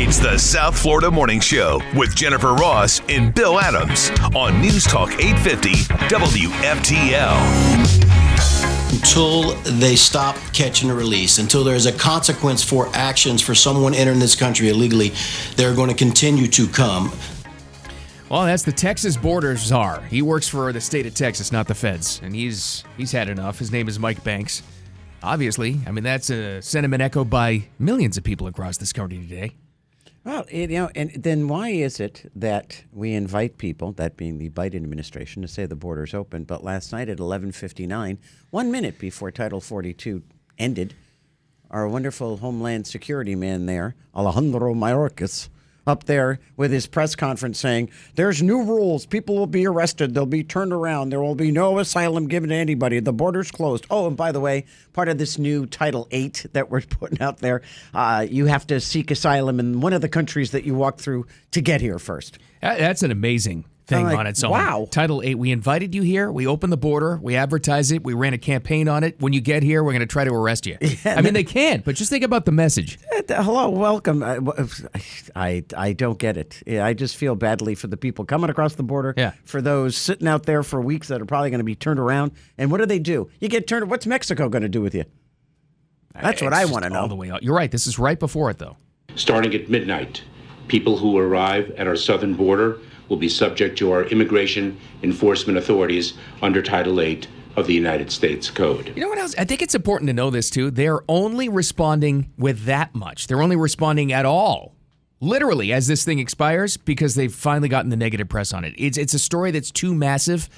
It's the South Florida Morning Show with Jennifer Ross and Bill Adams on News Talk 850 WFTL. until they stop catch and release, until there is a consequence for actions for someone entering this country illegally, they're going to continue to come. Well, that's the Texas border czar. He works for the state of Texas, not the feds, and he's he's had enough. His name is Mike Banks. Obviously, I mean that's a sentiment echoed by millions of people across this country today. Well, it, you know, and then why is it that we invite people, that being the Biden administration, to say the border's open, but last night at 11:59, one minute before Title 42 ended, our wonderful Homeland Security man there, Alejandro Mayorkas, up there with his press conference saying, "There's new rules. People will be arrested. They'll be turned around. There will be no asylum given to anybody. The border's closed." Oh, and by the way, part of this new Title Eight that we're putting out there, uh, you have to seek asylum in one of the countries that you walk through to get here first. That- That's an amazing thing I'm like, on its own. wow. Title 8, we invited you here, we opened the border, we advertised it, we ran a campaign on it. When you get here, we're going to try to arrest you. I mean, they can, but just think about the message. Uh, th- Hello, welcome. I, I, I don't get it. Yeah, I just feel badly for the people coming across the border. Yeah. For those sitting out there for weeks that are probably going to be turned around. And what do they do? You get turned. What's Mexico going to do with you? That's what It's I just want to All know. the way out. You're right. This is right before it, though. Starting at midnight, people who arrive at our southern border will be subject to our immigration enforcement authorities under Title VIII of the United States Code. You know what else? I think it's important to know this too. They're only responding with that much. They're only responding at all, literally, as this thing expires because they've finally gotten the negative press on it. It's it's a story that's too massive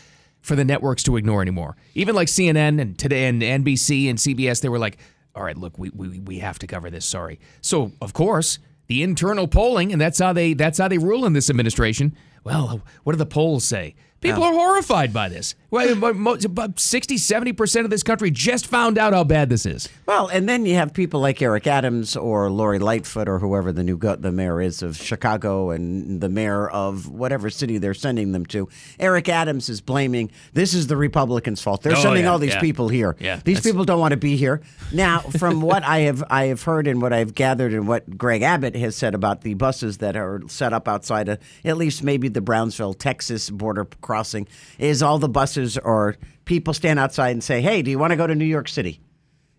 for the networks to ignore anymore. Even like CNN and today and NBC and CBS, they were like, "All right, look, we we, we have to cover this. Sorry." So of course. The internal polling, and that's how they that's how they rule in this administration. Well, what do the polls say? People are horrified by this. Well, mo- mo- about 60, 70% of this country just found out how bad this is. Well, and then you have people like Eric Adams or Lori Lightfoot or whoever the new go- the mayor is of Chicago and the mayor of whatever city they're sending them to. Eric Adams is blaming this is the Republicans' fault. They're Oh, sending yeah, all these yeah. people here. Yeah, these that's- people don't want to be here. Now, from what I have I have heard and what I've gathered and what Greg Abbott has said about the buses that are set up outside of at least maybe the Brownsville, Texas border crossing, is all the buses are people stand outside and say, "Hey, do you want to go to New York City?"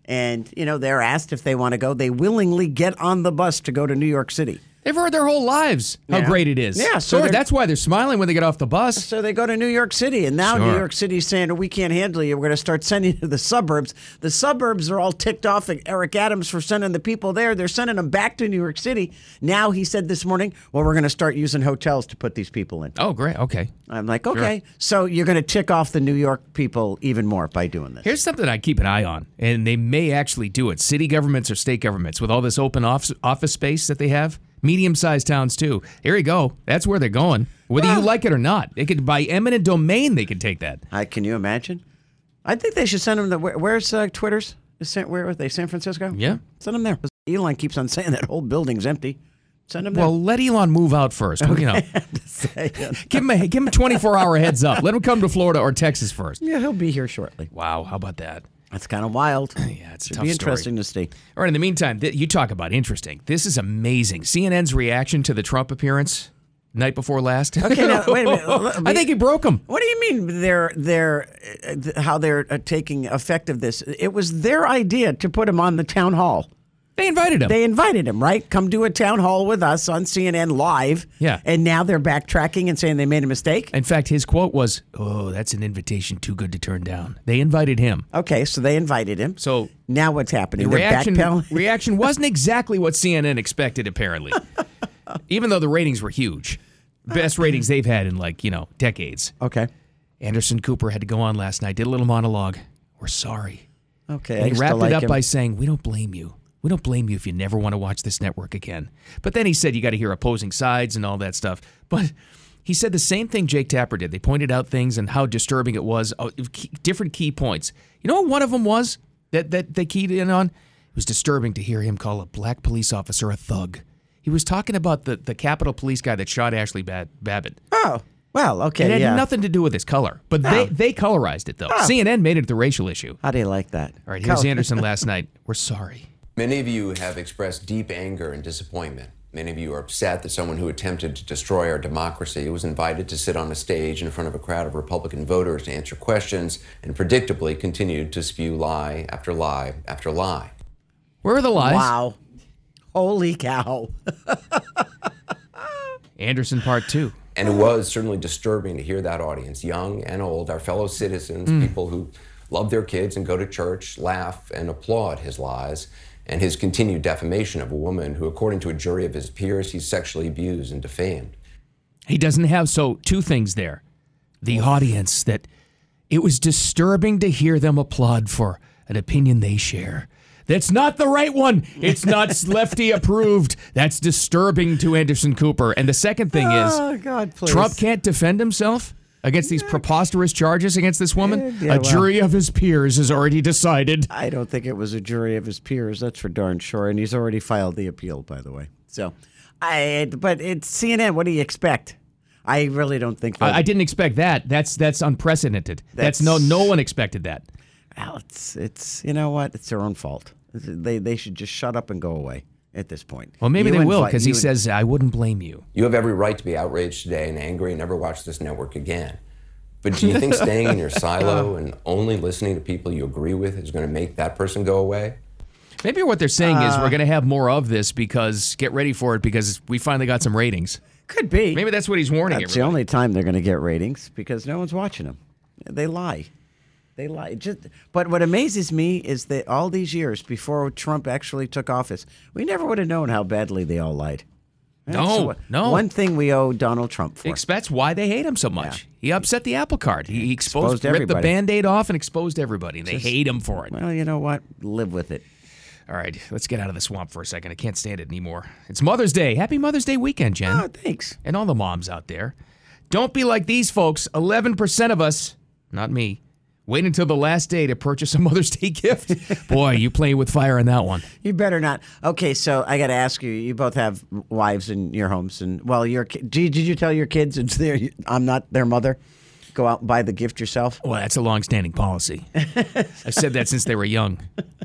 and you know they're asked if they want to go they willingly get on the bus to go to new york city They've heard their whole lives how Yeah. great it is. Yeah, so Sure, they're- that's why they're smiling when they get off the bus. so they go to new york city and now Sure. new york city's saying we can't handle you we're going to start sending you to the suburbs the suburbs are all ticked off at eric adams for sending the people there they're sending them back to new york city now he said this morning well we're going to start using hotels to put these people in Oh, great. Okay. i'm like okay so you're going to tick off the new york people even more by doing this Here's something I keep an eye on, and they may actually do it. City governments or state governments with all this open office, office space that they have, medium sized towns too. Here you go. That's where they're going. Whether you like it or not, they could, by eminent domain, they could take that. I can you imagine? I think they should send them. The, where, where's uh, Twitter's? Is San, where are they? San Francisco. Yeah. send them there. Elon keeps on saying that whole building's empty. Send them there. Well, let Elon move out first. You know, give him a give him a 24 hour heads up. Let him come to Florida or Texas first. yeah, he'll be here shortly. Wow, how about that? That's kind of wild. Yeah, it's a should tough story. be interesting to see. All right. In the meantime, th- you talk about interesting. This is amazing. CNN's reaction to the Trump appearance night before last. Okay, now, wait a minute. Let me- I think he broke him. What do you mean they're they're uh, th- how they're uh, taking effect of this? It was their idea to put him on the town hall. They invited him. They invited him, right? Come do a town hall with us on CNN live. Yeah. And now they're backtracking and saying they made a mistake. in fact, his quote was, "Oh, that's an invitation too good to turn down." They invited him. Okay, so they invited him. So Now what's happening? The They're reaction, backpedaling? reaction wasn't exactly what CNN expected, apparently, even though the ratings were huge. Best ratings they've had in like, you know, decades. Okay. Anderson Cooper had to go on last night, did a little monologue. We're sorry. Okay. And I he used to wrapped like it up him. by saying, We don't blame you. We don't blame you if you never want to watch this network again. But then he said, You got to hear opposing sides and all that stuff. But he said the same thing Jake Tapper did. They pointed out things and how disturbing it was, oh, key- different key points. You know what one of them was that, that they keyed in on? It was disturbing to hear him call a black police officer a thug. He was talking about the, the Capitol Police guy that shot Ashley Bab- Babbitt. Oh, well, okay. It had yeah. nothing to do with his color, but they, they colorized it though. CNN made it the racial issue. How do you like that? All right, here's Color. Anderson last night. We're sorry. Many of you have expressed deep anger and disappointment Many of you are upset that someone who attempted to destroy our democracy was invited to sit on a stage in front of a crowd of Republican voters to answer questions and predictably continued to spew lie after lie after lie. Where are the lies? Wow. Holy cow. Anderson Part 2. And it was certainly disturbing to hear that audience, young and old, our fellow citizens, people who love their kids and go to church, laugh and applaud his lies and his continued defamation of a woman who, according to a jury of his peers, he sexually abused and defamed. He doesn't have so two things there. The audience that it was disturbing to hear them applaud for an opinion they share. That's not the right one. It's not lefty approved. That's disturbing to Anderson Cooper. And the second thing is Oh, God, please. Trump can't defend himself against these preposterous charges against this woman. Yeah, a well. jury of his peers has already decided. I don't think it was a jury of his peers. That's for darn sure. And he's already filed the appeal, by the way. So, I. But it's CNN. What do you expect? I really don't think. That, I, I didn't expect that. That's that's unprecedented. That's, no no one expected that. Well, it's it's you know what? It's their own fault. They they should just shut up and go away at this point. Well, maybe You they will invite- because he you- says I wouldn't blame you. You have every right to be outraged today and angry and never watch this network again. But do you think staying in your silo and only listening to people you agree with is going to make that person go away? Maybe what they're saying is Uh, we're going to have more of this because get ready for it because we finally got some ratings. could be. Maybe that's what he's warning That's the everybody. only time they're going to get ratings because no one's watching them. They lie. They lie. Just, but what amazes me is that all these years before Trump actually took office, we never would have known how badly they all lied. That's No, what- no. One thing we owe Donald Trump for. Ex- That's why they hate him so much. He upset the apple cart. He, he exposed, Exposed ripped the everybody. band-aid off and exposed everybody. And they hate him for it. well, you know what? Live with it. All right, let's get out of the swamp for a second. I can't stand it anymore. It's Mother's Day. Happy Mother's Day weekend, Jen. Oh, thanks. and all the moms out there. Don't be like these folks. 11% of us, not me, wait until the last day to purchase a Mother's Day gift. Boy, you playing with fire on that one. You better not. Okay, so I got to ask you. You both have wives in your homes, and well, your ki- did did you tell your kids it's their I'm not their mother? Go out and buy the gift yourself. Well, that's a longstanding policy. I've said that since they were young.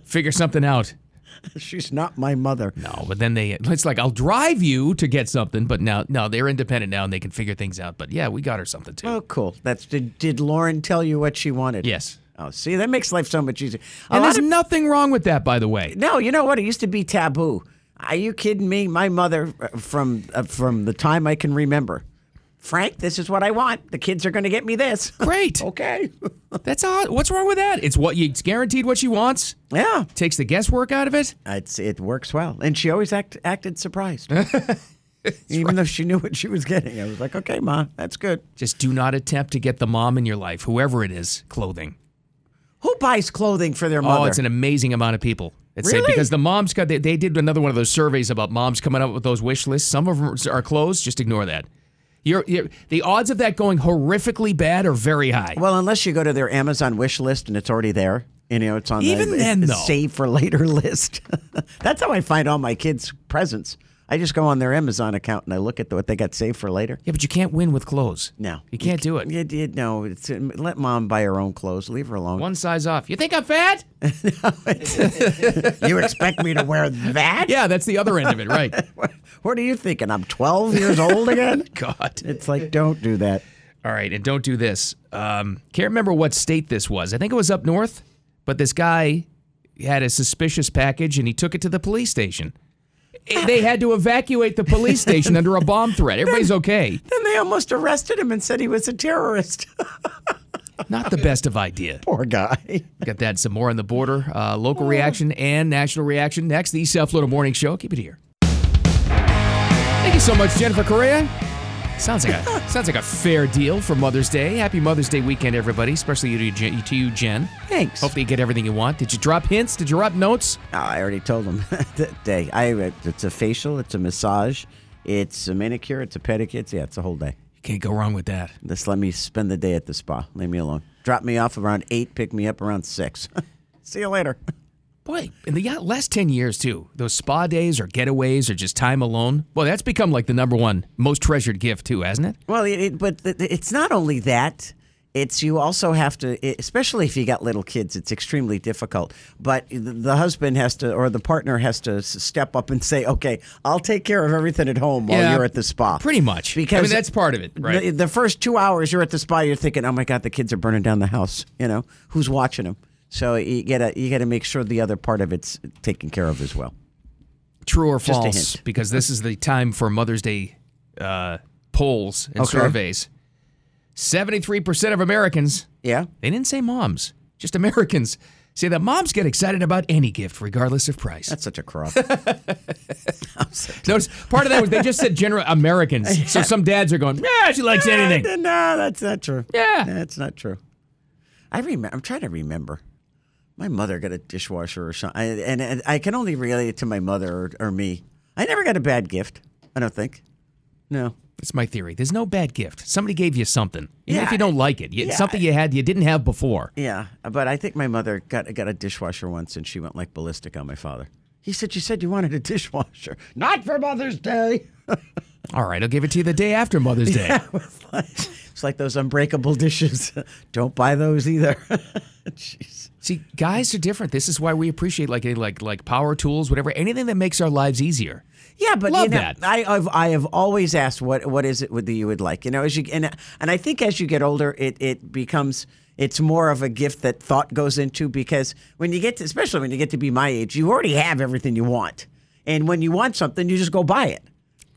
Figure something out. She's not my mother. No, but then they, it's like, I'll drive you to get something, but now, no, they're independent now and they can figure things out. But yeah, we got her something too. Oh, cool. That's did, did Lauren tell you what she wanted? Yes. Oh, see, that makes life so much easier. A and lot there's of- nothing wrong with that, by the way. no, you know what? It used to be taboo. Are you kidding me? My mother, uh, from uh, from the time I can remember, Frank, this is what I want. The kids are going to get me this. Great. okay. That's odd. What's wrong with that? It's what you, it's guaranteed what she wants. yeah. Takes the guesswork out of it. It's it works well, and she always act, acted surprised, even though she knew what she was getting. I was like, okay, ma, that's good. Just do not attempt to get the mom in your life, whoever it is, clothing. Who buys clothing for their mother? Oh, it's an amazing amount of people. It's Really? because the moms got they, they did another one of those surveys about moms coming up with those wish lists. Some of them are closed. Just ignore that. You're, you're, the odds of that going horrifically bad are very high. well, unless you go to their Amazon wish list and it's already there. You know, it's on Even the then, though. save for later list. that's how I find all my kids' presents. I just go on their Amazon account and I look at what they got saved for later. yeah, but you can't win with clothes. No, you can't do it. You, you, no, it's, let mom buy her own clothes. Leave her alone. One size off. You think I'm fat? You expect me to wear that? yeah, that's the other end of it, right? What are you thinking? I'm 12 years old again? God. It's like, don't do that. All right, and don't do this. Um, can't remember what state this was. I think it was up north, but this guy had a suspicious package and he took it to the police station. Eh, They had to evacuate the police station under a bomb threat. Everybody's okay. Then they almost arrested him and said he was a terrorist. Not the best of idea. Poor guy. Got that some more on the border. Uh, local reaction and national reaction. Next, the East South Florida Morning Show. Keep it here. Thank you so much, Jennifer Correa. Sounds like a sounds like a fair deal for Mother's Day. Happy Mother's Day weekend, everybody, especially you to, Jen- to you, Jen. Thanks. Hopefully, you get everything you want. Did you drop hints? Did you drop notes? Oh, I already told him that day. I uh, it's a facial, it's a massage, it's a manicure, it's a pedicure. It's, yeah, it's a whole day. You can't go wrong with that. Just let me spend the day at the spa. Leave me alone. Drop me off around eight. Pick me up around six. See you later. Boy, in the ya- last 10 years, too, those spa days or getaways or just time alone, boy, that's become like the number one most treasured gift, too, hasn't it? Well, it, it, but th- th- it's not only that. it's you also have to, e, especially if you got little kids, it's extremely difficult. But the- the husband has to, or the partner has to s- step up and say, "Okay, I'll take care of everything at home while Yeah, you're at the spa." pretty much. I mean, because that's part of it, right? The, the first two hours you're at the spa, you're thinking, "Oh my God, the kids are burning down the house." You know, who's watching them? So you gotta you gotta make sure the other part of it's taken care of as well. True or a false? hint. Because this is the time for Mother's Day uh, polls and Okay. surveys. Seventy-three percent of Americans Yeah. They didn't say moms, just Americans say that moms get excited about any gift, regardless of price. That's such a crock. Notice part of that was they just said general Americans. So some dads are going, yeah, she likes anything. No, that's not true. Yeah. that's not true. I remember. I'm trying to remember. My mother got a dishwasher or something, I, and, and I can only relate it to my mother or, or me. I never got a bad gift. I don't think. No. That's my theory. There's no bad gift. Somebody gave you something, even if Yeah. you don't like it. You- Yeah. Something you had you didn't have before. Yeah, but I think my mother got got a dishwasher once, and she went like ballistic on my father. He said, "You said you wanted a dishwasher, not for Mother's Day." All right, I'll give it to you the day after Mother's Day. it's like those unbreakable dishes. don't buy those either. Jeez. See, guys are different. This is why we appreciate like like like power tools, whatever, anything that makes our lives easier. Yeah, but Love you know, that. I, I've I have always asked what what is it that you would like. You know, as you and and I think as you get older, it it becomes it's more of a gift that thought goes into because when you get to especially when you get to be my age, you already have everything you want, and when you want something, you just go buy it.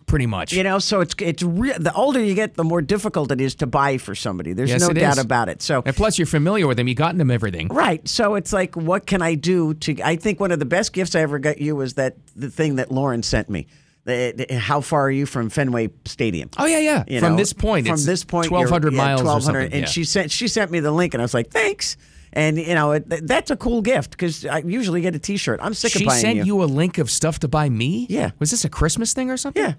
Pretty much. You know, so it's it's re- the older you get, the more difficult it is to buy for somebody. There's Yes, no it is. doubt about it. So and plus you're familiar with them, you've gotten them everything. Right. So it's like, what can I do to? I think one of the best gifts I ever got you was that the thing that Lauren sent me. The, the- how far are you from Fenway Stadium? Oh yeah, yeah. You from know, this point, from it's this point, you're- twelve hundred yeah, miles or 1200, something. And yeah. she sent she sent me the link, and I was like, thanks. And you know, it, th- that's a cool gift because I usually get a T-shirt. I'm sick she of buying sent you. a link of stuff to buy me. Yeah. Was this a Christmas thing or something? Yeah,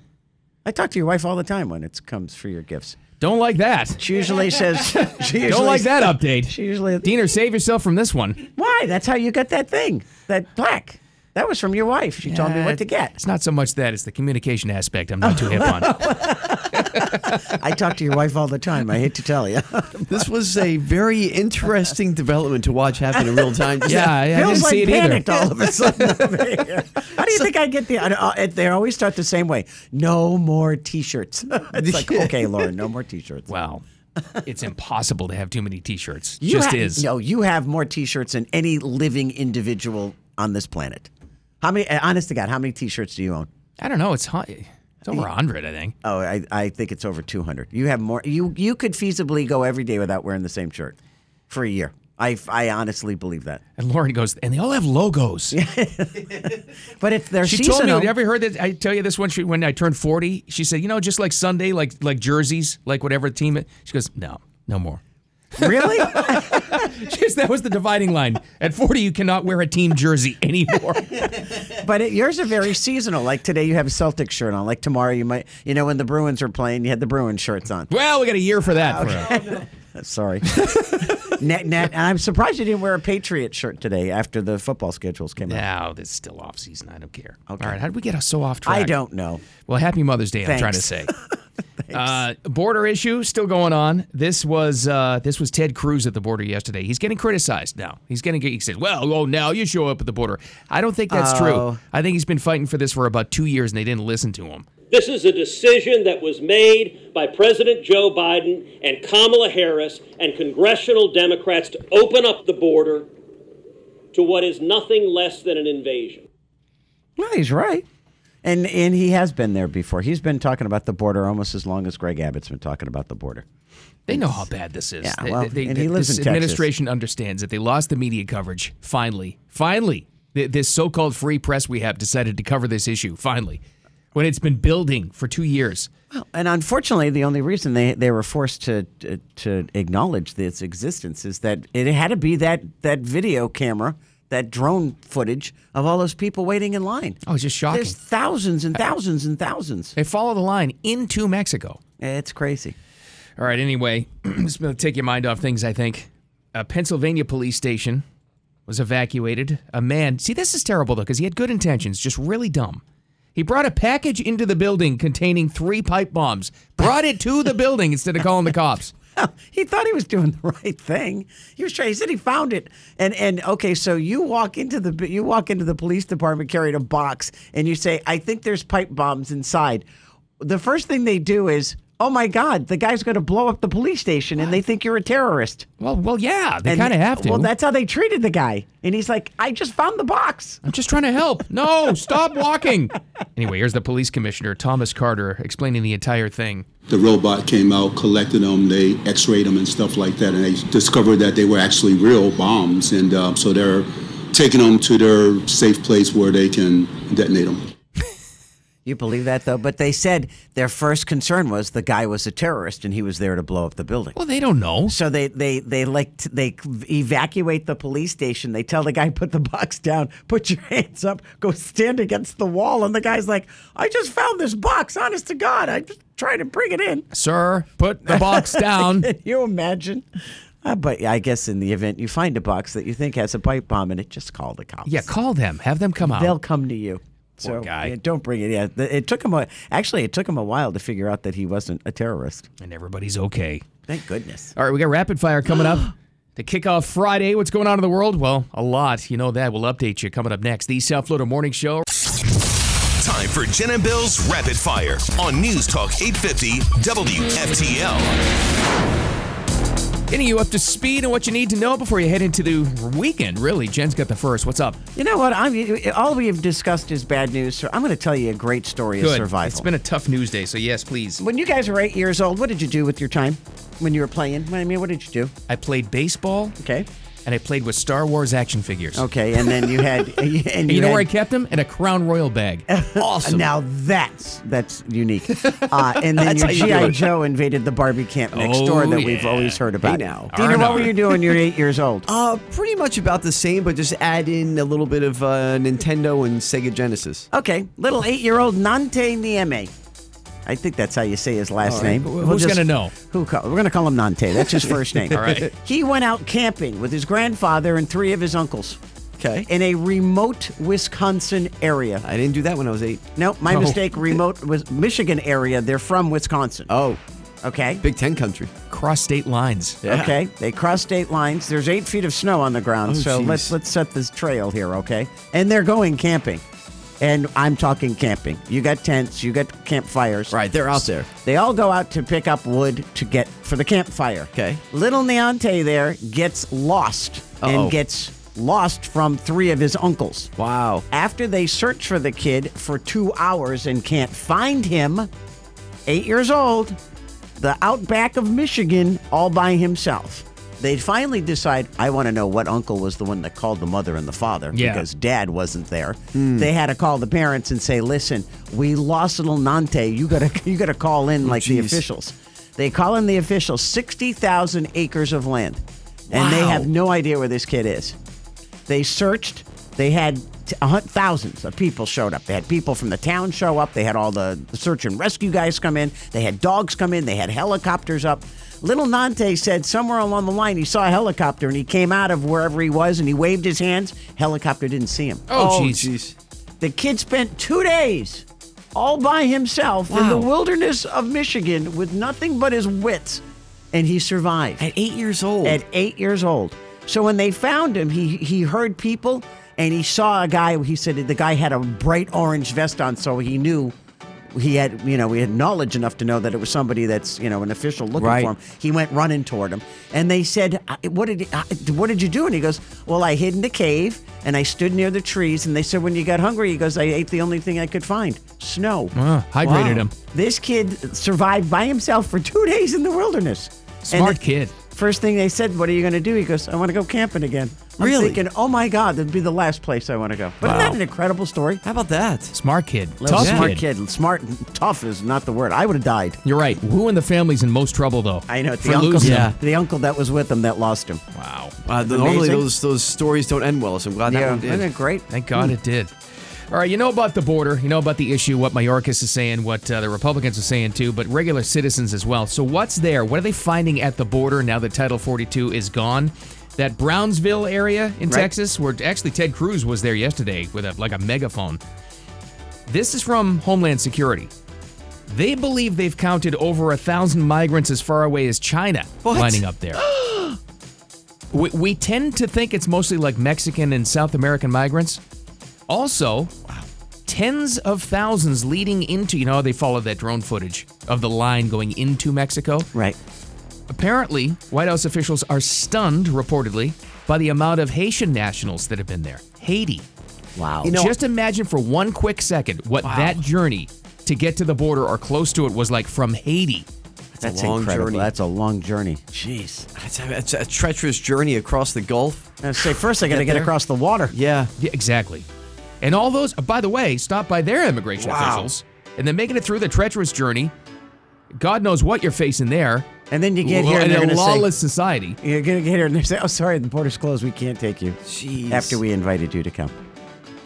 I talk to your wife all the time when it comes for your gifts. Don't like that. She usually says, she usually, Don't like that update. She usually Diener, save yourself from this one. Why? That's how you got that thing, that plaque. That was from your wife. She told me what to get. It's not so much that; it's the communication aspect. I'm not too hip on. I talk to your wife all the time. I hate to tell you. This was a very interesting development to watch happen in real time. Yeah, I, I didn't Bill's like see it panicked either. all of a sudden. over here. How do you think I get the? I- I- They always start the same way. No more T-shirts. It's like okay, Lauren, no more T-shirts. Wow, it's impossible to have too many T-shirts. You Just ha- is. No, you have more T-shirts than any living individual on this planet. How many? uh, Honest to God, how many T-shirts do you own? I don't know. It's hot. It's over hundred, I think. Oh, I, I think it's over 200. You have more. You you could feasibly go every day without wearing the same shirt for a year. I, I honestly believe that. And Lauren goes, and they all have logos. But it's they're She seasonal. told me. Have you ever heard that? I tell you this when she when I turned forty. She said, you know, just like Sunday, like like jerseys, like whatever team. It, she goes, no, no more. really? Because that was the dividing line. At 40, you cannot wear a team jersey anymore. but it, yours are very seasonal. Like today you have a Celtic shirt on. Like tomorrow you might you know when the Bruins are playing you had the Bruins shirts on. well, we got a year for that. Fred. Sorry. net net. And I'm surprised you didn't wear a Patriot shirt today after the football schedules came out. No, it's still off season. I don't care. All right, how did we get so off track? I don't know. Well, happy Mother's Day. I'm trying to Thanks. say. Uh, border issue still going on. This was uh, this was Ted Cruz at the border yesterday. He's getting criticized now. He's getting he said, "Well, oh, now you show up at the border." I don't think that's Oh. true. I think he's been fighting for this for about two years, and they didn't listen to him. This is a decision that was made by President Joe Biden and Kamala Harris and congressional Democrats to open up the border to what is nothing less than an invasion. No, he's right. And and he has been there before. He's been talking about the border almost as long as Greg Abbott's been talking about the border. They know how bad this is. Yeah, They- well, they- and they- he lives this in Texas. administration understands that they lost the media coverage. Finally, finally, th- this so-called free press we have decided to cover this issue. Finally, when it's been building for two years. And unfortunately, the only reason they, they were forced to, to to acknowledge its existence is that it had to be that that video camera, that drone footage of all those people waiting in line. Oh, it's just shocking. There's thousands and thousands and thousands. They follow the line into Mexico. It's crazy. All right. Anyway, just gonna take your mind off things. I think a Pennsylvania police station was evacuated. A man. See, this is terrible though, because he had good intentions, just really dumb. He brought a package into the building containing three pipe bombs. Brought it to the building instead of calling the cops. Well, he thought he was doing the right thing. He was trying. He said he found it, and and okay, so you walk into the you walk into the police department carrying a box, and you say, "I think there's pipe bombs inside." The first thing they do is, "Oh my God, the guy's going to blow up the police station," and they think you're a terrorist. Well, well, yeah, they And- kind of have to. Well, that's how they treated the guy, and he's like, "I just found the box." I'm just trying to help. No, stop walking. Anyway, here's the police commissioner, Thomas Carter, explaining the entire thing. The robot came out, collected them, they x-rayed them and stuff like that, and they discovered that they were actually real bombs, and uh, so they're taking them to their safe place where they can detonate them. You believe that though? But they said their first concern was the guy was a terrorist and he was there to blow up the building. Well, they don't know. So they they they like t they evacuate the police station. They tell the guy put the box down, put your hands up, go stand against the wall. And the guy's like, "I just found this box. Honest to God, I just tried to bring it in." Sir, put the box down. Can you imagine? Uh, but I guess in the event you find a box that you think has a pipe bomb in it, just call the cops. yeah, call them. Have them come out. They'll come to you. Poor so guy. yeah, don't bring it. Yeah, th- it took him. A, actually, it took him a while to figure out that he wasn't a terrorist. and everybody's okay. Thank goodness. All right, we got rapid fire coming up to kick off Friday. What's going on in the world? Well, a lot. You know that. We'll update you coming up next. The South Florida Morning Show. Time for Jen and Bill's Rapid Fire on News Talk 850 WFTL. Getting you up to speed on what you need to know before you head into the weekend. Really, Jen's got the first. What's up? You know what? I'm all we have discussed is bad news. So I'm going to tell you a great story of survival. It's been a tough news day, so yes, please. when you guys were eight years old, what did you do with your time when you were playing? I mean, what did you do? I played baseball Okay, and I played with Star Wars action figures. okay, and then you had and you, And you know had, where I kept them? In a Crown Royal bag. Awesome. Now that's that's unique. Uh, and then your how you do GI it. Joe invaded the Barbie camp next Oh, door that we've yeah. always heard about. now. Dina, what Arnold. were you doing? when you were eight years old. Uh, pretty much about the same, but just add in a little bit of uh, Nintendo and Sega Genesis. Okay, little eight-year-old Nante Nieme. I think that's how you say his last name. Wh- who's gonna know? Who call, we're gonna call him Nante. That's his first name. All right. He went out camping with his grandfather and three of his uncles Okay. in a remote Wisconsin area. I didn't do that when I was eight. No, my mistake. Remote was Michigan area. They're from Wisconsin. Oh, Okay. Big Ten country. Cross state lines. Okay, they cross state lines. There's eight feet of snow on the ground, Oh, so geez. let's let's set this trail here, okay? And they're going camping, and I'm talking camping. You got tents, you got campfires. Right, they're out there. They all go out to pick up wood to get for the campfire. Okay. Little Neonte there gets lost Uh-oh. and gets lost from three of his uncles. Wow. After they search for the kid for two hours and can't find him, eight years old, the outback of Michigan all by himself. They finally decide, I want to know what uncle was the one that called the mother and the father Yeah. because dad wasn't there. Hmm. They had to call the parents and say, listen, we lost little Nante. You gotta you gotta call in like the Oh, jeez. officials. They call in the officials, sixty thousand acres of land. And they Wow. have no idea where this kid is. They searched. They had t- a hun- thousands of people showed up. They had people from the town show up. They had all the the search and rescue guys come in. They had dogs come in. They had helicopters up. Little Nante said somewhere along the line he saw a helicopter and he came out of wherever he was and he waved his hands. Helicopter didn't see him. Oh, Oh, jeez. jeez. The kid spent two days all by himself in the Wow. wilderness of Michigan with nothing but his wits, and he survived At eight years old. at eight years old. So when they found him, he he heard people and he saw a guy. He said the guy had a bright orange vest on, so he knew he had you know we had knowledge enough to know that it was somebody that's you know an official looking Right. for him. He went running toward him, and they said, "I- "What did I- what did you do?" And he goes, "Well, I hid in the cave and I stood near the trees." And they said, "When you got hungry," he goes, "I ate the only thing I could find, snow." Uh, hydrated him. This kid survived by himself for two days in the wilderness. And Smart the- kid. First thing they said, "What are you going to do?" He goes, "I want to go camping again." I'm Really? Thinking, oh my God, that'd be the last place I want to go. But isn't that an incredible story? How about that? Smart kid. Tough smart kid. kid. smart, tough is not the word. I would have died. You're right. Who in the family's in most trouble, though? I know it's For the uncle. losing Yeah. him. The uncle that was with him that lost him. Wow. Uh, the- normally Amazing. those those stories don't end well, so I'm glad that one isn't did. it great? Thank God it did. All right, you know about the border. You know about the issue, what Mayorkas is saying, what uh, the Republicans are saying too, but regular citizens as well. So, what's there? What are they finding at the border now that Title 42 is gone? That Brownsville area in Texas, where actually Ted Cruz was there yesterday with a, like a megaphone. This is from Homeland Security. They believe they've counted over a thousand migrants as far away as China What? lining up there. we, we tend to think it's mostly like Mexican and South American migrants. Also, tens of thousands leading into, you know, how they follow that drone footage of the line going into Mexico. Right. Apparently, White House officials are stunned, reportedly, by the amount of Haitian nationals that have been there. Haiti. Wow. You know- Just imagine for one quick second what that journey to get to the border or close to it was like from Haiti. that's a long incredible. journey. That's a long journey. Jeez. It's a, it's a treacherous journey across the Gulf. I say first I got to Get get there. across the water. Yeah. Yeah, exactly. And all those, by the way, stopped by their immigration officials and then making it through the treacherous journey. God knows what you're facing there. And then you get Well, here in and they're a gonna say- lawless society. You're gonna get here and they say, "Oh, sorry, the border's closed. We can't take you." Jeez. After we invited you to come.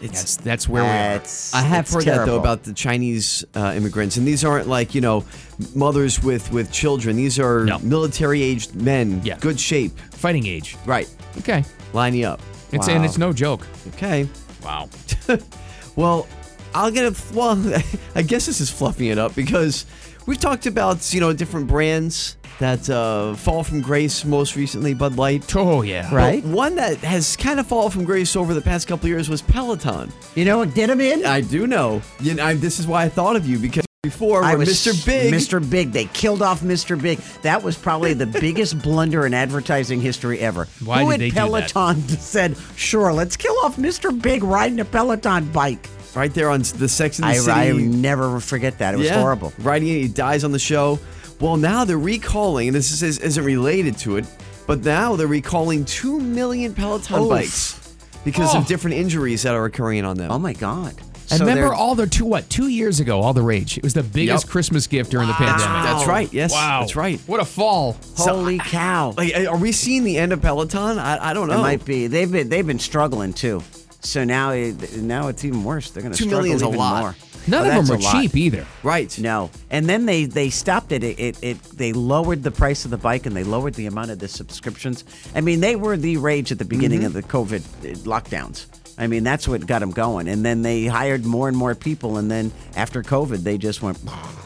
It's, That's, that's where we are. That's- I have it's heard that though terrible. about the Chinese uh, immigrants, and these aren't like you know mothers with with children. These are No. military aged men, Yeah. good shape, Fighting age. right? Okay. Lining up. It's, And it's no joke. Okay. Wow. Well, I'll get a well. I guess this is fluffing it up because we've talked about you know different brands that uh, fall from grace. Most recently, Bud Light. Oh, yeah. But Right. one that has kind of fallen from grace over the past couple of years was Peloton. You know what did him in? I do know. You know, I, this is why I thought of you because before I where was Mr. Big, Mr. Big. They killed off Mr. Big. That was probably the biggest blunder in advertising history ever. Why Who did at they do that? Peloton said, "Sure, let's kill off Mr. Big riding a Peloton bike." right there on the Sex and the I, City. I never forget that. It was Yeah. horrible. Writing it, he dies on the show. Well, now they're recalling, and this is, isn't related to it, but now they're recalling two million Peloton Oof. bikes because Oh. of different injuries that are occurring on them. Oh my god! And So remember they're- all the two what two years ago, all the rage. It was the biggest Yep. Christmas gift during the pandemic. That's right. Yes. Wow, That's right. What a fall! holy cow! Like, are we seeing the end of Peloton? I, I don't know. It might be. They've been they've been struggling too. So now it, now it's even worse. They're going to Two struggle million is a even lot. more. None Oh, of that's them a were lot. cheap either. Right. No, and then they they stopped it. It, it. it they lowered the price of the bike and they lowered the amount of the subscriptions. I mean, they were the rage at the beginning Mm-hmm. of the COVID uh, lockdowns. I mean, that's what got them going. And then they hired more and more people. And then after COVID, they just went.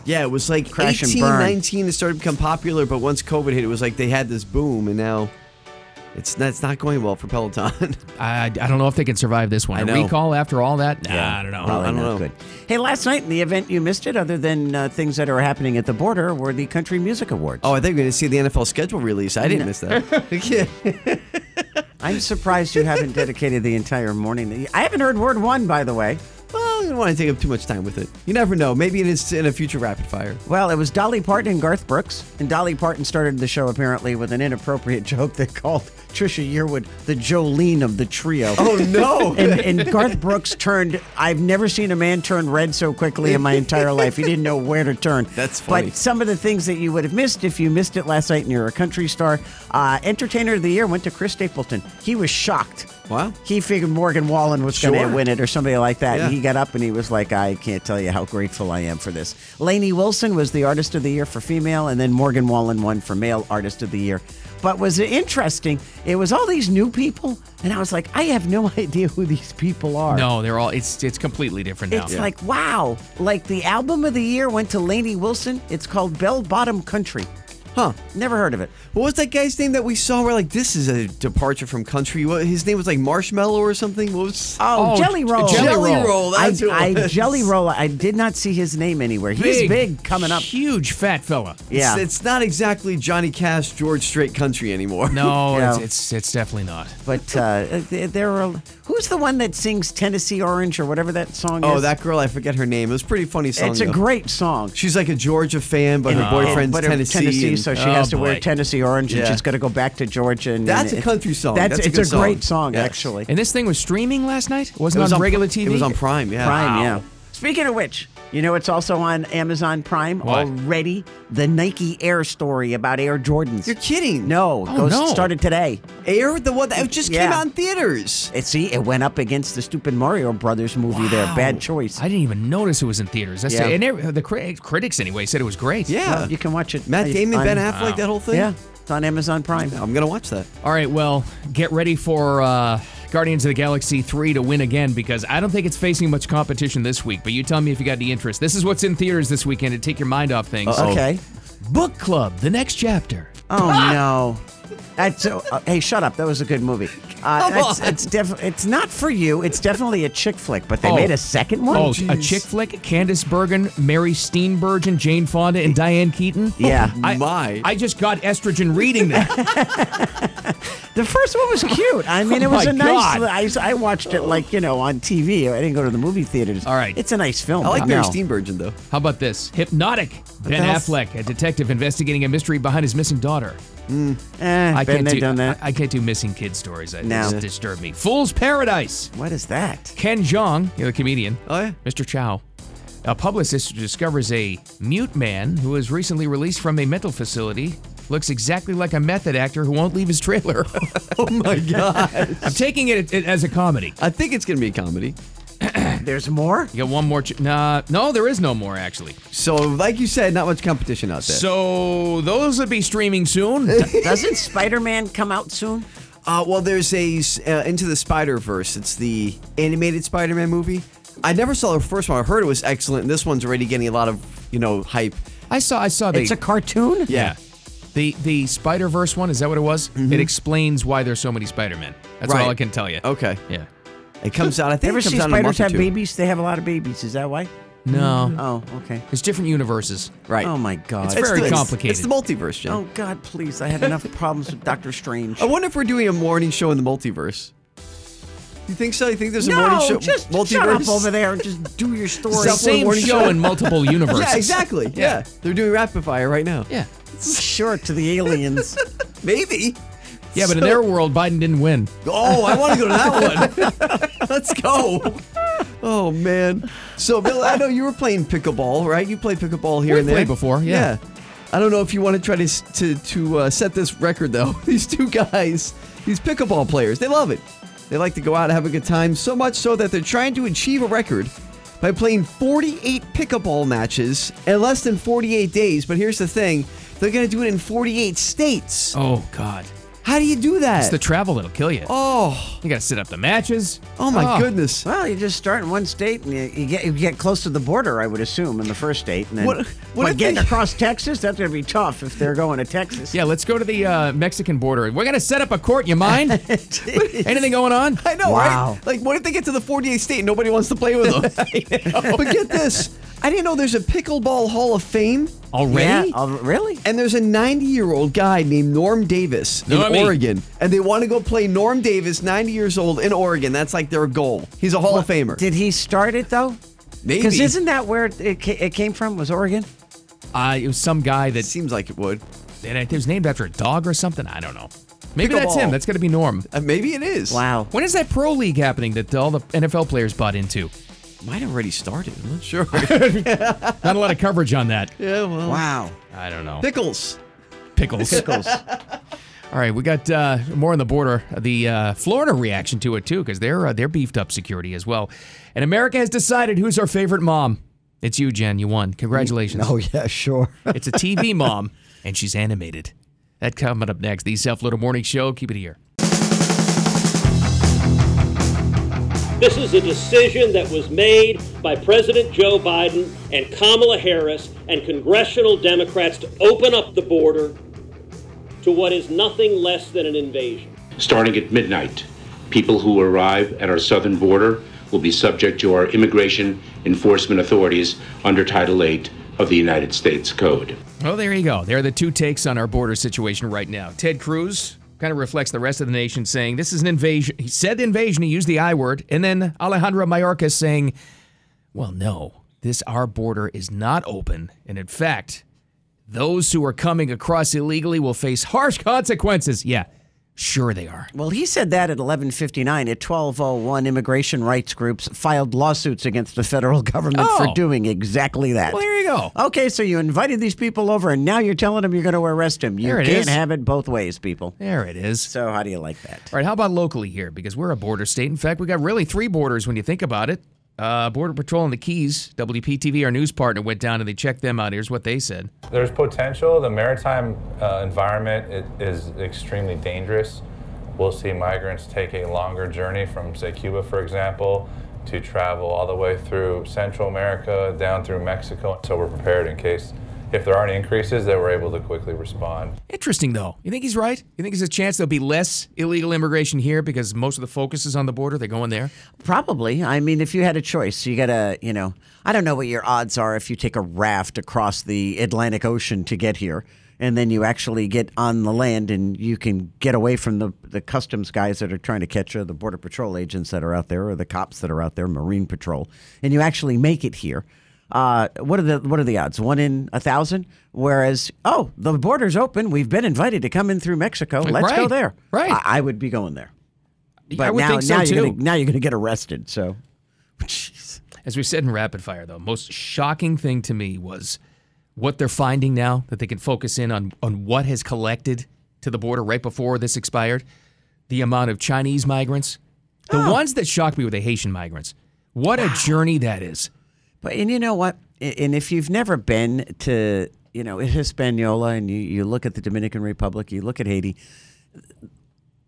Yeah, it was like Crash and 18, burn. 19, it started to become popular, but once COVID hit, it was like they had this boom, and now it's not, it's not going well for Peloton. I, I don't know if they can survive this one. I A know. recall after all that? Nah, I don't know. Probably I don't not know. good. Hey, last night in the event you missed it, other than uh, things that are happening at the border, were the Country Music Awards. oh, I think we're going to see the NFL schedule release. I didn't miss that. yeah. I'm surprised you haven't dedicated the entire morning. I haven't heard word one, by the way. Well, I don't want to take up too much time with it. You never know. Maybe it is in a future rapid fire. Well, it was Dolly Parton and Garth Brooks, and Dolly Parton started the show apparently with an inappropriate joke that called Trisha Yearwood the Jolene of the trio. Oh, no. and, and Garth Brooks turned. I've never seen a man turn red so quickly in my entire life. He didn't know where to turn. That's funny. But some of the things that you would have missed if you missed it last night and you're a country star. Uh, Entertainer of the Year went to Chris Stapleton. He was shocked. Wow. He figured Morgan Wallen was going Sure. to win it or somebody like that. Yeah. And he got up and he was like, I can't tell you how grateful I am for this. Lainey Wilson was the Artist of the Year for female, and then Morgan Wallen won for male Artist of the Year. But was interesting, it was all these new people, and I was like, I have no idea who these people are. No, they're all. It's it's completely different now. It's like, wow. Like the album of the year went to Lainey Wilson. It's called Bell Bottom Country. Huh. Never heard of it. What was that guy's name that we saw? We're like, this is a departure from country. What, his name was like Marshmallow or something. What was. Oh, Oh, Jelly J- Roll. Jelly Jelly Roll. Roll, that's I, who it I- was. Jelly Roll. I did not see his name anywhere. He's big coming up. Huge fat fella. Yeah. It's, it's not exactly Johnny Cash, George Strait country anymore. No, Yeah. it's, it's it's definitely not. But uh, th- there are. Who's the one that sings Tennessee Orange or whatever that song is? Oh, that girl, I forget her name. It was a pretty funny song. It's a though. great song. She's like a Georgia fan, but her boyfriend's but her- Tennessee. and- so she Oh, has to wear boy. Tennessee Orange, and Yeah. she's going to go back to Georgia. And, That's and a it- country song. That's, That's a it's good a great song. song, Yes. actually. And this thing was streaming last night. It wasn't It was on, regular TV. It was on Prime, yeah. Prime, yeah. Speaking of which, you know it's also on Amazon Prime What? already. The Nike Air story about Air Jordans. You're kidding. no, Oh, goes no. started today. Air, the one that it just came Yeah. out in theaters. It see it went up against the stupid Mario Brothers movie. There, bad choice. I didn't even notice it was in theaters. That's Yeah. it. And every, the cri- critics anyway said it was great. Yeah. you can watch it. Matt I- Damon, on- Ben Affleck, Oh. that whole thing. Yeah, It's on Amazon Prime. I'm gonna watch that. All right, well, get ready for uh, Guardians of the Galaxy 3 to win again because I don't think it's facing much competition this week. But you tell me if you got any interest. This is what's in theaters this weekend to take your mind off things. Uh, Oh. Oh. Okay. Book Club, the next chapter. Oh no. That's so. Uh, hey, shut up. That was a good movie. Uh, that's, on. It's definitely. It's not for you. It's definitely a chick flick. But they Oh. made a second one. Oh, a chick flick? Candace Bergen, Mary Steenburgen, Jane Fonda, and Diane Keaton? Oh, Yeah. I, My. I just got estrogen reading that. The first one was cute. I mean, it Oh was my a nice. God. I, s- I watched it like you know on TV. I didn't go to the movie theaters. All right. It's a nice film. I like but Mary no. Steenburgen though. How about this? Hypnotic. Ben the hell's- Affleck, a detective investigating a mystery behind his missing daughter. I Eh, been can't there, do done that. I, I can't do missing kid stories. I No. just disturb me. Fool's Paradise. what is that? Ken Jeong, the other comedian. Oh, yeah. Mr. Chow. A publicist who discovers a mute man who was recently released from a mental facility looks exactly like a method actor who won't leave his trailer. Oh my god. I'm taking it, it as a comedy. I think it's gonna be a comedy. There's more. You got one more. Ch- nah, no, there is no more actually. So, like you said, not much competition out there. So those will be streaming soon. Doesn't Spider-Man come out soon? Uh, well, there's a s- uh, Into the Spider Verse. It's the animated Spider-Man movie. I never saw the first one. I heard it was excellent. This one's already getting a lot of you know hype. I saw. I saw the. It's a cartoon. yeah. The the Spider Verse one is that what it was? It explains why there's so many Spider Men. That's all Mm-hmm. Right. I can tell you. Okay. Yeah. It comes out. I think Ever it comes see out in a spiders month or have two. babies? They have a lot of babies. Is that why? No. Oh, okay. It's different universes. Right. Oh my God. It's It's very the- complicated. It's the multiverse, Jen. Oh God, please! I have enough problems with Doctor Strange. I wonder if we're doing a morning show in the multiverse. You think so? You think there's a morning no, show just multiverse shut up over there and just do your It's story. the same morning show show. in multiple universes. Yeah, exactly. Yeah. Yeah. they're doing rapid fire right now. Yeah. Short to the aliens. maybe. Yeah, but in their world, Biden didn't win. Oh, I want to go to that one. Let's go. Oh man. So Bill, I know you were playing pickleball, right? You played pickleball here We and there played before, yeah. I don't know if you want to try to s- to, to uh, set this record though. These two guys, these pickleball players, they love it. They like to go out and have a good time so much so that they're trying to achieve a record by playing 48 pickleball matches in less than 48 days. But here's the thing, they're going to do it in 48 states. Oh, God. How do you do that? It's the travel that'll kill you. oh. You got to sit up the matches. Oh my goodness. Well, you just start in one state and you, you get you get close to the border, I would assume, in the first state. And then, What- what but if getting they- across Texas, that's going to be tough if they're going to Texas. Yeah, let's go to the uh, Mexican border. We're going to set up a court. You mind? Anything going on? I know, Wow. right? Like, what if they get to the 48th state and nobody wants to play with them? but get this I didn't know there's a Pickleball Hall of Fame. Already? Yeah, oh, really? And there's a 90 year old guy named Norm Davis in Normie. Oregon. And they want to go play Norm Davis, 90 years old, in Oregon. That's like their goal. He's a Hall of Famer. Did he start it though? Maybe. Because isn't that where it, ca- it came from? Was Oregon? Uh, it was some guy It that seems like it would. and it was named after a dog or something. I don't know. Maybe that's him. Pickleball. That's going to be Norm. Uh, maybe it is. Wow. When is that pro league happening that all the NFL players bought into? Might have already started. I'm not sure. Not a lot of coverage on that. yeah, well. Wow. I don't know. Pickles. Pickles. Pickles. All right, we got uh, more on the border. The uh, Florida reaction to it too, because they're uh, they're beefed up security as well. And America has decided who's our favorite mom. It's you, Jen. You won. Congratulations. Oh yeah, sure. It's a TV mom, and she's animated. That coming up next. The South Florida Morning Show. Keep it here. This is a decision that was made by President Joe Biden and Kamala Harris and congressional Democrats to open up the border to what is nothing less than an invasion. Starting at midnight, people who arrive at our southern border will be subject to our immigration enforcement authorities under Title VIII of the United States Code. Well, there you go. There are the two takes on our border situation right now. Ted Cruz kind of reflects the rest of the nation, saying this is an invasion. He said invasion. He used the I word, and then Alejandra Mayorkas saying, "Well, no, this our border is not open, and in fact, those who are coming across illegally will face harsh consequences." Yeah, sure they are. Well, he said that at 11:59. At 12:01, immigration rights groups filed lawsuits against the federal government Oh. for doing exactly that. Well, there you go. Okay, so you invited these people over, and now you're telling them you're going to arrest them. You There it can't is. have it both ways, people. There it is. So how do you like that? All right, how about locally here? Because we're a border state. In fact, we got really three borders when you think about it. Uh, border Patrol in the Keys, WPTV, our news partner, went down and they checked them out. Here's what they said. There's potential. The maritime uh, environment i- is extremely dangerous. We'll see migrants take a longer journey from, say, Cuba, for example, to travel all the way through Central America, down through Mexico. So we're prepared in case, if there are any increases, that we're able to quickly respond. Interesting, though. You think he's right? You think there's a chance there'll be less illegal immigration here because most of the focus is on the border? They're going there. Probably. I mean, if you had a choice, you got to, you know, I don't know what your odds are if you take a raft across the Atlantic Ocean to get here and then you actually get on the land and you can get away from the, the customs guys that are trying to catch you, the Border Patrol agents that are out there, or the cops that are out there, Marine Patrol, and you actually make it here. Uh, what are the what are the odds? One in a thousand. Whereas, oh, the border's open. We've been invited to come in through Mexico. Let's go Right. there. Right. I, I would be going there. But I would now, think so now too. you're gonna now you're gonna get arrested. So, Jeez. As we said in rapid fire, though, most shocking thing to me was what they're finding now that they can focus in on on what has collected to the border right before this expired. The amount of Chinese migrants. The Oh. ones that shocked me were the Haitian migrants. What a journey that is. but and you know what? A- And if you've never been to you know Hispaniola and you, you look at the Dominican Republic, you look at Haiti,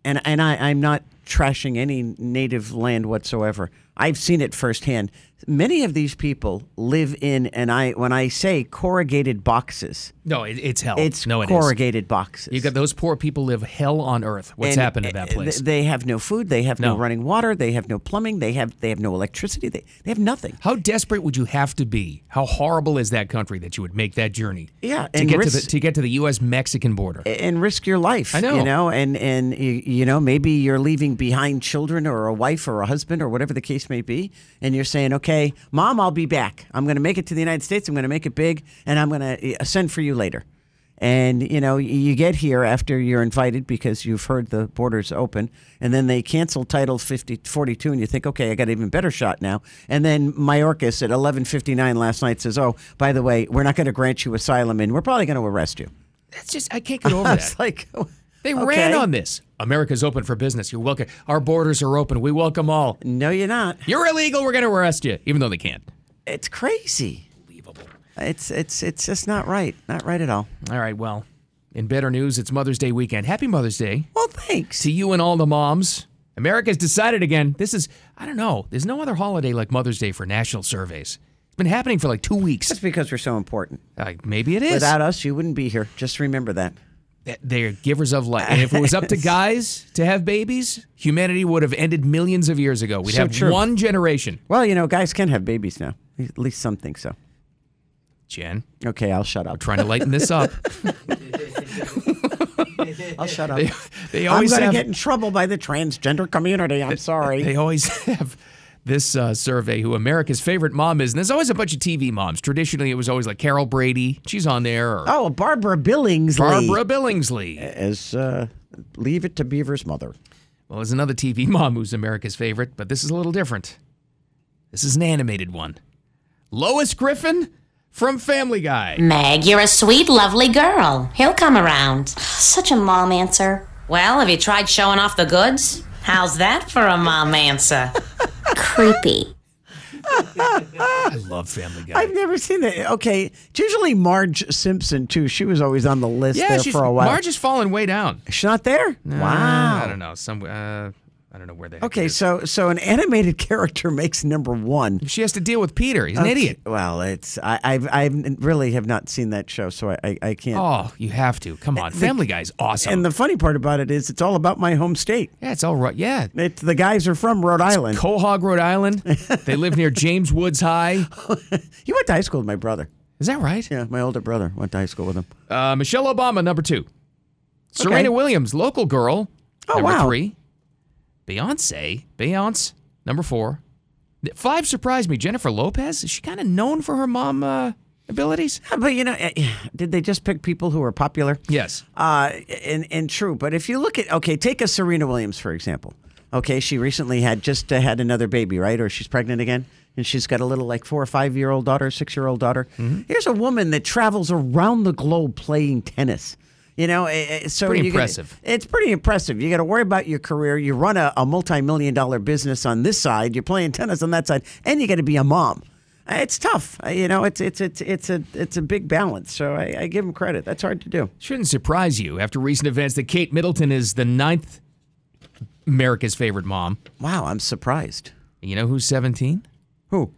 and and I, I'm not trashing any native land whatsoever. I've seen it firsthand. Many of these people live in, and I when I say corrugated boxes, No, it, it's hell. it's Oh, no, it is. corrugated boxes. You got those poor people live hell on earth. What's And, happened to that uh, th- place? They have no food. They have no. No. running water. They have no plumbing. They have they have no electricity. They, they have nothing. How desperate would you have to be? How horrible is that country that you would make that journey? Yeah, to and get to risk- Eh, the to get to the U.S. Mexican border. and risk your life. I know. You know, and and you, you know maybe you're leaving behind children or a wife or a husband or whatever the case may be, and you're saying, okay, mom, I'll be back. I'm going to make it to the United States. I'm going to make it big, and I'm going to send for you later. And you know, y- you get here after you're invited because you've heard the borders open, and then they cancel Title 50, 42, and you think, okay, I got an even better shot now. And then Mayorkas at 11:59 last night says, oh, by the way, we're not going to grant you asylum, and we're probably going to arrest you. That's just I can't get over I that. was like, They okay. ran on this. America's open for business. You're welcome. Our borders are open. We welcome all. No, you're not. You're illegal. We're going to arrest you, even though they can't. It's crazy. Unbelievable. It's it's it's just not right. Not right at all. All right. Well, in better news, it's Mother's Day weekend. Happy Mother's Day Well, thanks. to you and all the moms. America's decided again. This is I don't know. There's no other holiday like Mother's Day for national surveys. It's been happening for like two weeks. That's because we're so important. Uh, maybe it is. Without us, you wouldn't be here. Just remember that. that they're givers of life. And if it was up to guys to have babies, humanity would have ended millions of years ago. We'd So have true. one generation. Well, you know, guys can have babies now. At least some think so. Jen, Okay, I'll shut up. trying to lighten this up. I'll shut up. They I'm always going to have, get in trouble by the transgender community. I'm sorry. They always have this uh, survey who America's favorite mom is, and there's always a bunch of TV moms. Traditionally, it was always like Carol Brady. She's on there, or oh, Barbara Billingsley Barbara Billingsley. is uh, leave it to Beaver's mother. Well, there's another TV mom who's America's favorite, but this is a little different. This is an animated one. Lois Griffin from Family Guy. Meg, you're a sweet, lovely girl. He'll come around. Such a mom answer. Well, have you tried showing off the goods? How's that for a mom answer? Creepy. I love Family Guy. I've never seen that. Okay, it's usually Marge Simpson too. She was always on the list yeah, there she's, for a while. Marge is falling way down. She's not there. wow. I don't know. Some. Uh, I don't know where they. Okay, so so an animated character makes number one. She has to deal with Peter. He's an idiot. Well, it's I I've, I really have not seen that show, so I I, I can't. Oh, you have to. Come on. Family Guy's awesome. And the funny part about it is, it's all about my home state. yeah, it's all right. Yeah. It's the guys are from Rhode Island. Quahog, Rhode Island. They live near James Woods High. He went to high school with my brother. Is that right? Yeah, my older brother went to high school with him. Uh, Michelle Obama, number two. Serena Williams, local girl, Oh, number wow. three. Beyonce, Beyonce, number four. Five surprised me. Jennifer Lopez. Is she kind of known for her mom uh, abilities? But you know, eh, did they just pick people who were popular? Yes. Uh, and, and true. But if you look at, okay, take a Serena Williams, for example. Okay, she recently had just uh, had another baby, right? Or she's pregnant again. And she's got a little like four or five year old daughter, six year old daughter. Mm-hmm. Here's a woman that travels around the globe playing tennis. You know, eh, eh, so Pretty you gotta- impressive. it's pretty impressive. You got to worry about your career. You run a, a multi million dollar business on this side, you're playing tennis on that side, and you got to be a mom. Uh, It's tough, Uh, you know. It's it's it's it's a it's a big balance. So I, I give him credit. That's hard to do. Shouldn't surprise you after recent events that Kate Middleton is the ninth America's favorite mom. Wow, I'm surprised. You know who's 17? Who?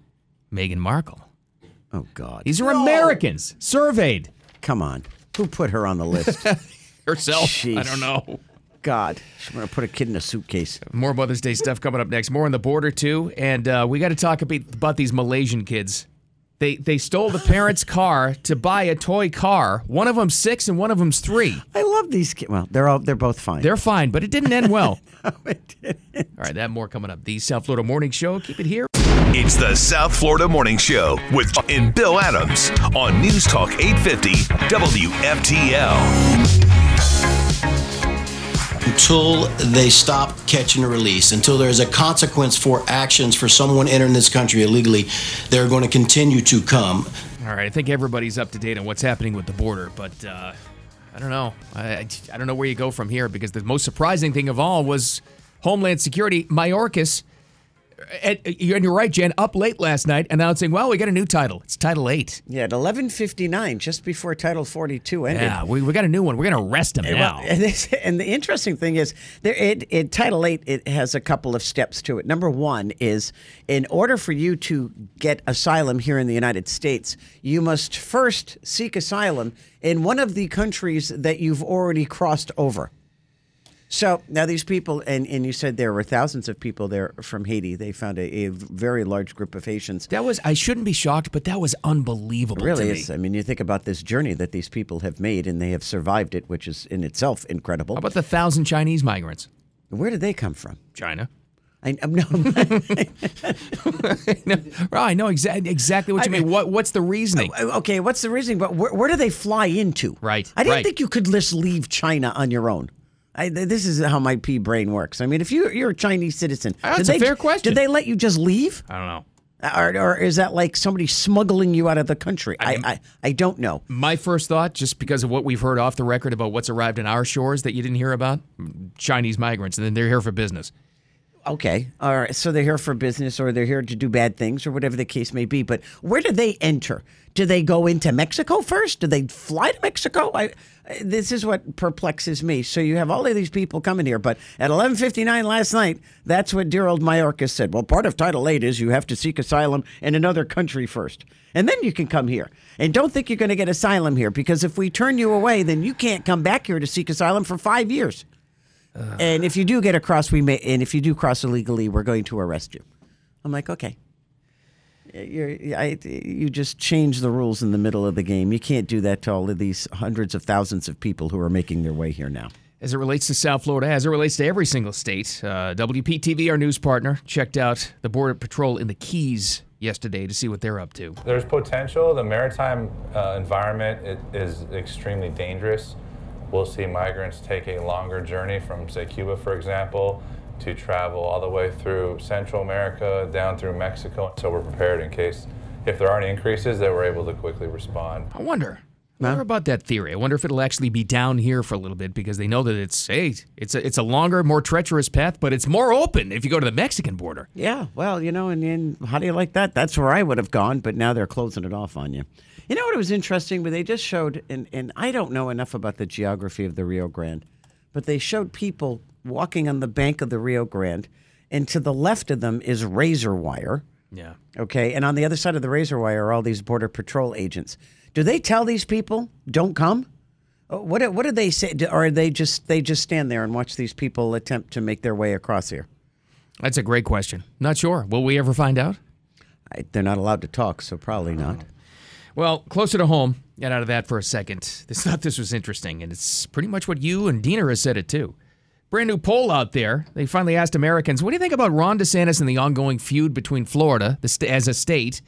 Meghan Markle. Oh God! These are Americans surveyed. Come on, who put her on the list? Herself. I Jeez. don't know. God, I'm gonna put a kid in a suitcase. More Mother's Day stuff coming up next. More on the border too, and uh, we got to talk about, about these Malaysian kids. They they stole the parents' car to buy a toy car. One of them's six and one of them's three. I love these kids. Well, they're all they're both fine. They're fine, but it didn't end well. It didn't. All right, that and more coming up. The South Florida Morning Show. Keep it here. It's the South Florida Morning Show with J- and Bill Adams on News Talk 850 WFTL. until they stop catch and release, until there is a consequence for actions for someone entering this country illegally, they're going to continue to come. All right, I think everybody's up to date on what's happening with the border, but uh, I don't know. I, I, I don't know where you go from here because the most surprising thing of all was Homeland Security Mayorkas. uh, And, and you're right, Jen. Up late last night, announcing, "Well, we got a new title. It's Title Eight. Yeah, at 11:59, just before Title 42 ended. Yeah, we, we got a new one. We're gonna arrest him now." And, this, and the interesting thing is, there it, it Title Eight it has a couple of steps to it. Number one is, in order for you to get asylum here in the United States, you must first seek asylum in one of the countries that you've already crossed over. So now these people, and, and you said there were thousands of people there from Haiti. They found a, a very large group of Haitians. That was I shouldn't be shocked, but that was unbelievable. It really to me. is. I mean, you think about this journey that these people have made, and they have survived it, which is in itself incredible. How about the thousand Chinese migrants? Where did they come from? China. I, I'm no. no, right, I know exa- exactly what you mean. What what's the reasoning? okay, what's the reasoning? But where, where do they fly into? Right, I didn't right. think you could just leave China on your own. I, th- this is how my pea brain works. I mean, if you, you're a Chinese citizen, Ah, did that's a they- fair question. Did they let you just leave, I don't know. or, or is that like somebody smuggling you out of the country? I, I, I don't know. My first thought, just because of what we've heard off the record about what's arrived in our shores that you didn't hear about, Chinese migrants, and then they're here for business. Okay. All right. So they're here for business or they're here to do bad things or whatever the case may be. But where do they enter? Do they go into Mexico first? Do they fly to Mexico? I, I- this is what perplexes me. So you have all of these people coming here, but at 11:59 last night, that's what dear old Mayorkas said. Well, part of Title 8 is you have to seek asylum in another country first. And then you can come here. And don't think you're going to get asylum here because if we turn you away, then you can't come back here to seek asylum for 5 years. And if you do get across, we may. And if you do cross illegally, we're going to arrest you. I'm like, okay. You're, I, you just change the rules in the middle of the game. You can't do that to all of these hundreds of thousands of people who are making their way here now. As it relates to South Florida, as it relates to every single state, uh, WPTV, our news partner, checked out the Border Patrol in the Keys yesterday to see what they're up to. There's potential. The maritime uh, environment it is extremely dangerous. We'll see migrants take a longer journey from, say, Cuba, for example, to travel all the way through Central America, down through Mexico. So we're prepared in case, if there are any increases, that we're able to quickly respond. I wonder. I wonder about that theory. I wonder if it'll actually be down here for a little bit because they know that it's hey, it's a, it's a longer, more treacherous path, but it's more open if you go to the Mexican border. Yeah, well, you know, and then how do you like that? That's where I would have gone, but now they're closing it off on you. You know what was interesting? But they just showed, and, and I don't know enough about the geography of the Rio Grande, but they showed people walking on the bank of the Rio Grande, and to the left of them is razor wire. Yeah. Okay. And on the other side of the razor wire are all these border patrol agents. Do they tell these people don't come? Uh, What do- what do they say? Do- Or they just they just stand there and watch these people attempt to make their way across here? That's a great question. Not sure. Will we ever find out? I, they're not allowed to talk, so probably not. Well, closer to home, get out of that for a second. This thought this was interesting, and it's pretty much what you and Dina has said it too. Brand new poll out there. They finally asked Americans, "What do you think about Ron DeSantis and the ongoing feud between Florida, the st- as a state,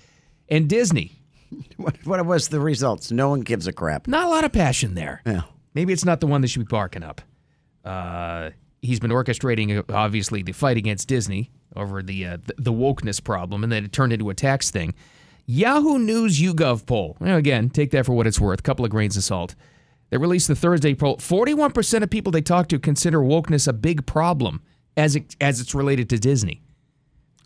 and Disney?" What, what was the results? No one gives a crap. Not a lot of passion there. Yeah. Maybe it's not the one that should be barking up. Uh, he's been orchestrating, uh, obviously, the fight against Disney over the uh, th- the wokeness problem, and then it turned into a tax thing. Yahoo News YouGov poll. Now, again, take that for what it's worth. Couple of grains of salt. They released the Thursday poll. Forty-one percent of people they talked to consider wokeness a big problem as it, as it's related to Disney.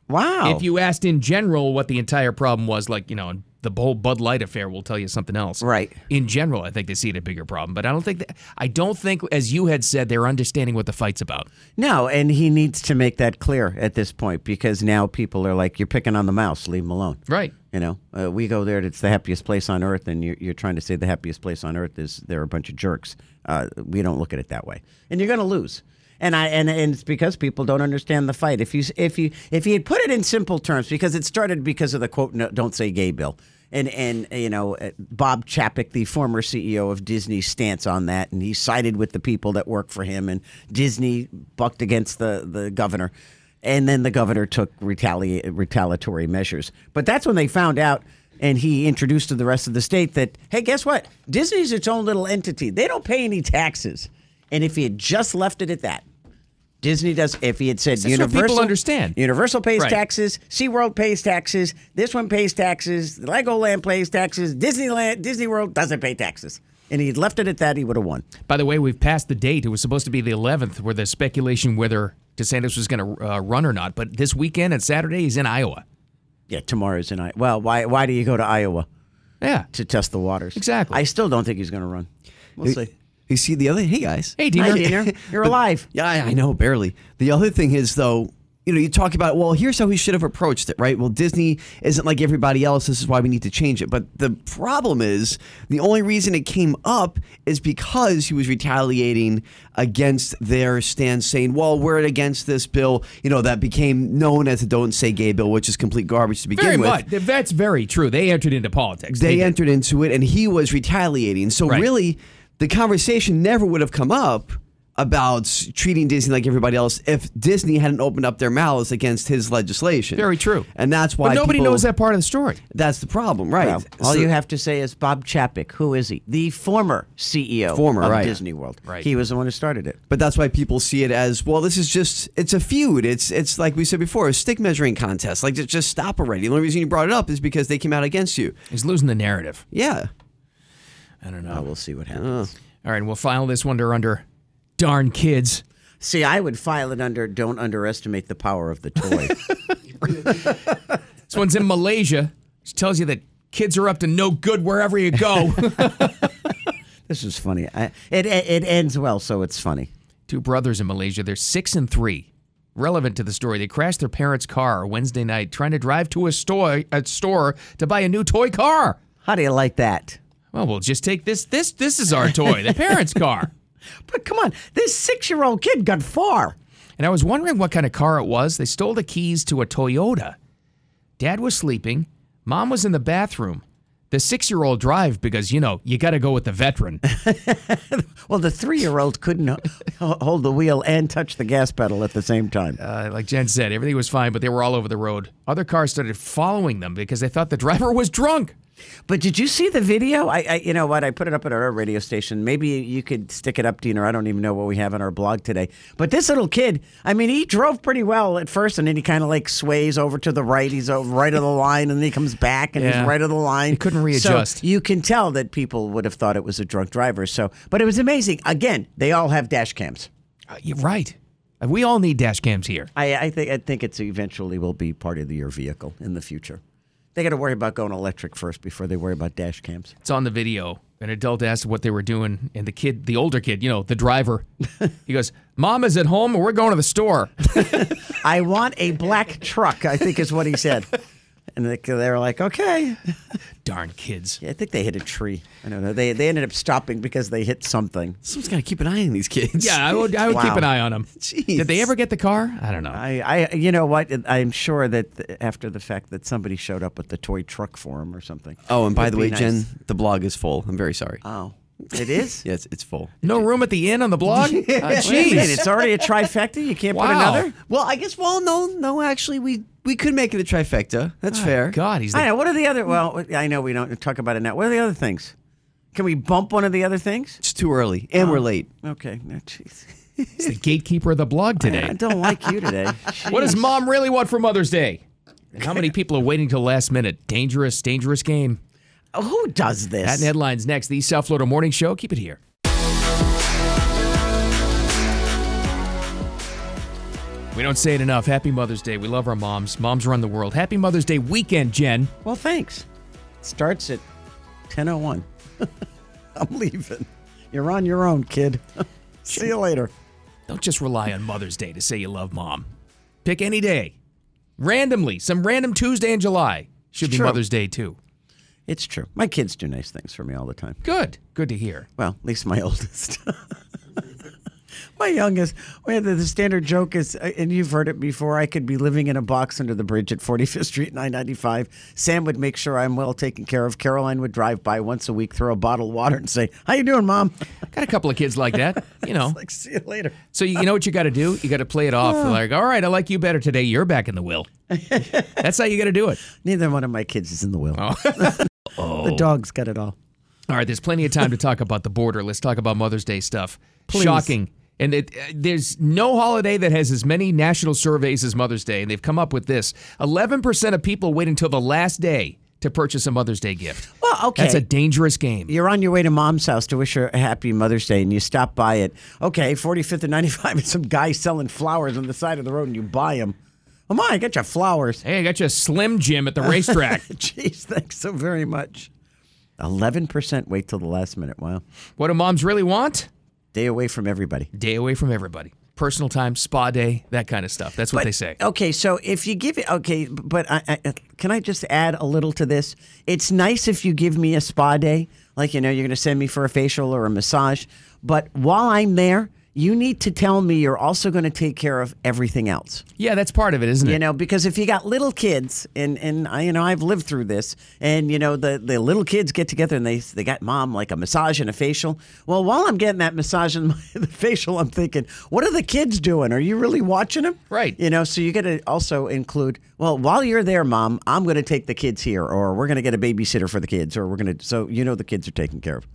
Wow. If you asked in general what the entire problem was, like, you know, the whole Bud Light affair will tell you something else. Right. In general, I think they see it a bigger problem. But I don't think that, I don't think, as you had said, they're understanding what the fight's about. No, and he needs to make that clear at this point because now people are like, "You're picking on the mouse. Leave him alone." Right. You know, uh, we go there. It's the happiest place on earth, and you're, you're trying to say the happiest place on earth is there are a bunch of jerks. Uh, we don't look at it that way, and you're going to lose. And I and, and it's because people don't understand the fight. If you if you if you had put it in simple terms, because it started because of the quote, no, "Don't say gay," bill. And, and you know uh, Bob Chapek, the former CEO of Disney, stance on that, and he sided with the people that work for him, and Disney bucked against the the governor and then the governor took retali- retaliatory measures. But that's when they found out, and he introduced to the rest of the state that, hey, guess what? Disney's its own little entity. They don't pay any taxes. And if he had just left it at that, Disney does. If he had said That's what people Universal, understand. Universal pays Right. taxes, SeaWorld pays taxes, this one pays taxes, Legoland pays taxes, Disneyland, Disney World doesn't pay taxes. And he'd left it at that, he would have won. By the way, we've passed the date. It was supposed to be the 11th, where the speculation whether DeSantis was going to uh, run or not. But this weekend and Saturday, he's in Iowa. Yeah, tomorrow's in Iowa. Well, why why do you go to Iowa? Yeah. to test the waters. Exactly. I still don't think he's going to run. We'll see. You see the other hey guys. Hey, Diener. Hi, Diener. You're alive. Yeah, I, I know, barely. The other thing is, though, you know, you talk about, well, here's how he should have approached it, right? Well, Disney isn't like everybody else. This is why we need to change it. But the problem is, the only reason it came up is because he was retaliating against their stance, saying, well, we're against this bill, you know, that became known as the Don't Say Gay bill, which is complete garbage to begin Very with. much. That's very true. They entered into politics. They did. entered into it, and he was retaliating. So Right. really, the conversation never would have come up about treating Disney like everybody else if Disney hadn't opened up their mouths against his legislation. Very true. and that's why But nobody people- knows that part of the story. That's the problem, right? Well, all So- you have to say is Bob Chapek. Who is he? The former CEO Former, of right. Disney World. Right. He was the one who started it. But that's why people see it as well. This is just—it's a feud. It's—it's like we said before, a stick measuring contest. Like just, just stop already. The only reason you brought it up is because they came out against you. He's losing the narrative. Yeah. I don't know. Oh, we'll see what happens. All right, we'll file this one under under darn kids. See, I would file it under don't underestimate the power of the toy. This one's in Malaysia. It tells you that kids are up to no good wherever you go. this is funny. I, it, it it ends well, so it's funny. Two brothers in Malaysia, they're six and three. Relevant to the story, they crashed their parents' car Wednesday night trying to drive to a store, a store to buy a new toy car. How do you like that? Well, we'll just take this. This this is our toy, the parents' car. But come on, this six-year-old kid got far. And I was wondering what kind of car it was. They stole the keys to a Toyota. Dad was sleeping. Mom was in the bathroom. The six year old drive because, you know, you got to go with the veteran. Well, the three-year-old couldn't ho- hold the wheel and touch the gas pedal at the same time. Uh, like Jen said, everything was fine, but they were all over the road. Other cars started following them because they thought the driver was drunk. But did you see the video? I, I you know what? I put it up at our radio station. Maybe you could stick it up, Dean, or I don't even know what we have on our blog today. But this little kid, I mean, he drove pretty well at first, and then he kind of like sways over to the right. He's over right of the line, and then he comes back and Yeah. he's right of the line. He couldn't So readjust. you can tell that people would have thought it was a drunk driver. So, but it was amazing. Again, they all have dash cams. Uh, you're right. Uh, We all need dash cams here. I, I think I think it's eventually will be part of your vehicle in the future. They got to worry about going electric first before they worry about dash cams. It's on the video. An adult asked what they were doing, and the kid, the older kid, you know, the driver, he goes, Mom is at home, or we're going to the store. I want a black truck, I think is what he said. And they- they were like, okay. Darn kids. I think they hit a tree. I don't know. They, they ended up stopping because they hit something. Someone's got to keep an eye on these kids. Yeah, I would, I would keep Wow. an eye on them. Did they Jeez. ever get the car? I don't know. I, I, you know what? I'm sure that th- after the fact that somebody showed up with the toy truck for him or something. Oh, and by Would the be way, nice. Jen, the blog is full. I'm very sorry. Oh, it is? yes, it's full. No room at the inn on the blog? Ah, Wait a minute, Jeez. it's already a trifecta. You can't put Wow. another? Well, I guess. Well, no, no. Actually, we we could make it a trifecta. That's fair. God, he's I the know. What are the other? Well, I know we don't talk about it now. What are the other things? Can we bump one of the other things? It's too early, and we're late. Um, Okay. No, jeez. He's the gatekeeper of the blog I today. don't like you today. What does mom really want for Mother's Day? And How many people are waiting till last minute? Dangerous, dangerous game. Who does this? That and headlines next. The South Florida Morning Show. Keep it here. We don't say it enough. Happy Mother's Day. We love our moms. Moms run the world. Happy Mother's Day weekend, Jen. Well, thanks. Starts at 10:01. I'm leaving. You're on your own, kid. See you later. Don't just rely on Mother's Day to say you love mom. Pick any day. Randomly, some random Tuesday in July should be Sure. Mother's Day too. It's true. My kids do nice things for me all the time. Good. Good to hear. Well, at least my oldest. my youngest. Well, the, the standard joke is, uh, and you've heard it before, I could be living in a box under the bridge at 45th Street and I 95. Sam would make sure I'm well taken care of. Caroline would drive by once a week, throw a bottle of water, and say, How you doing, Mom? Got a couple of kids like that, you know. like, see you later. So you, you know what you got to do? You got to play it off. Like, all right, I like you better today. You're back in the will. That's how you got to do it. Neither one of my kids is in the will. the dog's got it all. All right, there's plenty of time to talk about the border. Let's talk about Mother's Day stuff. Shocking. And it, uh, there's no holiday that has as many national surveys as Mother's Day, and they've come up with this 11% of people wait until the last day to purchase a Mother's Day gift. Well, okay. That's a dangerous game. You're on your way to mom's house to wish her a happy Mother's Day, and you stop by it. Okay, 45th and 95, and some guy selling flowers on the side of the road, and you buy them. Oh my, I got your flowers. Hey, I got you a Slim Jim at the racetrack. Jeez, thanks so very much. 11% wait till the last minute. Wow. what do moms really want? Day away from everybody. Day away from everybody. Personal time, spa day, that kind of stuff. That's what they say. Okay, so if you give it, okay, but I, I, can I just add a little to this? It's nice if you give me a spa day, like, you know, you're going to send me for a facial or a massage. But while I'm there, you need to tell me you're also going to take care of everything else. Yeah, that's part of it, isn't it? You know, because if you got little kids, and and I, you know, I've lived through this, and you know, the the little kids get together and they they got mom like a massage and a facial. Well, while I'm getting that massage and the facial, I'm thinking, what are the kids doing? Are you really watching them? Right. You know, so you got to also include. Well, while you're there, mom, I'm going to take the kids here, or we're going to get a babysitter for the kids, or we're going to. So you know, the kids are taken care of.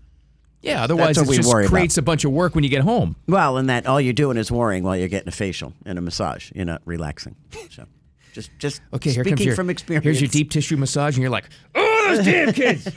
yeah, otherwise that's what it we just worry about. creates a bunch of work when you get home. Well, and that all you're doing is worrying while you're getting a facial and a massage. You're not relaxing. So. Just, just Okay, here speaking comes your, from experience. Here's your deep tissue massage, and you're like, oh, those damn kids.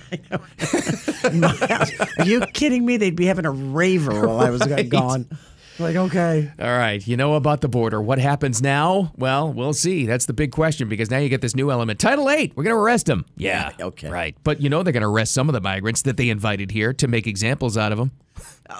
Are you kidding me? They'd be having a raver while I was gone. Like, okay. All right, you know about the border. What happens now? Well, we'll see. That's the big question because now you get this new element. Title 8, we're going to arrest them. Yeah. okay. Right. But you know they're going to arrest some of the migrants that they invited here to make examples out of them.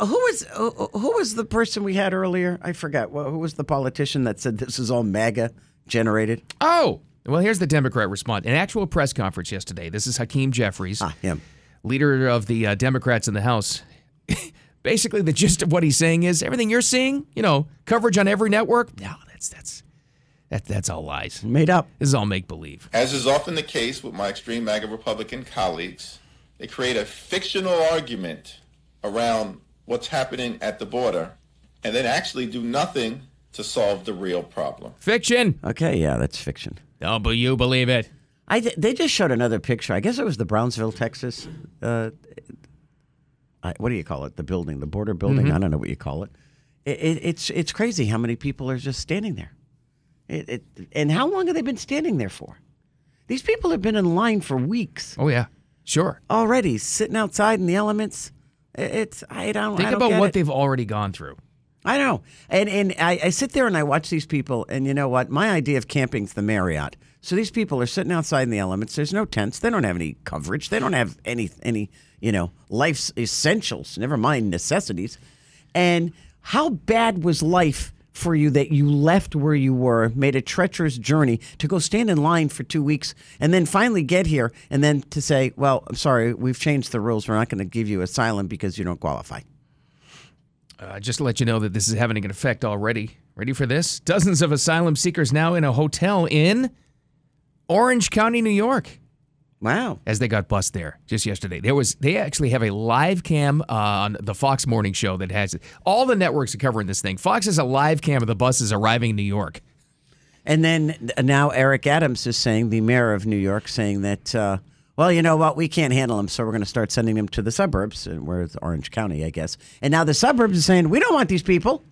Who was uh, who was the person we had earlier? I forgot. Well, who was the politician that said this is all MAGA generated? Oh, well, here's the Democrat response. An actual press conference yesterday. This is Hakeem Jeffries. Ah, him. leader of the uh, Democrats in the House. Basically, the gist of what he's saying is everything you're seeing, you know, coverage on every network. No, that's that's that, that's all lies. Made up. This is all make believe. As is often the case with my extreme MAGA Republican colleagues, they create a fictional argument around what's happening at the border and then actually do nothing to solve the real problem. Fiction. Okay, yeah, that's fiction. Don't be- you believe it? I th- they just showed another picture. I guess it was the Brownsville, Texas. Uh, I, what do you call it? The building, the border building. Mm-hmm. I don't know what you call it. It, it. It's it's crazy how many people are just standing there. It, it and how long have they been standing there for? These people have been in line for weeks Oh yeah, sure. already, sitting outside in the elements. I- It's I don't Think I don't about get what it. they've already gone through. I know. And and I, I sit there and I watch these people, and you know what? My idea of camping's the Marriott. So these people are sitting outside in the elements. There's no tents. They don't have any coverage. They don't have any any you know life's essentials. Never mind necessities. And how bad was life for you that you left where you were, made a treacherous journey to go stand in line for two weeks, and then finally get here, and then to say, "Well, I'm sorry, we've changed the rules. We're not going to give you asylum because you don't qualify." Uh, just to let you know that this is having an effect already. Ready for this? Dozens of asylum seekers now in a hotel in Orange County, New York. Wow. as they got bussed there just yesterday. There was they actually have a live cam uh, on the Fox Morning Show that has it. All the networks are covering this thing. Fox has a live cam of the buses arriving in New York. And then uh, now Eric Adams is saying, the mayor of New York, saying that, uh, well, you know what, we can't handle them, so we're going to start sending them to the suburbs, and where it's Orange County, I guess. And now the suburbs are saying, we don't want these people.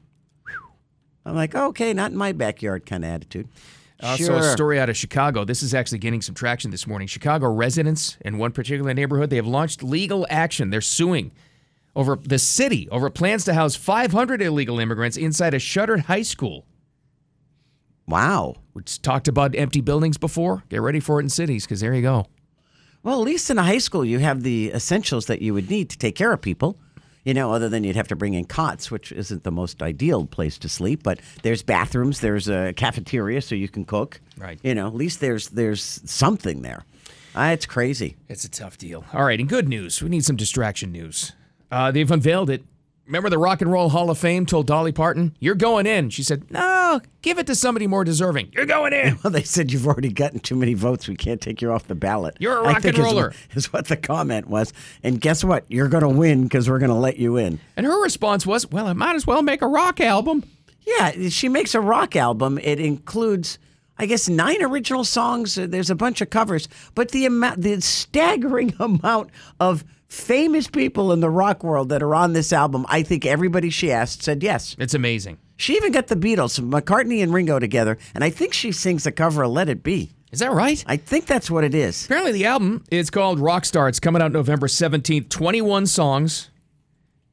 I'm like, okay, not in my backyard kind of attitude. Also, a story out of Chicago. This is actually getting some traction this morning. Chicago residents in one particular neighborhood they have launched legal action. They're suing over the city over plans to house 500 illegal immigrants inside a shuttered high school. Wow. We just talked about empty buildings before. Get ready for it in cities because there you go. Well, at least in a high school, you have the essentials that you would need to take care of people. You know, other than you'd have to bring in cots, which isn't the most ideal place to sleep. But there's bathrooms, there's a cafeteria, so you can cook. Right. You know, at least there's there's something there. Ah, it's crazy. It's a tough deal. All right, and good news. We need some distraction news. Uh, they've unveiled it. Remember the Rock and Roll Hall of Fame told Dolly Parton, You're going in. She said, No, give it to somebody more deserving. You're going in. Well, they said you've already gotten too many votes. We can't take you off the ballot. You're a a rock and roller. Is, what the comment was. And guess what? You're going to win because we're going to let you in. And her response was, Well, I might as well make a rock album. Yeah, she makes a rock album. It includes, I guess, nine original songs. There's a bunch of covers, but the amount, the staggering amount of famous people in the rock world that are on this album. I think everybody she asked said yes. It's amazing. She even got the Beatles, McCartney and Ringo together, and I think she sings the cover of "Let It Be." Is that right? I think that's what it is. Apparently, the album is called Rockstar. It's coming out November 17th, 21 songs.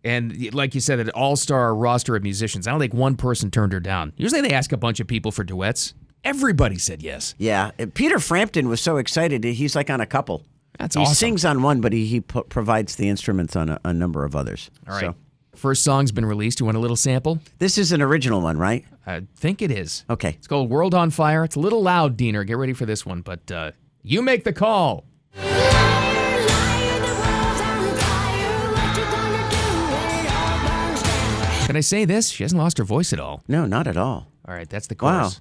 And like you said, an all star roster of musicians. I don't think one person turned her down. Usually they ask a bunch of people for duets. Everybody said yes. Yeah, and Peter Frampton was so excited. He's like on a couple. That's he awesome. sings on one, but he, he p- provides the instruments on a, a number of others. All right. First song's been released. You want a little sample? this is an original one, right? I think it is. Okay. It's called World on Fire. It's a little loud, Diener. Get ready for this one, but uh, you make the call. Can I say this? She hasn't lost her voice at all. No, not at all. All right, that's the Wow. chorus.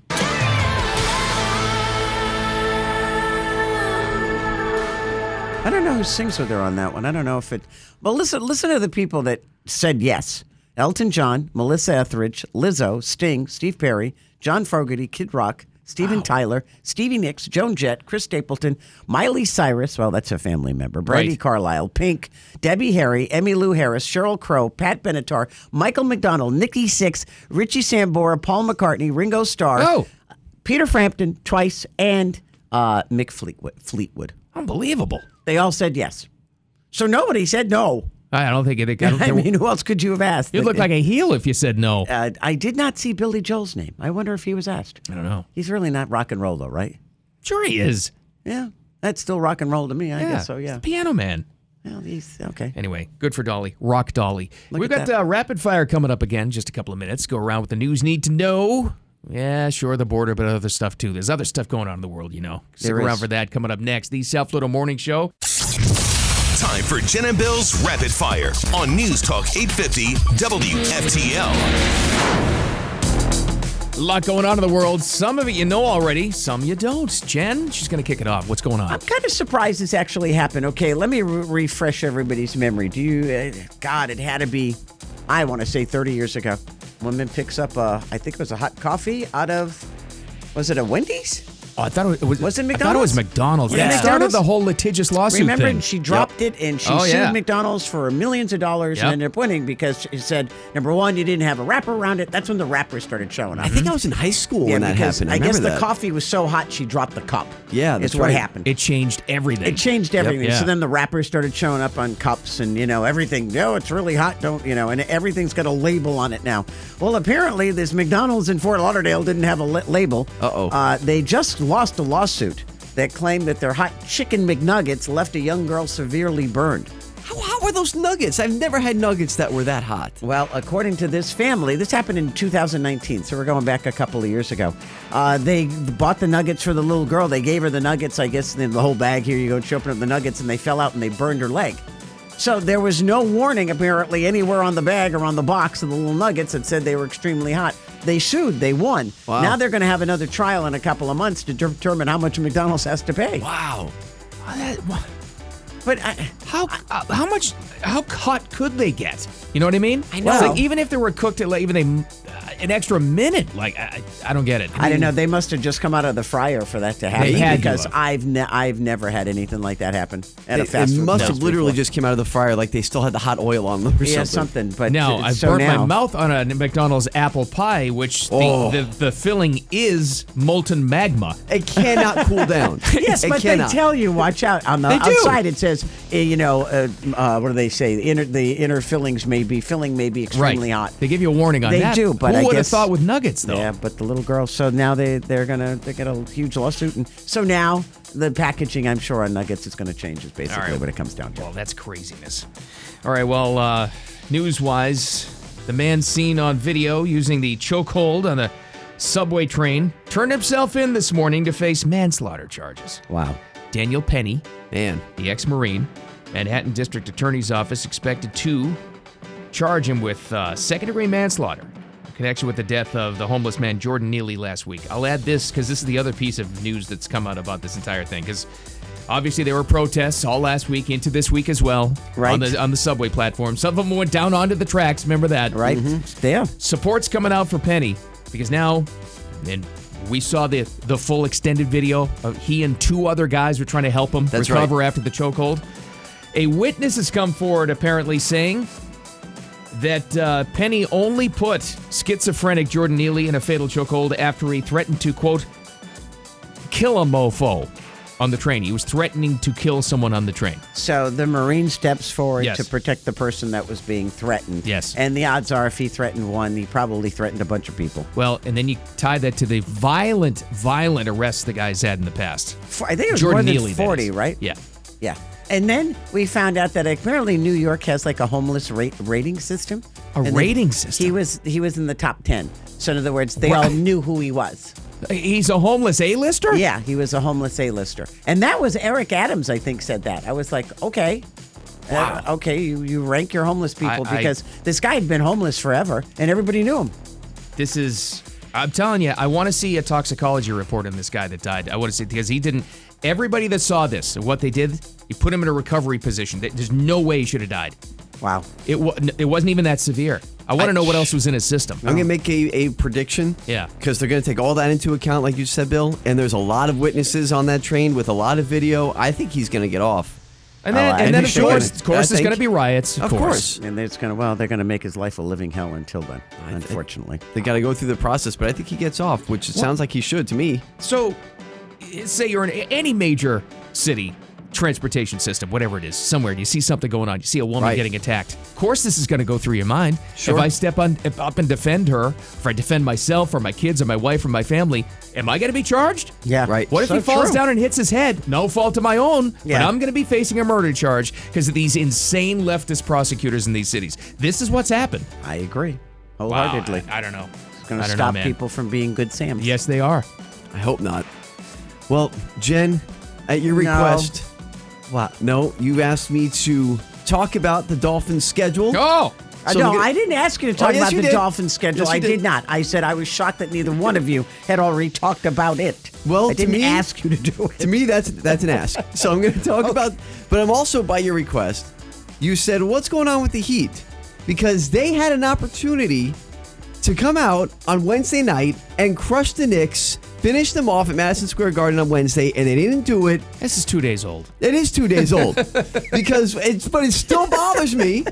I don't know who sings with her on that one. I don't know if it. Well, listen, listen to the people that said yes: Elton John, Melissa Etheridge, Lizzo, Sting, Steve Perry, John Fogerty, Kid Rock, Steven Tyler, Stevie Nicks, Joan Jett, Chris Stapleton, Miley Cyrus. Well, that's a family member. Brady Right. Carlisle, Pink, Debbie Harry, Emmy Lou Harris, Cheryl Crow, Pat Benatar, Michael McDonald, Nikki Six, Richie Sambora, Paul McCartney, Ringo Starr, Oh. Peter Frampton twice, and uh, Mick Fleetwood. Fleetwood. Unbelievable. They all said yes. So nobody said no. I don't think it. I don't I think- mean, who else could you have asked? you'd look like a heel if you said no. Uh, I did not see Billy Joel's name. I wonder if he was asked. I don't know. He's really not rock and roll, though, right? Sure, he is. Yeah. That's still rock and roll to me. I guess so, he's yeah. the piano man. Well, he's, okay. Anyway, good for Dolly. Rock Dolly. Look We've at got that. uh, rapid fire coming up again. Just a couple of minutes. Go around with the news need to know. Yeah, sure, the border, but other stuff too. There's other stuff going on in the world, you know. Stick There around is. for that coming up next. The South Florida Morning Show. Time for Jen and Bill's Rapid Fire on News Talk 850 WFTL. A lot going on in the world. Some of it you know already, some you don't. Jen, she's going to kick it off. What's going on? I'm kind of surprised this actually happened. Okay, let me re- refresh everybody's memory. Do you, uh, God, it had to be, I want to say 30 years ago. Woman picks up a, I think it was a hot coffee out of, was it a Wendy's? Oh, I thought it was, Was it I thought it was McDonald's? McDonald's. Was it That started McDonald's? the whole litigious lawsuit Remember, thing. and she dropped it and she Oh, sued yeah. McDonald's for millions of dollars Yep. and ended up winning because she said, number one, you didn't have a wrapper around it. That's when the wrappers started showing up. I think I was in high school yeah, when that because happened. I, I, guess remember the that. coffee was so hot she dropped the cup. Yeah, is that's what right. happened. It changed everything. It changed everything. yeah. So then the wrappers started showing up on cups and, you know, everything. No, it's really hot. Don't, you know, and everything's got a label on it now. Well, apparently this McDonald's in Fort Lauderdale didn't have a li- label. Uh-oh. Uh, they just lost a lawsuit that claimed that their hot chicken McNuggets left a young girl severely burned. How hot were those nuggets? I've never had nuggets that were that hot. Well, according to this family, this happened in 2019, so we're going back a couple of years ago. Uh, they bought the nuggets for the little girl. They gave her the nuggets, I guess, and then the whole bag. Here you go, she opened up the nuggets, and they fell out and they burned her leg. So there was no warning, apparently, anywhere on the bag or on the box of the little nuggets that said they were extremely hot. They sued, they won. Wow. Now they're going to have another trial in a couple of months to determine how much McDonald's has to pay. Wow. Oh, that- wha- But I, How uh, how much how hot could they get? You know what I mean? I know. like, even if they were cooked at like, even they uh, an extra minute, like I, I I don't get it. I don't know. They must have just come out of the fryer for that to happen had to because have. I've ne- I've never had anything like that happen at a It, fast it food must place have literally before. just came out of the fryer like they still had the hot oil on them or yeah something. something. But No, t- I so burnt now, my mouth on a McDonald's apple pie, which Oh. the, the, the filling is molten magma. It cannot cool down. Yes, it but cannot. they tell you watch out on the They do. outside. It says eh, you know uh, uh, what do they say? The inner the inner fillings may be filling may be extremely hot. They give you a warning on They that. do, but Who I would would have thought with Nuggets though. Yeah, but the little girl. So now they they're gonna they get a huge lawsuit, and so now the packaging, I'm sure, on Nuggets is gonna change. Is basically All right. what it comes down to. Well, that's craziness. All right, well, uh, news wise, the man seen on video using the chokehold on a subway train turned himself in this morning to face manslaughter charges. Wow. Daniel Penny, Man. the ex Marine, Manhattan District Attorney's Office expected to charge him with uh, second degree manslaughter in connection with the death of the homeless man Jordan Neely last week. I'll add this because this is the other piece of news that's come out about this entire thing because. Obviously, there were protests all last week into this week as well Right. on the on the subway platform. Some of them went down onto the tracks. Remember that, Right there. support's coming out for Penny because now, and we saw the the full extended video. Of he and two other guys were trying to help him That's recover after the chokehold. A witness has come forward apparently saying that uh, Penny only put schizophrenic Jordan Neely in a fatal chokehold after he threatened to quote kill a mofo on the train. He was threatening to kill someone on the train. So the Marine steps forward Yes. to protect the person that was being threatened. Yes. And the odds are, if he threatened one, he probably threatened a bunch of people. Well, and then you tie that to the violent, violent arrests the guy's had in the past. For, I think it was Jordan more than Neely, that 40, is. right? Yeah. Yeah. And then we found out that apparently New York has like a homeless rate, rating system. A And then rating system? He was he was in the top ten. So in other words, they Well- all knew who he was. He's a homeless A-lister? Yeah, he was a homeless A-lister, and that was Eric Adams. I think said that. I was like, okay, wow. okay, you, you rank your homeless people I- I- because this guy had been homeless forever, and everybody knew him. This is I'm telling you, I want to see a toxicology report on this guy that died. I want to see because he didn't everybody that saw this, what they did, he put him in a recovery position. There- There's no way he should have died. Wow. It wa- it wasn't even that severe. I want to know what else was in his system. I'm going to make a, a prediction. Yeah. Because they're going to take all that into account, like you said, Bill. And there's a lot of witnesses on that train with a lot of video. I think he's going to get off. And then, Oh, I and then of understand. course, of I course, there's think- going to be riots. Of course. And it's gonna well, they're gonna make his life a living hell until then. Unfortunately, They got to go through the process, but I think he gets off, which it sounds like he should to me. So, say you're in any major city transportation system, whatever it is, somewhere, and you see something going on, you see a woman Right. getting attacked. Of course, this is going to go through your mind. Sure. If I step on, if up and defend her, if I defend myself or my kids or my wife or my family, am I going to be charged? Yeah. Right. What if So he falls true. down and hits his head? No fault of my own, but Yeah. I'm going to be facing a murder charge because of these insane leftist prosecutors in these cities. This is what's happened. I agree Wow, wholeheartedly. I, I don't know. it's I gonna don't know, stop man. people from being good Sam. Yes, they are. I hope not. Well, Jen, at your request, What? no, you asked me to talk about the Dolphins' schedule. Oh, So no, we get- Oh, I didn't ask you to talk yes, about you the did. Dolphins schedule. Yes, you I did. did. not. I said I was shocked that neither one of you had already talked about it. Well, I to didn't me- ask you to do it. to me that's that's an ask so i'm going to talk about but i'm also by your request you said what's going on with the heat because they had an opportunity to come out on wednesday night and crush the knicks finish them off at madison square garden on wednesday and they didn't do it this is two days old. it is two days old because it's but it still bothers me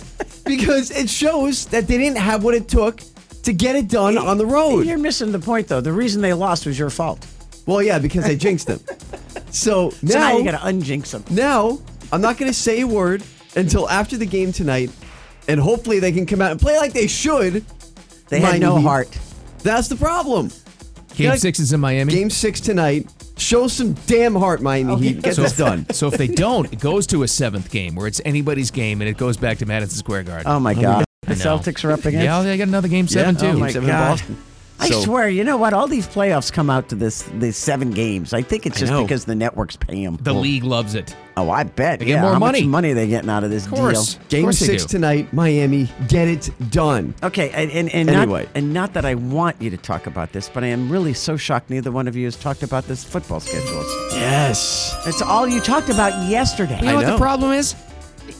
because it shows that they didn't have what it took to get it done on the road Oh, You're missing the point, though. The reason they lost was your fault. well yeah because i jinxed them so now, So now, you got to unjinx them. Now, I'm not going to say a word until after the game tonight, and hopefully they can come out and play like they should. They had mind no you. heart. That's the problem. Game Gotta- six is in Miami. Game six tonight. Show some damn heart, Miami Heat. Get this done. So if they don't, it goes to a seventh game where it's anybody's game and it goes back to Madison Square Garden. Oh my God! The I know. Celtics are up against. Oh, yeah, they got another game seven Yeah, Oh too. Game my seven in God. Boston. I So- swear, you know what? All these playoffs come out to this these seven games. I think it's just know. because the networks pay them. the league loves it. Oh, I bet. They get yeah, more how money. much money are they getting out of this Of course. deal? Of Game course they six do. tonight, Miami. Get it done. Okay, and and, and Anyway. not and not that I want you to talk about this, but I am really so shocked neither one of you has talked about this football schedules. Yes. It's all you talked about yesterday. You know, what know. the problem is?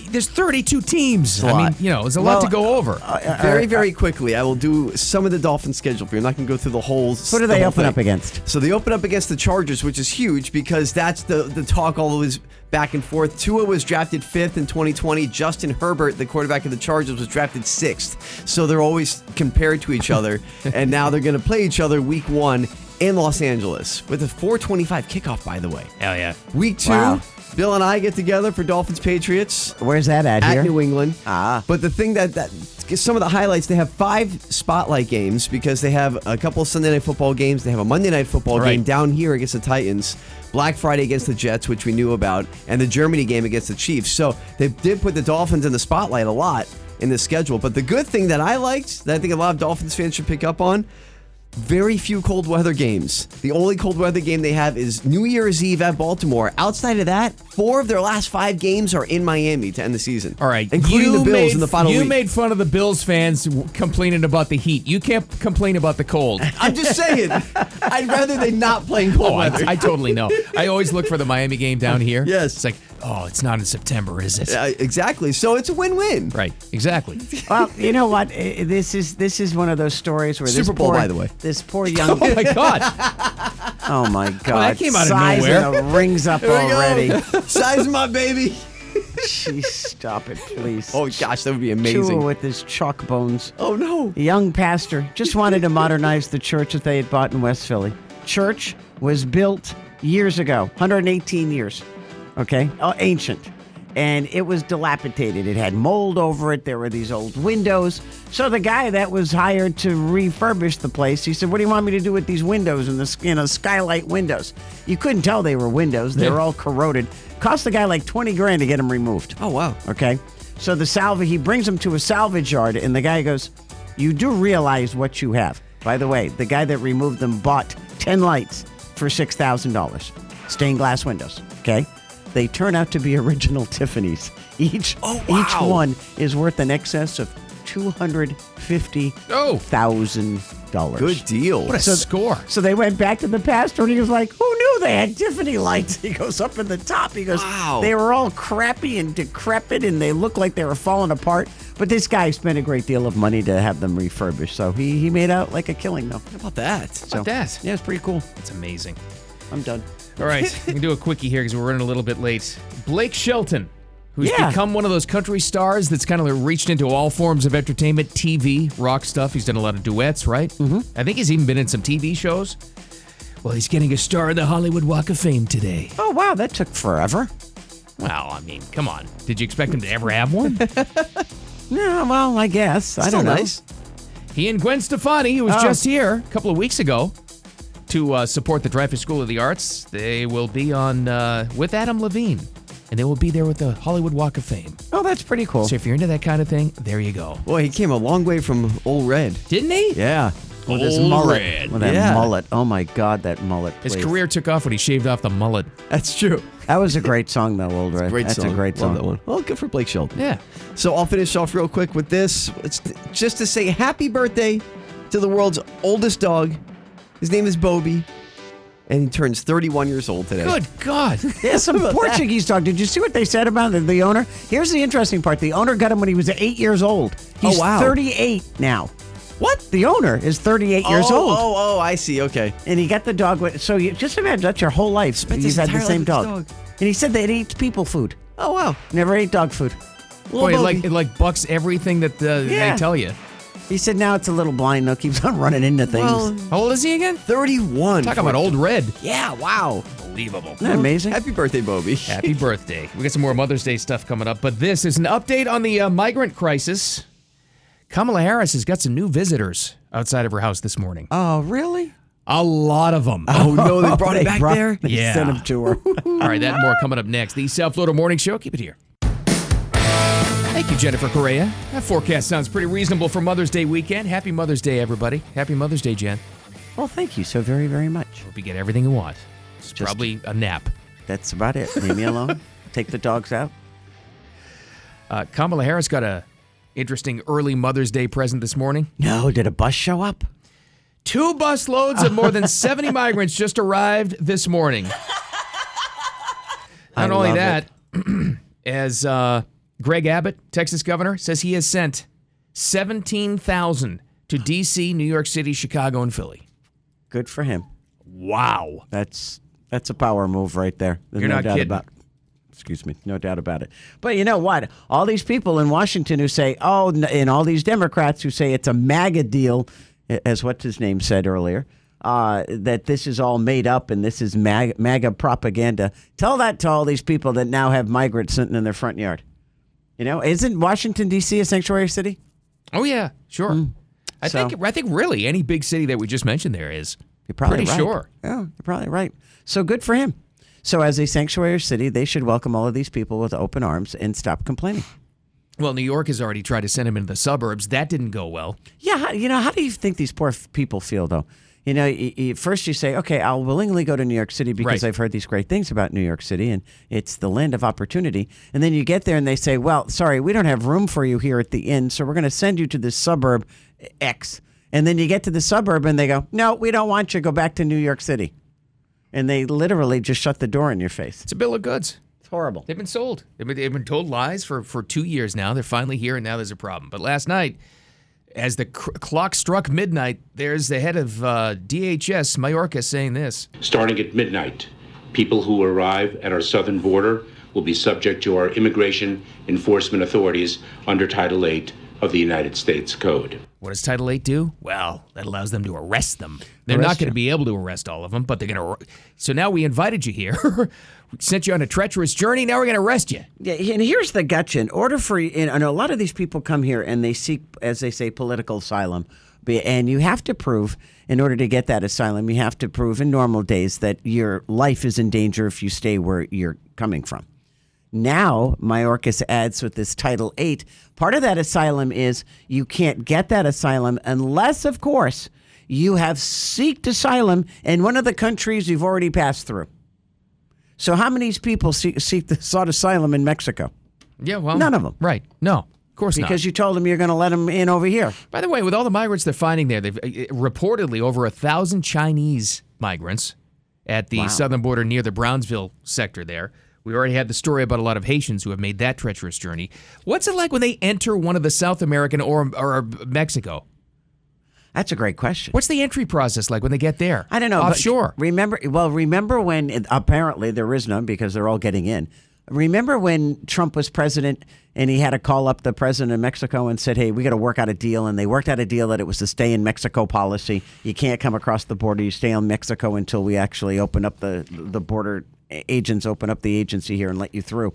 There's 32 teams. I mean, lot. you know, it's a lot Well, to go over. Very, uh, very quickly, I will do some of the Dolphins' schedule for you. I'm not going to go through the whole. Who do the they whole open thing. up against? So they open up against the Chargers, which is huge because that's the the talk always back and forth. Tua was drafted fifth in 2020. Justin Herbert, the quarterback of the Chargers, was drafted sixth. So they're always compared to each other, and now they're going to play each other week one in Los Angeles with a 4:25 kickoff. By the way, Hell yeah. week two, Wow. Bill and I get together for Dolphins Patriots Where's that at, at here? New England. Ah. But the thing that that some of the highlights. They have five spotlight games because they have a couple Sunday night football games. They have a Monday night football Right. game down here against the Titans, Black Friday against the Jets, which we knew about, and the Germany game against the Chiefs. So they did put the Dolphins in the spotlight a lot in the schedule. But the good thing that I liked, that I think a lot of Dolphins fans should pick up on, very few cold weather games. The only cold weather game they have is New Year's Eve at Baltimore. Outside of that, four of their last five games are in Miami to end the season. All right, including You the Bills made- in the final You week. made fun of the Bills fans w- complaining about the heat. You can't complain about the cold. I'm just saying, I'd rather they not playing cold Oh, I, weather. I totally know. I always look for the Miami game down here. Yes. It's like, oh, it's not in September, is it? Uh, exactly. So it's a win-win. Right. Exactly. Well, you know what? Eh, eh, This is this is one of those stories where this Super Bowl, poor, by the way. this poor young. Oh my God. oh my God! came out of Size nowhere. and the rings up There we go. already. Size my baby. Jeez, stop it, please. Oh gosh, that would be Chua amazing. with his chalk bones. Oh no. The young pastor just wanted to modernize the church that they had bought in West Philly. Church was built years ago, 118 years, okay? Oh, ancient. And it was dilapidated. It had mold over it. There were these old windows. So the guy that was hired to refurbish the place, he said, "What do you want me to do with these windows and the s- you know skylight windows? You couldn't tell they were windows. They were all corroded. Cost the guy like 20 grand to get them removed." Oh wow. Okay. So the salvage, he brings him to a salvage yard, and the guy goes, You do realize what you have. By the way, the guy that removed them bought 10 lights for $6,000, stained glass windows. Okay. They turn out to be original Tiffany's. Each, Oh, wow. each one is worth an excess of $250,000. Good deal. What a score. So they went back to the pastor and he was like, Who knew they had Tiffany lights? He goes up in the top. He goes, Wow. They were all crappy and decrepit and they looked like they were falling apart. But this guy spent a great deal of money to have them refurbished. So he, he made out like a killing, though. How about that? So, that? Yeah, it's pretty cool. It's amazing. I'm done. All right, we can do a quickie here because we're running a little bit late. Blake Shelton, who's Yeah. become one of those country stars that's kind of reached into all forms of entertainment, TV, rock stuff. He's done a lot of duets, right? Mm-hmm. I think he's even been in some TV shows. Well, he's getting a star in the Hollywood Walk of Fame today. Oh, wow. That took forever. Wow, I mean, come on. Did you expect him to ever have one? No, well, I guess. I Still don't know. nice. he and Gwen Stefani, who was Oh. just here a couple of weeks ago to uh, support the Dreyfus School of the Arts, they will be on uh, with Adam Levine, and they will be there with the Hollywood Walk of Fame. Oh, that's pretty cool. So if you're into that kind of thing, there you go. Boy, he came a long way from old red. Didn't he? Yeah. With his Old mullet. Red. With that Yeah. mullet. Oh, my God, that mullet. His please. career took off when he shaved off the mullet. That's true. That was a great song, though, Old Red. Great that's song. a great song. Love that one. Well, good for Blake Shelton. Yeah. So I'll finish off real quick with this. It's just to say happy birthday to the world's oldest dog. His name is Bobby, and he turns 31 years old today. Good God. There's some About that. Portuguese dog. Did you see what they said about the, the owner? Here's the interesting part. The owner got him when he was eight years old. He's Oh, wow. 38 now. What? The owner is 38 years oh, old. Oh, oh, I see. Okay. And he got the dog. With, so you, just imagine that's your whole life. Spent his You've had the entire same life with dog. this dog. And he said that it eats people food. Oh wow. Never ate dog food. Little Boy, it like Bobby. it like bucks everything that uh, Yeah. they tell you. He said now it's a little blind though. Keeps on running into things. Well, Isn't How old is he again? 31. Talk about old red. Yeah. Wow. Unbelievable. that amazing? Happy birthday, Bobby. Happy birthday. We got some more Mother's Day stuff coming up, but this is an update on the uh, migrant crisis. Kamala Harris has got some new visitors outside of her house this morning. Oh, really? A lot of them. Oh no, they brought They him back brought- there. They Yeah. sent him to her. All right, that and more coming up next. The South Florida Morning Show. Keep it here. Thank you, Jennifer Correa. That forecast sounds pretty reasonable for Mother's Day weekend. Happy Mother's Day, everybody. Happy Mother's Day, Jen. well, thank you so very, very much. Hope you get everything you want. It's Just- probably a nap. That's about it. Leave me alone. Take the dogs out. Uh, Kamala Harris got a interesting early Mother's Day present this morning. No, did a bus show up? Two bus loads of more than 70 migrants just arrived this morning. Not I only love that, as uh, Greg Abbott, Texas governor, says he has sent 17,000 to D.C., New York City, Chicago, and Philly. Good for him. Wow. That's that's a power move right there. There's You're no not doubt kidding. about. Excuse me, no doubt about it. But you know what? All these people in Washington who say, "Oh," n- and all these Democrats who say it's a MAGA deal, a- as what's his name said earlier, uh, that this is all made up and this is MAGA, MAGA propaganda. Tell that to all these people that now have migrants sitting in their front yard. You know, isn't Washington D.C. a sanctuary city? Oh yeah, sure. I Hmm. So- think I think really any big city that we just mentioned there is. You're probably pretty right. sure. Yeah, you're probably right. So good for him. So as a sanctuary city, they should welcome all of these people with open arms and stop complaining. Well, New York has already tried to send him into the suburbs. That didn't go well. Yeah, how- you know, how do you think these poor f- people feel though? You know, y y first you say, okay, I'll willingly go to New York City because Right. I've heard these great things about New York City and it's the land of opportunity. And then you get there and they say, well, sorry, we don't have room for you here at the inn, so we're going to send you to this suburb eh, X. And then you get to the suburb and they go, no, we don't want you. Go back to New York City. And they literally just shut the door in your face. It's a bill of goods. It's horrible. They've been sold. They've been, they've been told lies for, for two years now. They're finally here, and now there's a problem. But last night, as the cr- clock struck midnight, there's the head of uh, DHS Majorca saying this. Starting at midnight, people who arrive at our southern border will be subject to our immigration enforcement authorities under Title VIII of the United States Code. What does Title VIII do? Well, that allows them to arrest them. They're Arrest not going you. to be able to arrest all of them, but they're going to. So now we invited you here. we sent you on a treacherous journey. Now we're going to arrest you. Yeah, and here's the gotcha. In order for, and I know a lot of these people come here and they seek, as they say, political asylum. Be- And you have to prove, in order to get that asylum, you have to prove in normal days that your life is in danger if you stay where you're coming from. Now, Mayorkas adds with this Title Eight, part of that asylum is you can't get that asylum unless, of course, you have seeked asylum in one of the countries you've already passed through. So, how many people seek, seek the, sought asylum in Mexico? Yeah, well, None of them. Right? No, of course not. Because you told them you're going to let them in over here. By the way, with all the migrants they're finding there, they've uh, reportedly over a thousand Chinese migrants at the Wow. southern border near the Brownsville sector. There, we already had the story about a lot of Haitians who have made that treacherous journey. What's it like when they enter one of the South American or or uh, Mexico? That's a great question. What's the entry process like when they get there? I don't know. but Offshore. Remember, well, remember when it- apparently there is none because they're all getting in. Remember when Trump was president and he had to call up the president of Mexico and said, "Hey, we got to work out a deal." And they worked out a deal that it was the stay in Mexico policy. You can't come across the border. You stay on Mexico until we actually open up the the border agents open up the agency here and let you through.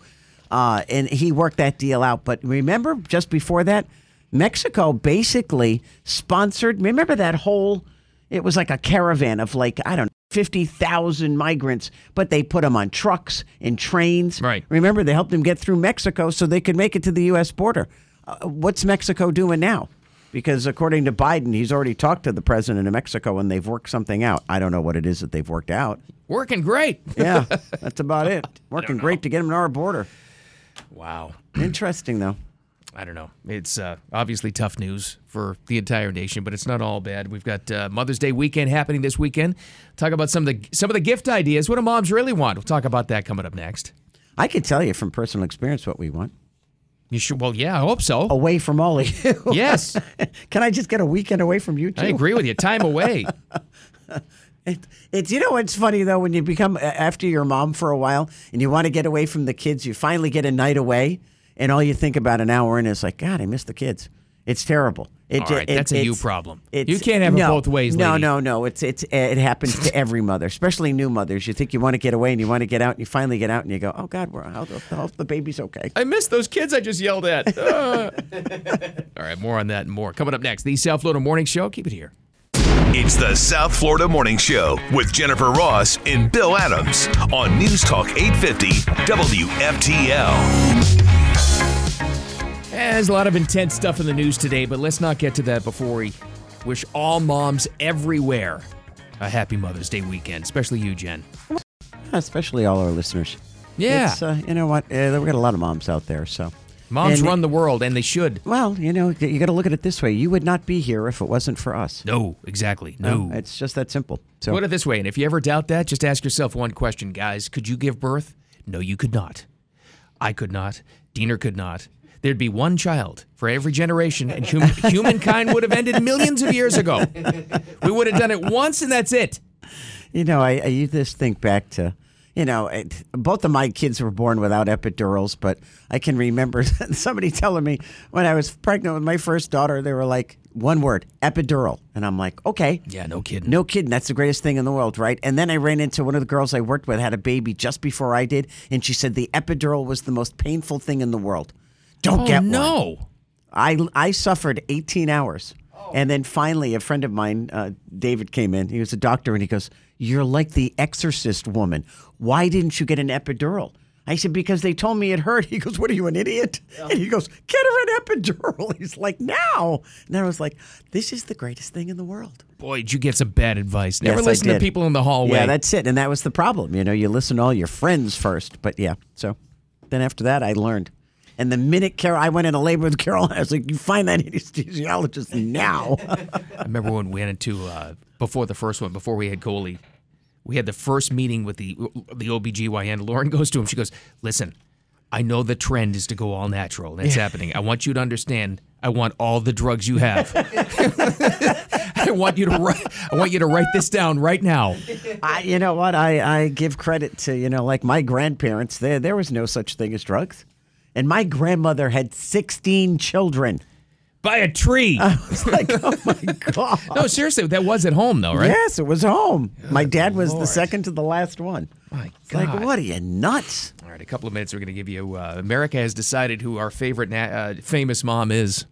Uh, and he worked that deal out. But remember, just before that, Mexico basically sponsored. Remember that whole it was like a caravan of like, I don't know, 50,000 migrants, but they put them on trucks and trains. Right. Remember, they helped them get through Mexico so they could make it to the U.S. border. Uh, what's Mexico doing now? Because according to Biden, he's already talked to the president of Mexico and they've worked something out. I don't know what it is that they've worked out. Working great. Yeah, that's about it. Working great to get them to our border. Wow. Interesting, though. I don't know. It's uh, obviously tough news for the entire nation, but it's not all bad. We've got uh, Mother's Day weekend happening this weekend. Talk about some of the some of the gift ideas. What do moms really want? We'll talk about that coming up next. I can tell you from personal experience what we want. You should. Well, yeah, I hope so. Away from all of you. Yes, Can I just get a weekend away from you, too? I agree with you. Time away. It, it's you know what's funny though when you become a- after your mom for a while and you want to get away from the kids, you finally get a night away, and all you think about an hour in is like, God, I miss the kids. It's terrible. It, All right, that's a you problem. it's- You can't have it no, both ways, No, lady. no, no. It's it's it happens to every mother, especially new mothers. You think you want to get away and you want to get out, and you finally get out and you go, Oh God, we're I hope, I hope the baby's okay. I miss those kids I just yelled at. Ah. All right, more on that and more coming up next. The South Florida Morning Show. Keep it here. It's the South Florida Morning Show with Jennifer Ross and Bill Adams on News Talk 850 WFTL. Eh, There's a lot of intense stuff in the news today, but let's not get to that before we wish all moms everywhere a happy Mother's Day weekend, especially you, Jen. Especially all our listeners. Yeah. It's, uh, you know what? Uh, we got a lot of moms out there, so Moms and- run the world, and they should. Well, you know, you got to look at it this way. You would not be here if it wasn't for us. No, exactly. No. It's just that simple. So Put it this way, and if you ever doubt that, just ask yourself one question, guys. Could you give birth? No, you could not. I could not. Diener could not. There'd be one child for every generation, and hum- humankind would have ended millions of years ago. We would have done it once, and that's it. you know, I, I you just think back to, you know, it, both of my kids were born without epidurals, but I can remember somebody telling me when I was pregnant with my first daughter, they were like one word, epidural, and I'm like, okay, Yeah, no kidding. No kidding. That's the greatest thing in the world, right? And then I ran into one of the girls I worked with had a baby just before I did, and she said the epidural was the most painful thing in the world. Don't Oh, get one. no. I, I suffered 18 hours. And then finally, a friend of mine, uh, David, came in. He was a doctor, and he goes, You're like the exorcist woman. Why didn't you get an epidural? I said, Because they told me it hurt. He goes, What are you, an idiot? And he goes, Get her an epidural. He's like, Now. And I was like, This is the greatest thing in the world. Boy, did you get some bad advice. Never Yes, I listen to did. people in the hallway. Yeah, that's it. And that was the problem. You know, you listen to all your friends first. But yeah, so then after that, I learned. And the minute Carol, I went into labor with Carol, I was like, you find that anesthesiologist now. I remember when we went into uh, before the first one, before we had Coley, we had the first meeting with the the OBGYN. Lauren goes to him. She goes, "Listen, I know the trend is to go all natural. and It's Yeah. happening. I want you to understand. I want all the drugs you have. I want you to write. I want you to write this down right now. I, you know what? I, I give credit to, you know, like my grandparents, there, there was no such thing as drugs. And my grandmother had 16 children. By a tree. I was like, oh my God. No, seriously, that was at home though, right? Yes, it was home. my dad was the second to the last one. My God. Like, what are you nuts? All right, a couple of minutes. We're going to give you. Uh, America has decided who our favorite na- uh, famous mom is.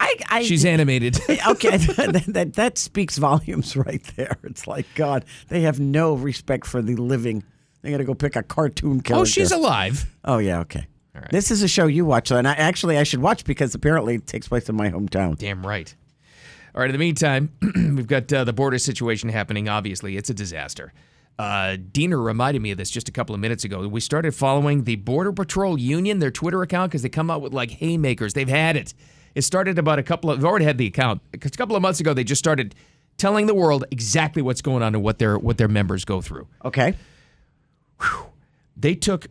I, I She's animated. okay, that, that that speaks volumes right there. It's like God, they have no respect for the living. They got to go pick a cartoon character. Oh, she's alive. Oh yeah, okay. All right. This is a show you watch, and I actually I should watch because apparently it takes place in my hometown. Damn right. All right. In the meantime, we've got uh, the border situation happening. Obviously, it's a disaster. Uh, Diener reminded me of this just a couple of minutes ago. We started following the Border Patrol Union, their Twitter account, because they come out with like haymakers. They've had it. It started about a couple of. They've already had the account 'Cause a couple of months ago. They just started telling the world exactly what's going on and what their what their members go through. Okay. They took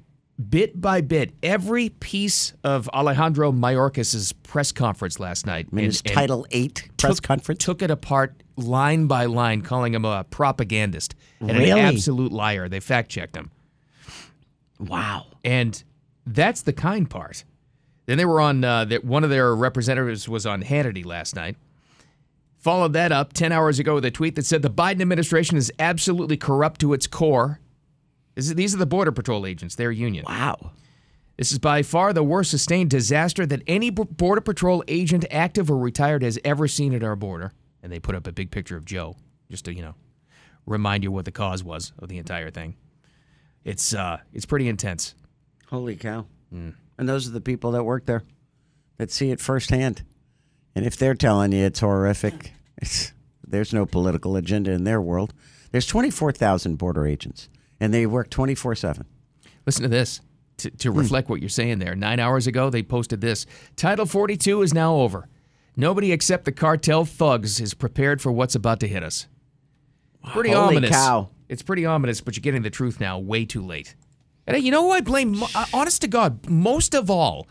bit by bit every piece of Alejandro Mayorkas's press conference last night. I mean, and- it's and- Title Eight press took- conference. Took it apart line by line, calling him a propagandist and an Really? absolute liar. They fact checked him. Wow. And that's the kind part. Then they were on, uh, that one of their representatives was on Hannity last night. Followed that up 10 hours ago with a tweet that said the Biden administration is absolutely corrupt to its core. This is- these are the Border Patrol agents, their union. Wow. This is by far the worst sustained disaster that any B- Border Patrol agent, active or retired, has ever seen at our border. And they put up a big picture of Joe, just to, you know, remind you what the cause was of the entire thing. It's uh, it's pretty intense. Holy cow! And those are the people that work there, that see it firsthand. And if they're telling you it's horrific, it's, there's no political agenda in their world. There's 24,000 border agents, and they work 24 seven. Listen to this to, to Hmm. reflect what you're saying there. Nine hours ago, they posted this Title 42 is now over. Nobody except the cartel thugs is prepared for what's about to hit us. Pretty Holy ominous. cow. It's pretty ominous, but you're getting the truth now way too late. And hey, you know who I blame? Mo- uh, Honest to God, most of all,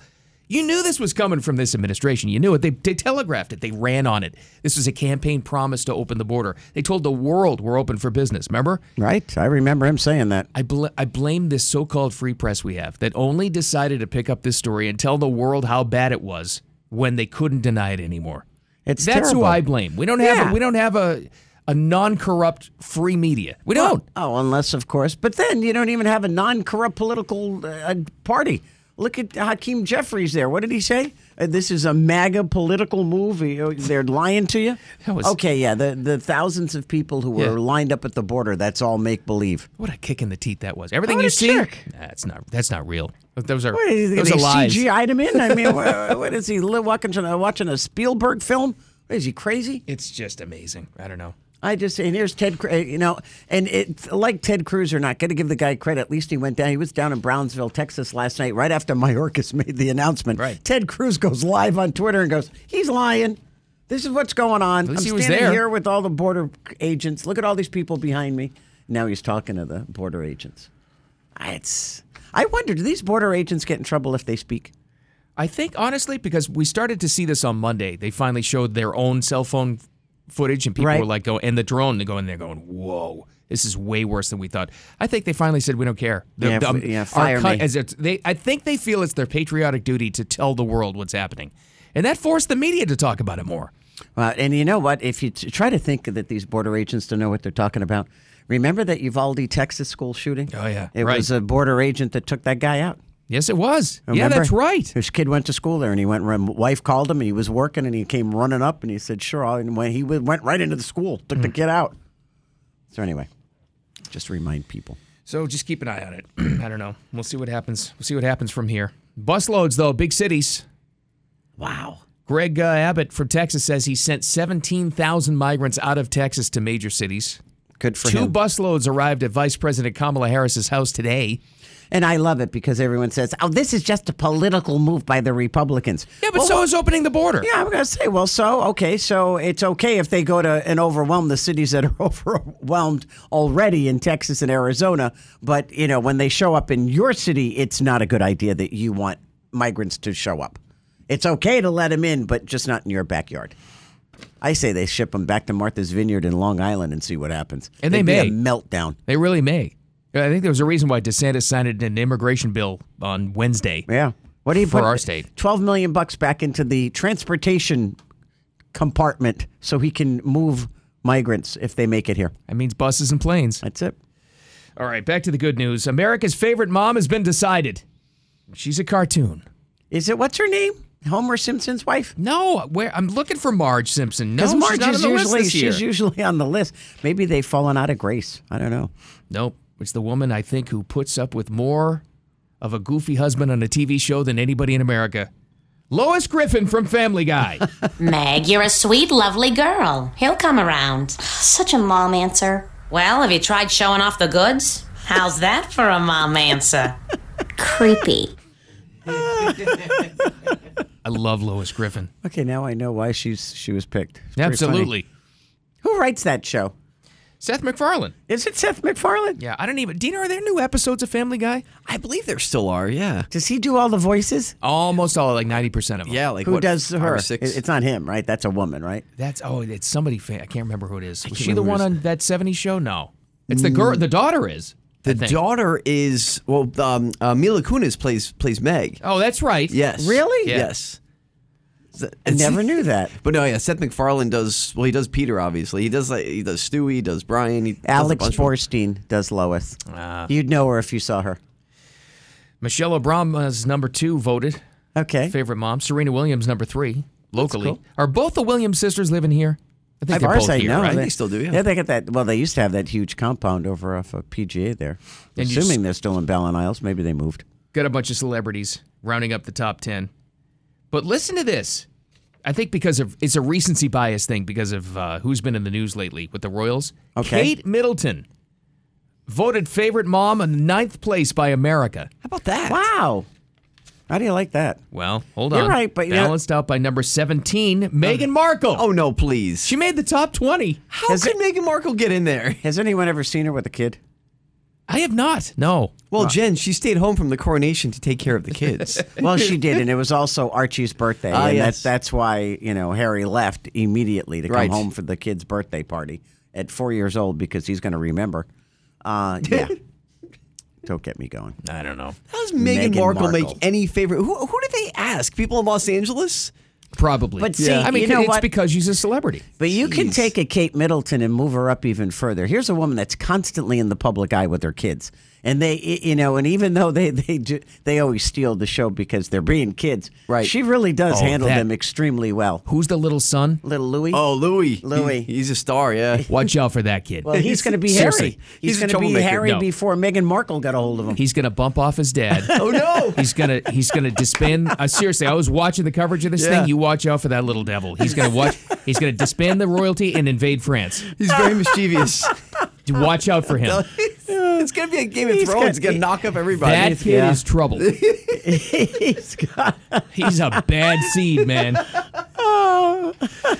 you knew this was coming from this administration. You knew it. They, they telegraphed it. They ran on it. This was a campaign promise to open the border. They told the world we're open for business. Remember? Right? I remember him saying that. I, bl- I blame this so called free press we have that only decided to pick up this story and tell the world how bad it was when they couldn't deny it anymore. It's That's who terrible. I blame. We don't have a, Yeah. we don't have a a non corrupt free media. We don't. Oh, unless of course. But then you don't even have a non-corrupt political uh, uh, party. Look at Hakeem Jeffries there. What did he say? Uh, this is a MAGA political movie. Oh, They're lying to you. That was- okay, yeah. The the thousands of people who were Yeah. lined up at the border. That's all make believe. What a kick in the teeth that was. Everything What you a see. jerk. That's not that's not real. Those are What is those they are lies. CGI'd him in? I mean, what, what is he li- walking to, watching a Spielberg film? What, is he crazy? It's just amazing. I don't know. I just and here's Ted, Cru- uh, you know, and it like Ted Cruz or not, got to give the guy credit. At least he went down. He was down in Brownsville, Texas last night, right after Mayorkas made the announcement. Right. Ted Cruz goes live on Twitter and goes, "He's lying. This is what's going on. I'm least he was standing there." here with all the border agents. Look at all these people behind me. Now he's talking to the border agents. It's I wonder, do these border agents get in trouble if they speak? I think honestly, because we started to see this on Monday, they finally showed their own cell phone footage, and people Right. were like, "Go!" And the drone, they're going there, going, "Whoa, this is way worse than we thought." I think they finally said, "We don't care." The- Yeah, the- um, f- yeah, our fire co- me. As it's, they, I think they feel it's their patriotic duty to tell the world what's happening, and that forced the media to talk about it more. Well, Uh, and you know what? If you t- try to think that these border agents don't know what they're talking about, remember that Uvalde, Texas school shooting? Oh, yeah. It Right. was a border agent that took that guy out. Yes, it was. Yeah, that's Remember? right. His kid went to school there, and he went. Run, wife called him, and he was working, and he came running up, and he said, "Sure." I'll-" And when he went went right into the school, took Hmm. the kid out. So anyway, just to remind people. So just keep an eye on it. I don't know. We'll see what happens. We'll see what happens from here. Busloads, though, big cities. Wow. Greg uh, Abbott from Texas says he sent 17,000 migrants out of Texas to major cities. Good for Two him. busloads arrived at Vice President Kamala Harris's house today. and I love it because everyone says, "Oh, this is just a political move by the Republicans." Yeah, but so is opening the border. Yeah, I'm gonna say, well, so okay, so it's okay if they go to and overwhelm the cities that are overwhelmed already in Texas and Arizona, but you know when they show up in your city, it's not a good idea that you want migrants to show up. It's okay to let them in, but just not in your backyard. I say they ship them back to Martha's Vineyard in Long Island and see what happens. And they It'd be a may. meltdown. They really may. I think there was a reason why DeSantis signed an immigration bill on Wednesday. Yeah. What do you For put our state. 12 million bucks back into the transportation compartment so he can move migrants if they make it here. That means buses and planes. That's it. All right, back to the good news. America's favorite mom has been decided. She's a cartoon. Is it what's her name? Homer Simpson's wife? No, where I'm looking for Marge Simpson. No, Because she's Marge not on is the list usually this year. she's usually on the list. Maybe they've fallen out of grace. I don't know. Nope. It's the woman I think who puts up with more of a goofy husband on a TV show than anybody in America. Lois Griffin from Family Guy. Meg, you're a sweet, lovely girl. He'll come around. Such a mom answer. Well, have you tried showing off the goods? How's that for a mom answer? Creepy. I love Lois Griffin. Okay, now I know why she's she was picked. It's pretty funny. Absolutely. Who writes that show? Seth MacFarlane. Is it Seth MacFarlane? Yeah, I don't even. Dina, are there new episodes of Family Guy? I believe there still are. Yeah. Does he do all the voices? Almost all, like 90% of them. Yeah. Like Who what, does five her? Or six? It- It's not him, right? That's a woman, right? That's, oh, it's somebody. Fa- I can't remember who it is. Was she the one on that 70s show? No. It's the girl. The daughter is. I the think. daughter is well. Um, uh, Mila Kunis plays plays Meg. Oh, that's right. Yes. Really? Yeah. Yes. I never knew that. But no, yeah. Seth MacFarlane does well. He does Peter, obviously. He does like he does Stewie. He does Brian. He does a Alex bunch of them. Borstein does Lois. Ah. You'd know her if you saw her. Michelle Obama's number two voted Okay. favorite mom. Serena Williams, number three, locally. Are both the Williams sisters living here? I think Of they're course both I here, know. right? They still do, yeah. they got that. Well, they used to have that huge compound over off of PGA there. And you Assuming s- they're still in Ballin Isles, maybe they moved. Got a bunch of celebrities rounding up the top 10. But listen to this. I think because of it's a recency bias thing because of uh, who's been in the news lately with the Royals. Okay. Kate Middleton voted favorite mom in ninth place by America. How about that? Wow. How do you like that? Well, hold You're on. right, but you know- balanced out by number 17, Meghan Markle. Oh no, please. she made the top 20. How Is could Meghan Markle get in there? Has anyone ever seen her with a kid? I have not. No. Well, Jen, she stayed home from the coronation to take care of the kids. Well, she did, and it was also Archie's birthday, Ah, and yes. that, that's why you know Harry left immediately to come Right. home for the kid's birthday party at four years old because he's going to remember. Uh, yeah, don't get me going. I don't know. How does Meghan, Meghan Markle, make Markle. any favorite? Who, who do they ask? People in Los Angeles? Probably. But see, Yeah. I mean, you know it's what? because she's a celebrity. But you can Jeez. take a Kate Middleton and move her up even further. Here's a woman that's constantly in the public eye with her kids, and they, i- you know, and even though they they do, they always steal the show because they're being kids, Right. She really does Oh, handle that- them extremely well. Who's the little son? Little Louis. Oh, Louis. Louis. He- he's a star, yeah. Watch out for that kid. Well, he's going to be Seriously. Harry. He's, He's a going to be troublemaker. Harry No. before Meghan Markle got a hold of him. He's gonna bump off his dad. Oh, no. He's gonna he's gonna disband. Uh, seriously, I was watching the coverage of this Yeah. thing. You watch out for that little devil. He's gonna watch. He's gonna disband the royalty and invade France. he's very mischievous. You Watch out for him. it's going to be a Game of He's Thrones. got- it's going to knock up everybody. That kid yeah. is trouble. He's got- He's a bad seed, man. All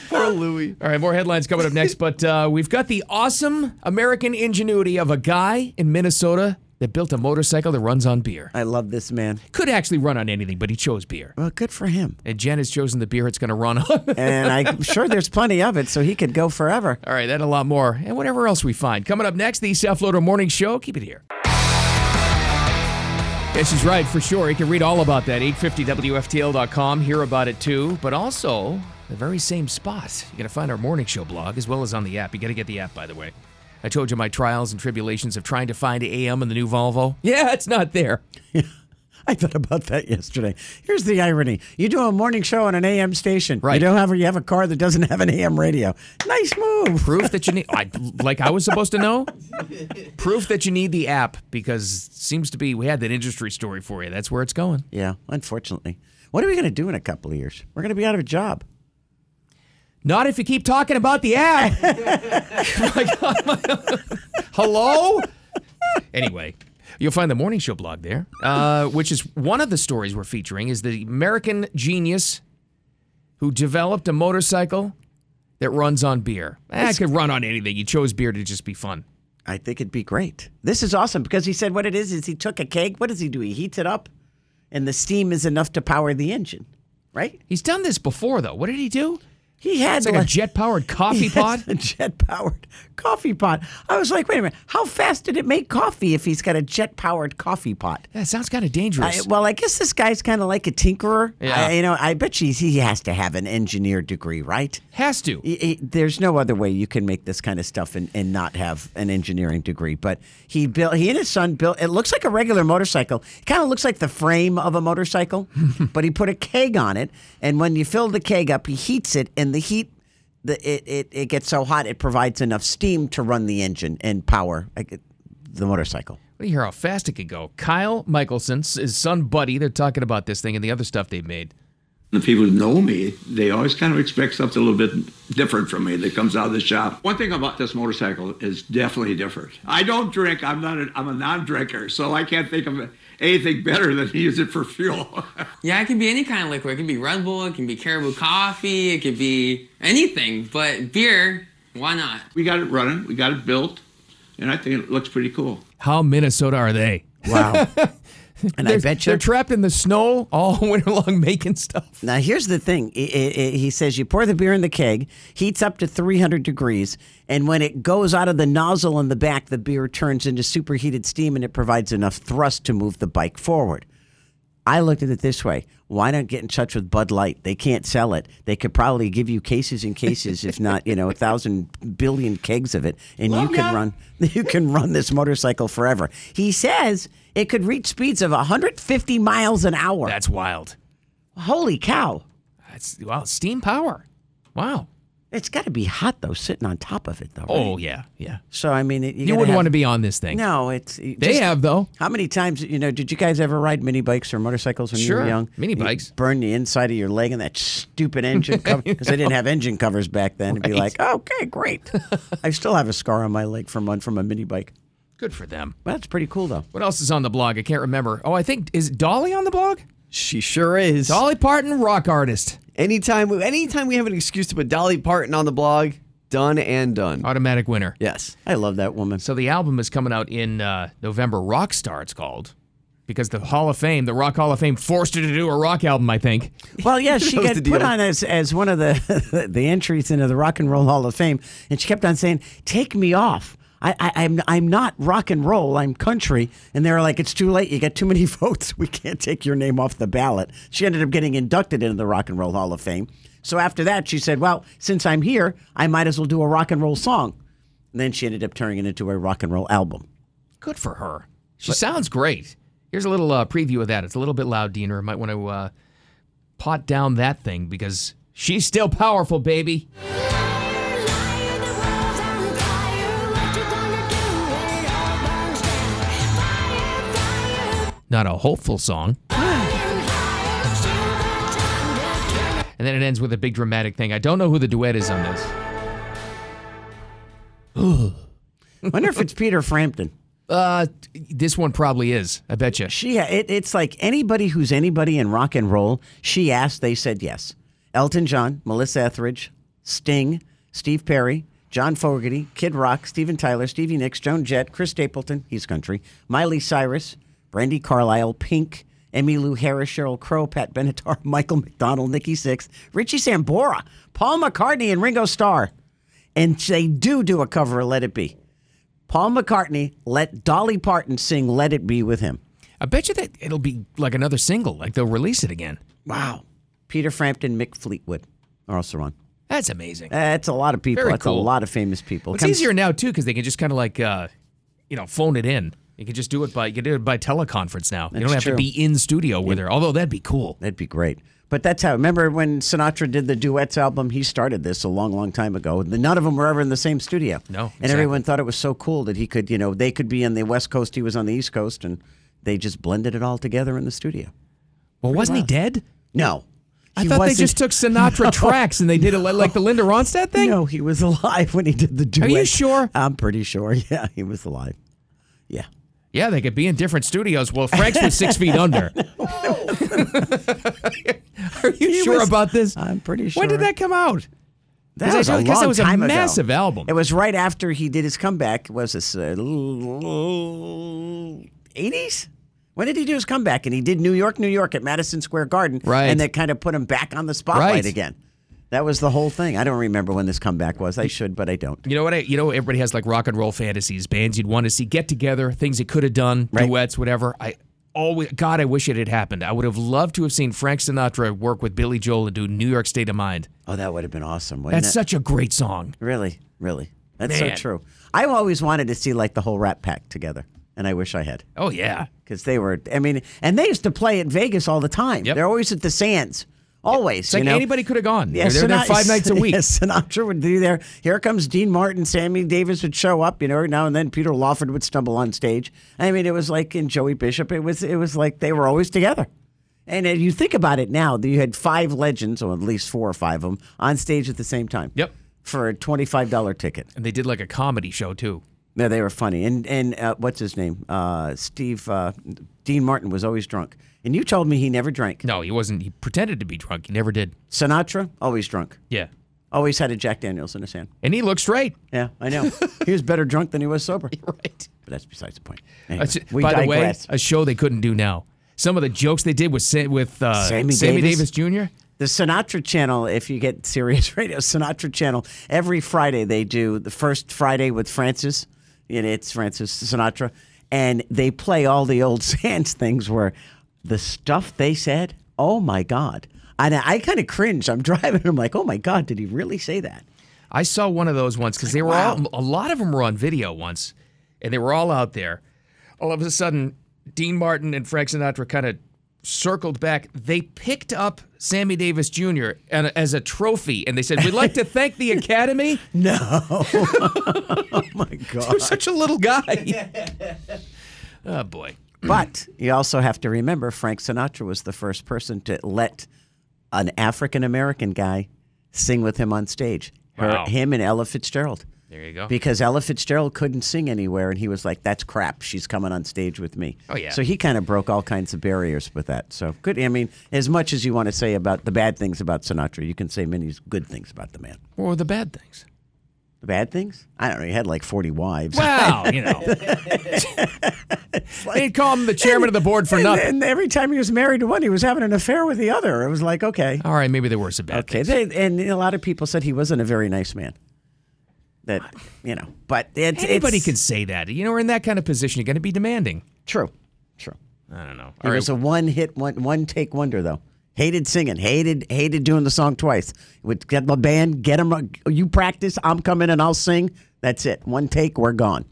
Poor Louis. right, more headlines coming up next. But uh, we've got the awesome American ingenuity of a guy in Minnesota that built a motorcycle that runs on beer. I love this man. Could actually run on anything, but he chose beer. Well, good for him. And Jen has chosen the beer it's going to run on. And I'm sure there's plenty of it, so he could go forever. All right, that and a lot more, and whatever else we find. Coming up next, the South Florida Morning Show. Keep it here. Yeah, she's right, for sure. You can read all about that, 850WFTL.com, hear about it too, but also the very same spot. you got to find our Morning Show blog as well as on the app. you got to get the app, by the way. I told you my trials and tribulations of trying to find AM in the new Volvo. Yeah, it's not there. I thought about that yesterday. Here's the irony: you do a morning show on an AM station. Right. You don't have you have a car that doesn't have an AM radio. Nice move. Proof that you need, I, like I was supposed to know. Proof that you need the app because seems to be we had that industry story for you. That's where it's going. Yeah, unfortunately. What are we going to do in a couple of years? We're going to be out of a job. Not if you keep talking about the app. Like, Hello? Anyway, you'll find the morning show blog there, uh, which is one of the stories we're featuring is the American genius who developed a motorcycle that runs on beer. Eh, it could run on anything. He chose beer to just be fun. I think it'd be great. This is awesome because he said what it is is he took a keg. What does he do? He heats it up, and the steam is enough to power the engine, right? He's done this before, though. What did he do? He had It's like a jet powered coffee He has pod. a jet-powered coffee pot. I was like, wait a minute, how fast did it make coffee if he's got a jet-powered coffee pot? That sounds kind of I, dangerous. well, I guess this guy's kind of like a tinkerer. Yeah. I, you know, I bet you he has to have an engineer degree, right? Has to. Y- y- There's no other way you can make this kind of stuff and, and not have an engineering degree. But he built, he and his son built, it looks like a regular motorcycle. It kind of looks like the frame of a motorcycle, but he put a keg on it. And when you fill the keg up, he heats it, and the heat, the, it, it, it gets so hot, it provides enough steam to run the engine and power like, the motorcycle. Let me hear how fast it could go. Kyle Michelson, his son Buddy, they're talking about this thing and the other stuff they've made. The people who know me, they always kind of expect something a little bit different from me that comes out of the shop. One thing about this motorcycle is definitely different. I don't drink. I'm not. A, I'm a non-drinker, so I can't think of anything better than to use it for fuel. Yeah, it can be any kind of liquor. It can be Red Bull, it can be Caribou coffee, it could be anything, but beer, why not? we got it running. We got it built, and I think it looks pretty cool. How Minnesota are they? Wow. and I They're- bet you. they're trapped in the snow all winter long making stuff. Now, here's the thing. I- I- I- He says you pour the beer in the keg, heats up to 300 degrees, and when it goes out of the nozzle in the back, the beer turns into superheated steam and it provides enough thrust to move the bike forward. I looked at it this way why not get in touch with Bud Light? They can't sell it. They could probably give you cases and cases, if not, you know, a thousand billion kegs of it, and you can run you can run this motorcycle forever. He says it could reach speeds of 150 miles an hour. That's wild. Holy cow. That's wow, steam power. Wow. It's got to be hot though, sitting on top of it though. Oh right? yeah, yeah. So I mean, it, You, wouldn't want to be on this thing. No, it's they They have though. How many times you know? Did you guys ever ride mini bikes or motorcycles when you Sure, were young? mini You bikes. burn the inside of your leg and that stupid engine cover because they didn't have engine covers back then. It'd be Right. like, okay, great. I still have a scar on my leg from one from a mini bike. Good for them. Well, that's pretty cool though. What else is on the blog? I can't remember. Oh, I think is Dolly on the blog? She sure is. Dolly Parton, rock artist. Anytime, we- anytime we have an excuse to put Dolly Parton on the blog, done and done. Automatic winner. Yes. I love that woman. So the album is coming out in uh, November. Rockstar, it's called. Because the Hall of Fame, the Rock Hall of Fame, forced her to do a rock album, I think. Well, yeah, she That was got the put deal. on as, as one of the the entries into the Rock and Roll Hall of Fame, and she kept on saying, "Take me off. I, I, I'm I'm not rock and roll. I'm country." And they were like, "It's too late. You got too many votes. We can't take your name off the ballot." She ended up getting inducted into the Rock and Roll Hall of Fame. So after that, she said, "Well, since I'm here, I might as well do a rock and roll song." And then she ended up turning it into a rock and roll album. Good for her. She sounds great. Here's a little uh, preview of that. It's a little bit loud, Diener. Might want to uh, pot down that thing because she's still powerful, baby. Not a hopeful song. And then it ends with a big dramatic thing. I don't know who the duet is on this. Wonder if it's Peter Frampton. Uh, this one probably is. I bet you. She, it, it's like anybody who's anybody in rock and roll. She asked, they said yes. Elton John, Melissa Etheridge, Sting, Steve Perry, John Fogerty, Kid Rock, Steven Tyler, Stevie Nicks, Joan Jett, Chris Stapleton, he's country, Miley Cyrus, Brandy Carlisle, Pink, Emmylou Harris, Cheryl Crow, Pat Benatar, Michael McDonald, Nikki Sixx, Richie Sambora, Paul McCartney, and Ringo Starr. And they do do a cover of Let It Be. Paul McCartney let Dolly Parton sing Let It Be with him. I bet you that it'll be like another single. Like they'll release it again. Wow. Peter Frampton, Mick Fleetwood are also on. That's amazing. That's a lot of people. Very That's a cool. lot of famous people. Well, it's Comes- easier now too because they can just kind of like, uh, you know, phone it in. You can just do it by you can do it by teleconference now. you don't That's have to true. be in studio with her. Although that'd be cool. That'd be great. But that's how. Remember when Sinatra did the duets album? He started this a long, long time ago. and None of them were ever in the same studio. No, And exactly. everyone thought it was so cool that he could, you know, they could be on the West Coast, he was on the East Coast, and they just blended it all together in the studio. Well, wasn't he dead? No. I He thought wasn't- they just took Sinatra tracks and they did it li- like the Linda Ronstadt thing. No, he was alive when he did the duet. you sure? I'm pretty sure. Yeah, he was alive. Yeah. Yeah, they could be in different studios. Well, Frank's was six feet under. Are you He sure was- about this? I'm pretty sure. When did that come out? That 'Cause I was do- a 'cause that long was a time ago. massive album. It was right after he did his comeback. Was this uh, eighties? when did he do his comeback? And he did New York, New York at Madison Square Garden, Right. And that kind of put him back on the spotlight Right. again. That was the whole thing. I don't remember when this comeback was. I should, but I don't. You know what? I, you know, everybody has like rock and roll fantasies, bands you'd want to see, get together, things it could have done, Right. duets, whatever. I always, God, I wish it had happened. I would have loved to have seen Frank Sinatra work with Billy Joel and do New York State of Mind. Oh, that would have been awesome. Wouldn't That's it? such a great song. really, really. That's Man. so true. I always wanted to see like the whole Rat Pack together, and I wish I had. Oh yeah, because they were. I mean, and they used to play at Vegas all the time. Yep. They're always at the Sands, always. it's like you know? anybody could have gone. Yeah, they're there Sinat- five nights a week. yeah, Sinatra would be there. Here comes Dean Martin, Sammy Davis would show up. You know, every now and then Peter Lawford would stumble on stage. I mean, it was like in Joey Bishop. It was it was like they were always together. And if you think about it now, you had five legends, or at least four or five of them, on stage at the same time. Yep. For a twenty-five dollar ticket. And they did like a comedy show too. No, they were funny. And and uh, what's his name? Uh, Steve uh, Dean Martin was always drunk. And you told me he never drank. No, he wasn't. He pretended to be drunk. He never did. Sinatra always drunk. Yeah, Always had a Jack Daniels in his hand. and he looked straight. Yeah, I know. he was better drunk than he was sober. Right. But that's besides the point. Uh, Anyway, s- we by digress. the way, a show they couldn't do now. Some of the jokes they did with Sa- with uh, Sammy Davis? Jr. the Sinatra Channel, if you get serious radio, Sinatra Channel, every Friday they do the first Friday with Francis, and it's Francis Sinatra, and they play all the old Sands things where the stuff they said, oh my God. And I, I kind of cringe. I'm driving. I'm like, oh my God, did he really say that? I saw one of those once because they were Wow. all a lot of them were on video once, and they were all out there. All of a sudden, Dean Martin and Frank Sinatra kind of circled back. They picked up Sammy Davis Jr. And, as a trophy, and they said, "We'd like to thank the Academy." No. oh my God. You're such a little guy. oh boy. But you also have to remember Frank Sinatra was the first person to let an African American guy sing with him on stage. Her- Wow. him and Ella Fitzgerald. There you go. Because Ella Fitzgerald couldn't sing anywhere, and he was like, "That's crap. She's coming on stage with me." Oh, yeah. So he kind of broke all kinds of barriers with that. So good. I mean, as much as you want to say about the bad things about Sinatra, you can say many good things about the man. What were the bad things? The bad things? I don't know. He had like forty wives. Wow, you know. They'd call him the chairman of the board for and, nothing. and every time he was married to one, he was having an affair with the other. It was like, okay. All right, maybe there were some bad Okay, things. they, and a lot of people said he wasn't a very nice man. That you know, but it's Anybody it's could say that. You know, we're in that kind of position. You're going to be demanding. true, true. I don't know. It All right. was a one hit, one one take wonder though. Hated singing, hated hated doing the song twice. Would get the band, get them. You practice, I'm coming and I'll sing. That's it. One take, we're gone.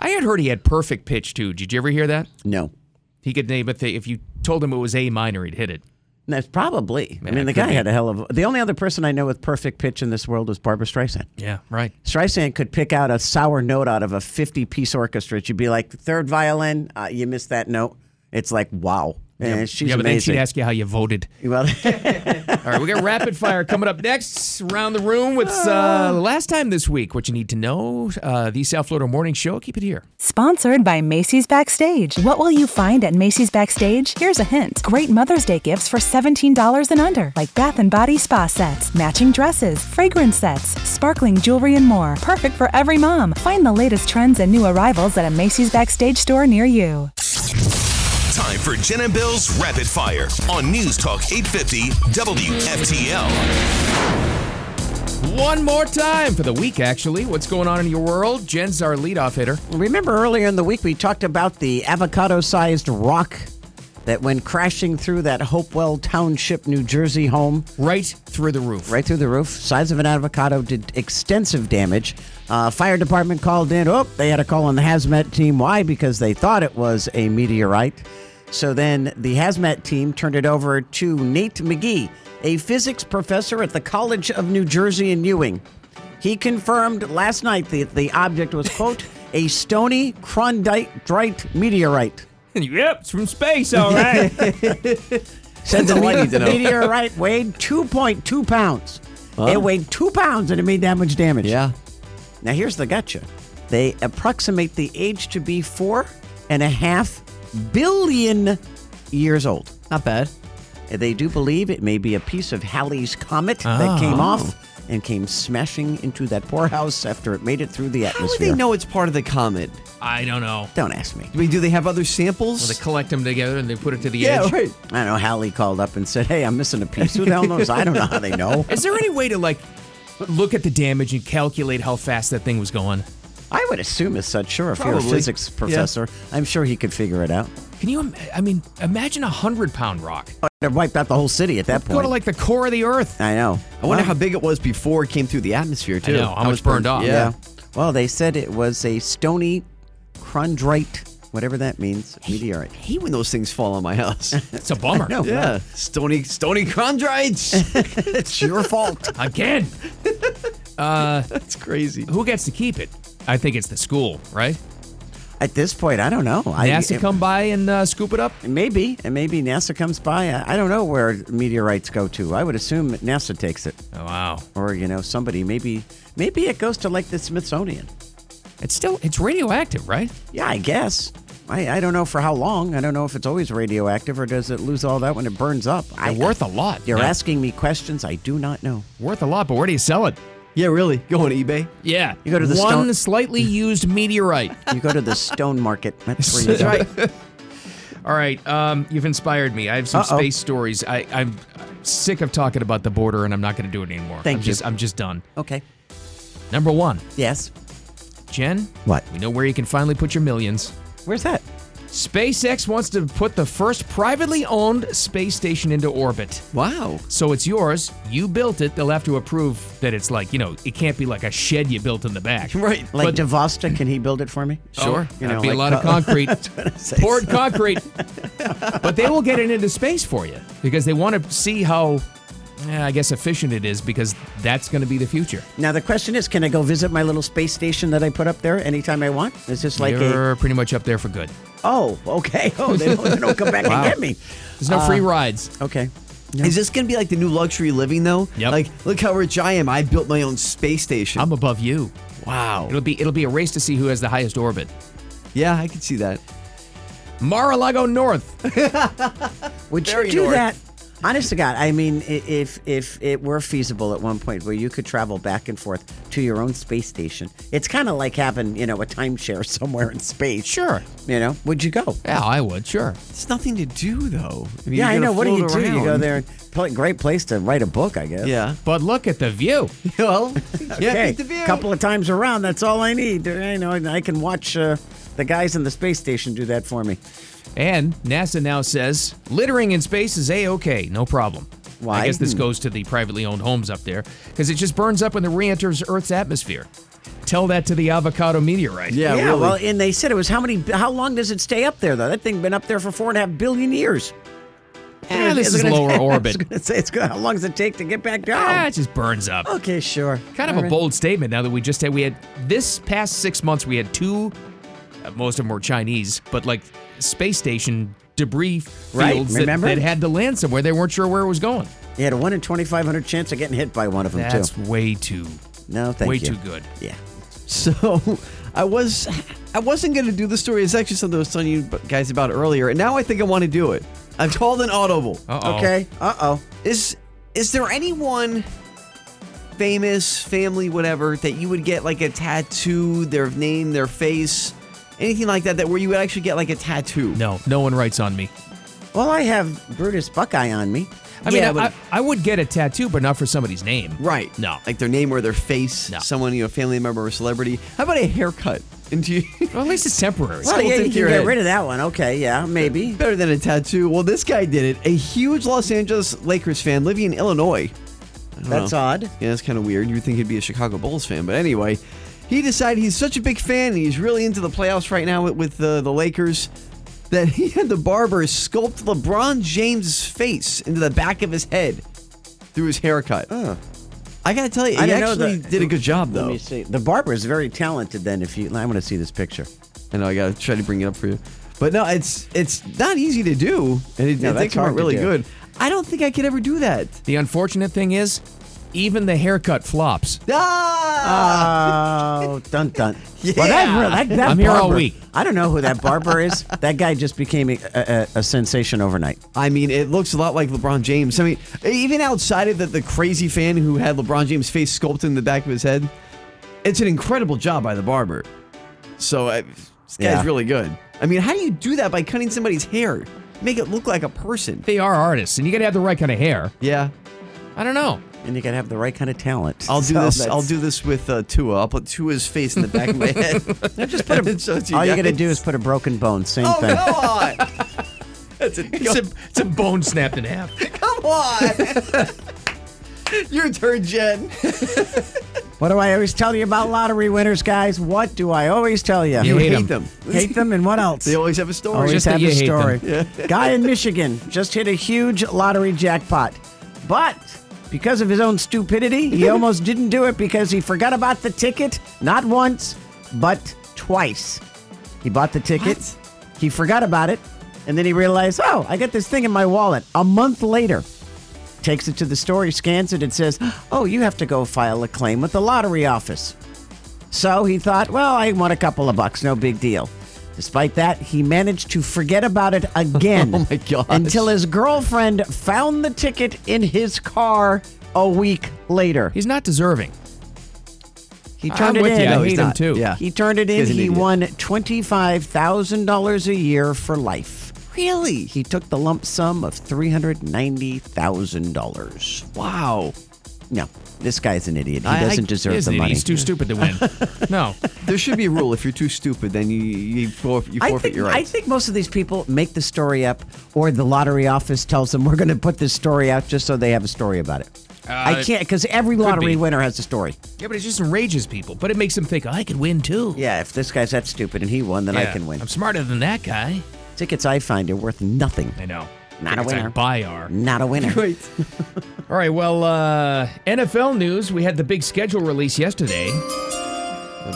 I had heard he had perfect pitch too. Did you ever hear that? No, He could name a thing. If you told him it was A minor, he'd hit it. And that's Yeah, probably. I mean, the it could guy be. had a hell of. The only other person I know with perfect pitch in this world was Barbara Streisand. Yeah, right. Streisand could pick out a sour note out of a 50 piece orchestra. She'd be like, third violin, uh, you missed that note. It's like, wow. And she's yeah, but then amazing. she'd ask you how you voted. well, All right, we got rapid fire coming up next. Round the room with uh, last time this week. What you need to know. Uh, the South Florida Morning Show. Keep it here. Sponsored by Macy's Backstage. What will you find at Macy's Backstage? Here's a hint. Great Mother's Day gifts for $17 and under, like bath and body spa sets, matching dresses, fragrance sets, sparkling jewelry, and more. Perfect for every mom. Find the latest trends and new arrivals at a Macy's Backstage store near you. Time for Jen and Bill's Rapid Fire on News Talk 850 WFTL. One more time for the week. Actually, what's going on in your world? Jen's our leadoff hitter. remember earlier in the week we talked about the avocado sized rock that went crashing through that Hopewell Township, New Jersey home. Right through the roof. Right through the roof. Size of an avocado did extensive damage. Uh, fire department called in. Oh, they had a call on the hazmat team. Why? Because they thought it was a meteorite. So then the hazmat team turned it over to Nate McGee, a physics professor at the College of New Jersey in Ewing. He confirmed last night that the object was, quote, a stony Krondite meteorite. Yep, it's from space, all right. Said That's the all I need to me- know. meteorite weighed 2.2 pounds. It weighed two pounds and it made that much damage. Yeah. Now here's the gotcha. They approximate the age to be four and a half billion years old. Not bad. They do believe it may be a piece of Halley's comet that came Oh. off and came smashing into that poorhouse after it made it through the How would atmosphere. they know it's part of the comet? I don't know. Don't ask me. I mean, do they have other samples? Well, they collect them together and they put it to the Yeah, edge. right. I know Hallie called up and said, "Hey, I'm missing a piece. Who the hell knows? I don't know how they know." Is there any way to like look at the damage and calculate how fast that thing was going? I would assume as such. Sure, if you're a Probably. physics Yeah. professor, I'm sure he could figure it out. Can you? im- I mean, imagine a hundred pound rock. It wiped out the whole city at that point. Go to like the core of the earth. I know. I wonder how big it was before it came through the atmosphere, too. know, how much burned off. Yeah. Well, they said it was a stony chondrite, whatever that means, meteorite. I hate when those things fall on my house. It's a bummer. I know, yeah. right? Stony stony chondrites. it's your fault. Again. Uh, That's crazy. who gets to keep it? I think it's the school, right? At this point, I don't know. I- NASA it- come by and uh, scoop it up. Maybe, and maybe NASA comes by. I, I don't know where meteorites go to. I would assume NASA takes it, Oh, wow. or you know, somebody. Maybe, maybe it goes to like the Smithsonian. It's still it's radioactive, right? Yeah, I guess. I, I don't know for how long. I don't know if it's always radioactive or does it lose all that when it burns up. I, They're worth a lot. You're Yeah. asking me questions I do not know. Worth a lot, but where do you sell it? Yeah, really. Go on eBay. Yeah, You go to the one stone- slightly used meteorite. You go to the stone market. That's where you go. All right, um, you've inspired me. I have some Uh-oh. space stories. I, I'm sick of talking about the border, and I'm not going to do it anymore. Thank I'm you. Just, I'm just done. Okay. Number one, Yes. Jen. What? We know where you can finally put your millions. Where's that? SpaceX wants to put the first privately owned space station into orbit. Wow. So it's yours. You built it. They'll have to approve that it's like you know it can't be like a shed you built in the back. Right. Like But- Devasta, can he build it for me? Sure. Oh, You That'd know, be a like uh, lot of co- concrete. say. Poured concrete. but they will get it into space for you because they want to see how, eh, I guess, efficient it is because that's going to be the future. Now the question is, can I go visit my little space station that I put up there anytime I want? Is this like a You're pretty much up there for good. oh okay oh they don't, they don't come back and get me? There's no Uh, free rides. Okay. Is this going to be like the new luxury living though? Yep. Like, look how rich I am. I built my own space station. I'm above you. Oh. wow. It'll be it'll be a race to see who has the highest orbit. Yeah, I can see that. Mar-a-Lago North. Would Very you do north. that? Honest to God, I mean, i- if if it were feasible at one point where you could travel back and forth to your own space station, it's kind of like having you know a timeshare somewhere in space. Sure. You know, would you go? Yeah, I would. Sure. It's nothing to do though. I mean, yeah, you're I gonna know. What do you float do? You go around. there. and pl- Great place to write a book, I guess. Yeah. But look at the view. well, yeah, Okay. beat the view. couple of times around. That's all I need. You know, and I can watch uh, the guys in the space station do that for me. And NASA now says littering in space is a okay, no problem. Why? I guess this Hmm. goes to the privately owned homes up there because it just burns up when it re-enters Earth's atmosphere. Tell that to the avocado meteorite. Yeah, really. well, and they said it was how many? How long does it stay up there though? That thing been up there for four and a half billion years. Eh, this It's is gonna- lower I was orbit. gonna say, it's gonna, how long does it take to get back Ah, down? it just burns up. Okay, sure. Kind of All a right. bold statement. Now that we just had, we had this past six months, we had two. uh, most of them were Chinese, but like space station debris fields Right, that, remember? that had to land somewhere. They weren't sure where it was going. You had a one in twenty five hundred chance of getting hit by one of them That's too. way too, No, thank way you. too good. Yeah. So I was I wasn't gonna do the story. It's actually something I was telling you guys about earlier, and now I think I want to do it. I've called an audible. Uh-oh. Okay. Uh oh. Is is there anyone famous, family, whatever, that you would get like a tattoo, their name, their face, anything like that, that where you would actually get like a tattoo? No, no one writes on me. Well, I have Brutus Buckeye on me. I mean, Yeah, I, but- I, I would get a tattoo, but not for somebody's name. Right. No. Like their name or their face, No. someone, you know, family member or celebrity. How about a haircut? into your. Well, at least it's temporary. Well, yeah, you can get rid of that one. Okay, yeah, maybe. Better than a tattoo. Well, this guy did it. A huge Los Angeles Lakers fan living in Illinois. I don't That's know. odd. Yeah, that's kind of weird. You'd think he'd be a Chicago Bulls fan, but anyway, he decided he's such a big fan and he's really into the playoffs right now with, with the, the Lakers that he had the barber sculpt LeBron James' face into the back of his head through his haircut. I gotta tell you, he didn't know actually the- did a good job though. Let me see. The barber is very talented. Then, if you, I want to see this picture. I know I gotta try to bring it up for you, but no, it's it's not easy to do, and it, No, it did that's come out hard to really do. good. I don't think I could ever do that. The unfortunate thing is, even the haircut flops. Ah! Oh, dun dun. Yeah. Well, that, that, that I'm here all barber- week. I don't know who that barber is. that guy just became a, a, a sensation overnight. I mean, it looks a lot like LeBron James. I mean, even outside of the, the crazy fan who had LeBron James' face sculpted in the back of his head, it's an incredible job by the barber. So I, this guy's Yeah. really good. I mean, how do you do that by cutting somebody's hair? Make it look like a person. They are artists, and you got to have the right kind of hair. Yeah, I don't know. And you got to have the right kind of talent. I'll do So this. I'll that's- do this with uh, Tua. I'll put Tua's face in the back of my head. just put a, All you got to do is put a broken bone. Same Oh thing. come on! That's a, It's a, it's a bone snapped in half. come on! Your turn, Jen. What do I always tell you about lottery winners, guys? What do I always tell you? You hate 'em. them. Hate them and what else? They always have a story. Always just that have you a hate story. Guy in Michigan just hit a huge lottery jackpot, but because of his own stupidity, he almost didn't do it because he forgot about the ticket. Not once, but twice. He bought the ticket. He forgot about it, and then he realized, oh, I got this thing in my wallet. A month later, takes it to the store, he scans it, and says, oh, you have to go file a claim with the lottery office. So he thought, well, I won a couple of bucks, no big deal. Despite that, he managed to forget about it again. Oh my gosh. Until his girlfriend found the ticket in his car a week later. He's not deserving. He I'm turned it with in. you. I No, hate he's him not. too. Yeah. He turned it in. He's an He idiot. won $25,000 a year for life. Really? He took the lump sum of $390,000. Wow. No, this guy's an idiot. He I- I- doesn't deserve Isn't the it? money. He's too stupid to win. no. There should be a rule. If you're too stupid, then you you, forfeit, you I forfeit think, your I rights. think most of these people make the story up, or the lottery office tells them we're going to put this story out just so they have a story about it. I can't because every lottery be. winner has a story. Yeah, but it just enrages people. But it makes them think, I could win too. Yeah, if this guy's that stupid and he won, then I Yeah, can win. I'm smarter than that guy. Tickets I find are worth nothing. I know. Not a Tickets I winner. Buy are. Not a winner. Great. All right. Well, uh, NFL news. We had the big schedule release yesterday. A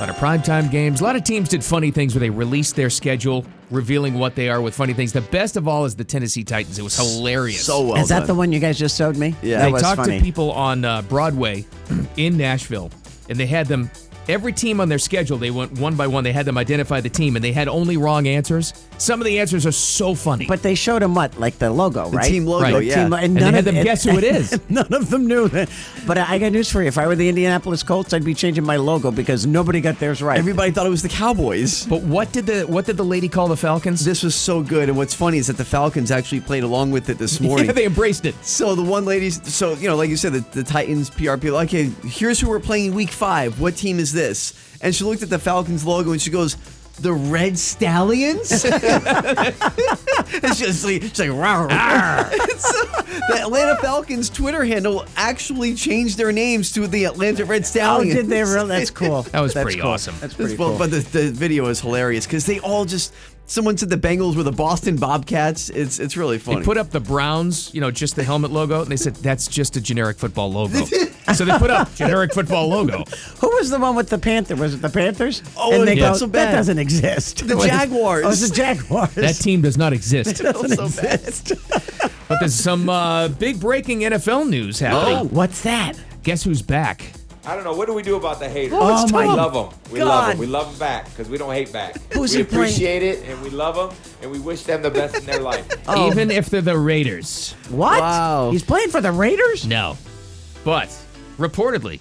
lot of primetime games. A lot of teams did funny things where they released their schedule, revealing what they are with funny things. The best of all is the Tennessee Titans. It was hilarious. So well Is that done. the one you guys just showed me? Yeah. that they was talked funny. to people on uh, Broadway in Nashville, and they had them every team on their schedule. They went one by one. They had them identify the team, and they had only wrong answers. Some of the answers are so funny. But they showed him what, like the logo, The right? team logo, Right. yeah. lo- And they had them guess who it is. none of them knew. that. But I I got news for you. If I were the Indianapolis Colts, I'd be changing my logo because nobody got theirs right. Everybody thought it was the Cowboys. but what did the what did the lady call the Falcons? This was so good. And what's funny is that the Falcons actually played along with it this morning. Yeah, they embraced it. So the one lady's, so you know, like you said, the, the Titans PR people. Okay, here's who we're playing week five. What team is this? And she looked at the Falcons logo and she goes, "The Red Stallions." and she's like, she's like, "Rawr." Ah. So the Atlanta Falcons Twitter handle actually changed their names to the Atlanta Red Oh, Stallions. did they really? That's cool. That was That's pretty cool. awesome. That's pretty It's- well, cool. But the, the video is hilarious because they all just. Someone said the Bengals were the Boston Bobcats. It's it's really funny. They put up the Browns, you know, just the helmet logo, and they said that's just a generic football logo. so they put up generic football logo. Who was the one with the Panther? Was it the Panthers? Oh, and they it felt go, so that bad." doesn't exist. The What is- Jaguars. Oh, it's the Jaguars. That team does not exist. doesn't so bad. exist. But there's some uh, big breaking NFL news Oh, happening. what's that? Guess who's back? I don't know. What do we do about the haters? Oh, it's Oh, my we Tom. love them. We God. love them. We love them back because we don't hate back. Who's we he playing? appreciate it and we love them and we wish them the best in their life. Even if they're the Raiders. What? Wow. He's playing for the Raiders? No. But reportedly,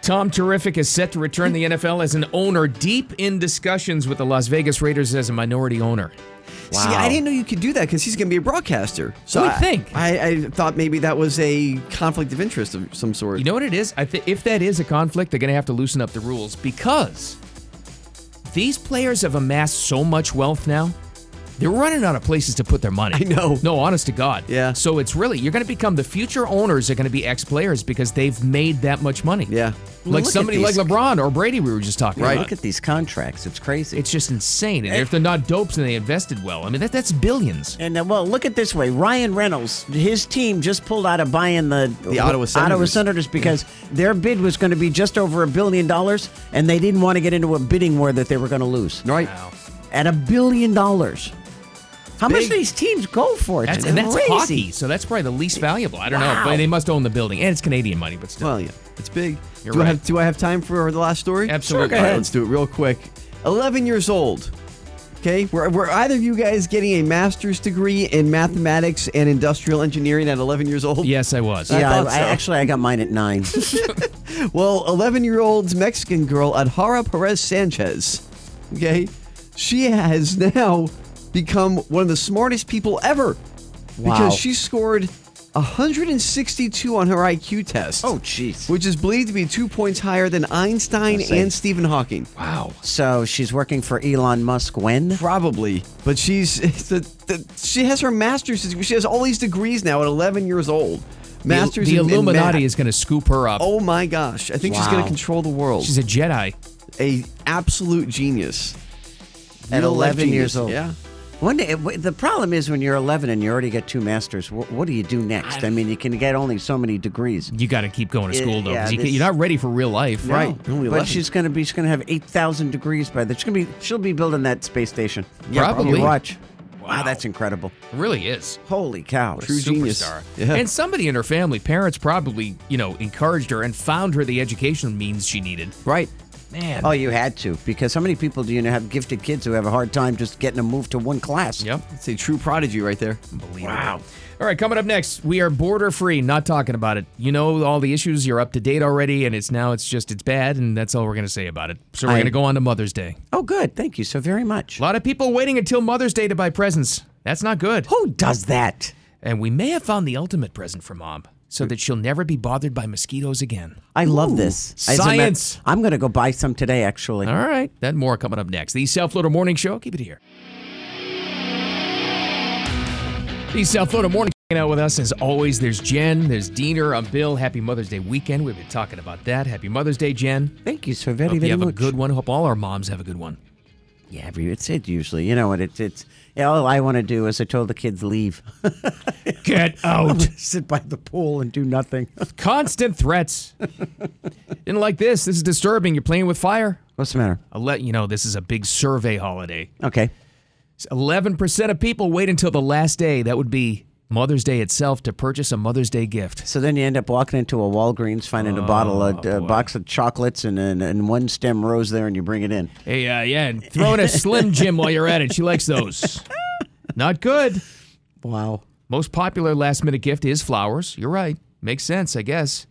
Tom Terrific is set to return the NFL as an owner, deep in discussions with the Las Vegas Raiders as a minority owner. See, Wow. I didn't know you could do that because he's going to be a broadcaster. I So would I think. I, I thought maybe that was a conflict of interest of some sort. You know what it is? I th- if that is a conflict, they're going to have to loosen up the rules because these players have amassed so much wealth now. They're running out of places to put their money. I know. No, honest to God. Yeah. So it's really you're going to become the future owners are going to be ex players because they've made that much money. Yeah. Well, Like look at somebody like these- LeBron or Brady we were just talking Right. about. Look at these contracts. It's crazy. It's just insane. And if they're not dopes and they invested well, I mean that that's billions. And uh, well, look at this way: Ryan Reynolds, his team just pulled out of buying the The Ottawa Senators. Senators because their bid was going to be just over a billion dollars, and they didn't want to get into a bidding war that they were going to lose. Right. At a billion dollars, how much big. do these teams go for? It's That's, and that's crazy. hockey, so that's probably the least valuable. I don't know, Wow. but they must own the building, and it's Canadian money, but still. Well, yeah, it's big. You're do right. I have do I have time for the last story? Absolutely. All right, let's do it real quick. Eleven years old. Okay, were, were either of you guys getting a master's degree in mathematics and industrial engineering at 11 years old? Yes, I was. yeah, thought I, I so. actually I got mine at nine. Well, 11 year old Mexican girl Adhara Perez Sanchez, okay, she has now become one of the smartest people ever Wow. because she scored 162 on her IQ test. Oh, jeez. Which is believed to be two points higher than Einstein Insane. and Stephen Hawking. Wow. So she's working for Elon Musk when? Probably. But she's the, the, she has her master's degree. She has all these degrees now at 11 years old. The- Master's the, in- in Illuminati math. is going to scoop her up. Oh my gosh! I think she's going Wow. to control the world. She's a Jedi, a absolute genius. At Real life 11 years genius, old. Yeah. One day, w- the problem is when you're 11 and you already get two masters. What, what do you do next? I, mean, you can get only so many degrees. You got to keep going to school, though, 'cause you can- this- you're not ready for real life. No. but she's gonna be she's gonna have eight thousand degrees by then. She's gonna be she'll be building that space station. Yeah, Probably. You watch. Wow. that's incredible. It really is. Holy cow! What a superstar. And somebody in her family, parents probably, you know, encouraged her and found her the educational means she needed. Right. Man. Oh, you had to because how many people do you know have gifted kids who have a hard time just getting them moved to one class? Yep, it's a true prodigy right there. Unbelievable. Wow. All right, coming up next, we are border free, not talking about it. You know all the issues, you're up to date already, and it's now it's just it's bad, and that's all we're gonna say about it. So we're I- gonna go on to Mother's Day. Oh, good. Thank you so very much. A lot of people waiting until Mother's Day to buy presents. That's not good. Who does that? And we may have found the ultimate present for mom, so that she'll never be bothered by mosquitoes again. I love this As a matter- Science. I'm gonna go buy some today. Actually. All right, then more coming up next. The South Florida Morning Show. Keep it here. The South Florida Morning Show hanging out with us as always. There's Jen. There's Diener. I'm Bill. Happy Mother's Day weekend. We've been talking about that. Happy Mother's Day, Jen. Thank you so very, Hope very you have a much. good one. Hope all our moms have a good one. Yeah, every- it's it usually. You know what? It's it's all I want to do is I told the kids leave. Get out. Sit by the pool and do nothing. Constant threats. Didn't like this. This is disturbing. You're playing with fire. What's the matter? I'll let you know this is a big survey holiday. Okay. 11% of people wait until the last day. That would be Mother's Day itself to purchase a Mother's Day gift. So then you end up walking into a Walgreens, finding a bottle, Oh, a, a box of chocolates, and, and and one stem rose there, and you bring it in. Hey, uh, yeah, and throw in a Slim Jim while you're at it. She likes those. Not good. Wow. Most popular last minute gift is flowers. You're right. Makes sense, I guess.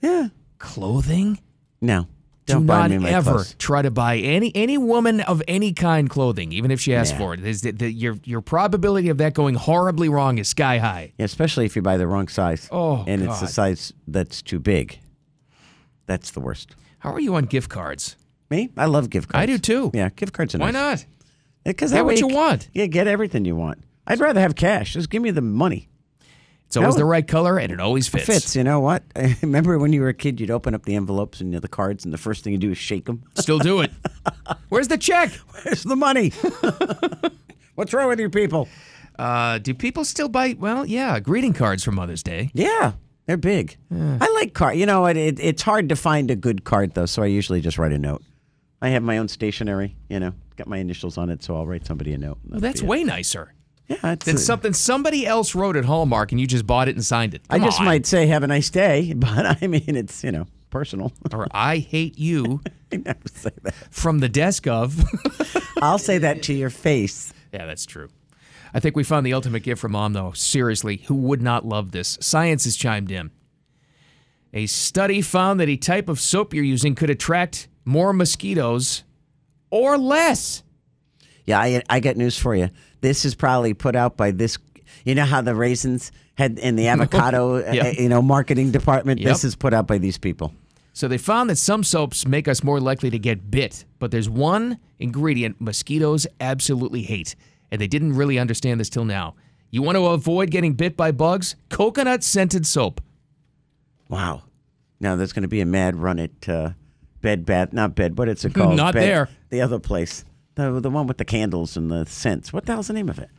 Yeah. Clothing? No, don't Do buy not me my ever clothes. try to buy any any woman of any kind clothing, even if she asks Yeah. for it. There's The, the, your your probability of that going horribly wrong is sky high. Yeah, especially if you buy the wrong size. Oh, and it's the God. size that's too big. That's the worst. How are you on gift cards? Me, I love gift cards. I do too. Yeah, gift cards. Are Why nice. not? Because Get that what way you c- want. Yeah, get everything you want. I'd rather have cash. Just give me the money. It's always That the would- right color and it always fits. Fits. You know what? I remember when you were a kid, you'd open up the envelopes and you know, the cards, and the first thing you do is shake them. Still do it. Where's the check? Where's the money? What's wrong with you people? Uh, do people still buy? Well, yeah, greeting cards for Mother's Day. Yeah, they're big. I like card. You know, it, it, it's hard to find a good card though, so I usually just write a note. I have my own stationery. You know, got my initials on it, so I'll write somebody a note. Well, that's way nicer Yeah, it's, than uh, something somebody else wrote at Hallmark and you just bought it and signed it. I Come just on. might say have a nice day, but I mean it's you know personal. Or I hate you I never say that. from the desk of. I'll say that to your face. yeah, that's true. I think we found the ultimate gift for mom, though. Seriously, who would not love this? Science has chimed in. A study found that a type of soap you're using could attract more mosquitoes or less. Yeah, I, I got news for you. This is probably put out by this. You know how the raisins had in the avocado, uh, Yeah. you know, marketing department. This Yep. is put out by these people. So they found that some soaps make us more likely to get bit, but there's one ingredient mosquitoes absolutely hate, and they didn't really understand this till now. You want to avoid getting bit by bugs? Coconut scented soap. Wow. Now there's going to be a mad run at uh, Bed Bath, not Bed, but it's a called Not Bed- there. The other place, the the one with the candles and the scents. What the hell's the name of it?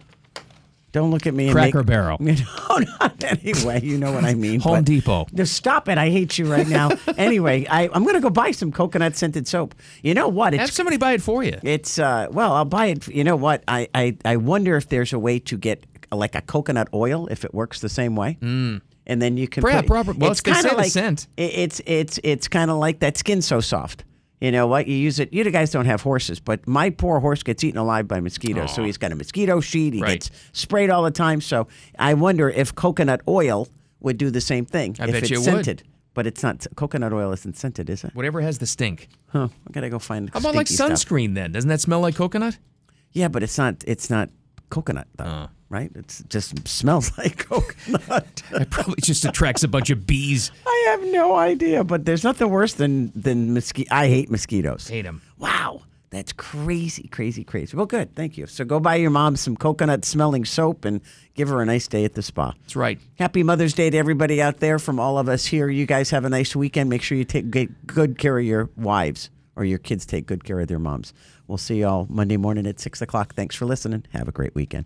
Don't look at me. and Cracker make- Barrel. No, not anyway. You know what I mean. Home but- Depot. Just stop it. I hate you right now. anyway, I, I'm going to go buy some coconut scented soap. You know what? It's, Have somebody buy it for you. It's uh, well, I'll buy it. You know what? I, I I wonder if there's a way to get uh, like a coconut oil if it works the same way. Mm. And then you can Yeah, put it- proper- well, it's gonna kinda say the like, scent. i- It's it's it's kind of like that skin so soft. You know what? You use it. You guys don't have horses, but my poor horse gets eaten alive by mosquitoes. So he's got a mosquito sheet. He gets sprayed all the time. So I wonder if coconut oil would do the same thing I if bet it's you it would. scented. But it's not. Coconut oil isn't scented, is it? Whatever has the stink. Huh. I gotta go find. How about like stinky stuff. sunscreen then? Doesn't that smell like coconut? Yeah, but it's not. It's not coconut though, right? It's, it just smells like coconut. It probably just attracts a bunch of bees. I have no idea, but there's nothing worse than than mosquito. I hate mosquitoes. Hate them. Wow, that's crazy, crazy, crazy. Well, good, thank you. So go buy your mom some coconut smelling soap and give her a nice day at the spa. That's right. Happy Mother's Day to everybody out there from all of us here. You guys have a nice weekend. Make sure you take get good care of your wives or your kids take good care of their moms. We'll see y'all Monday morning at six o'clock. Thanks for listening. Have a great weekend.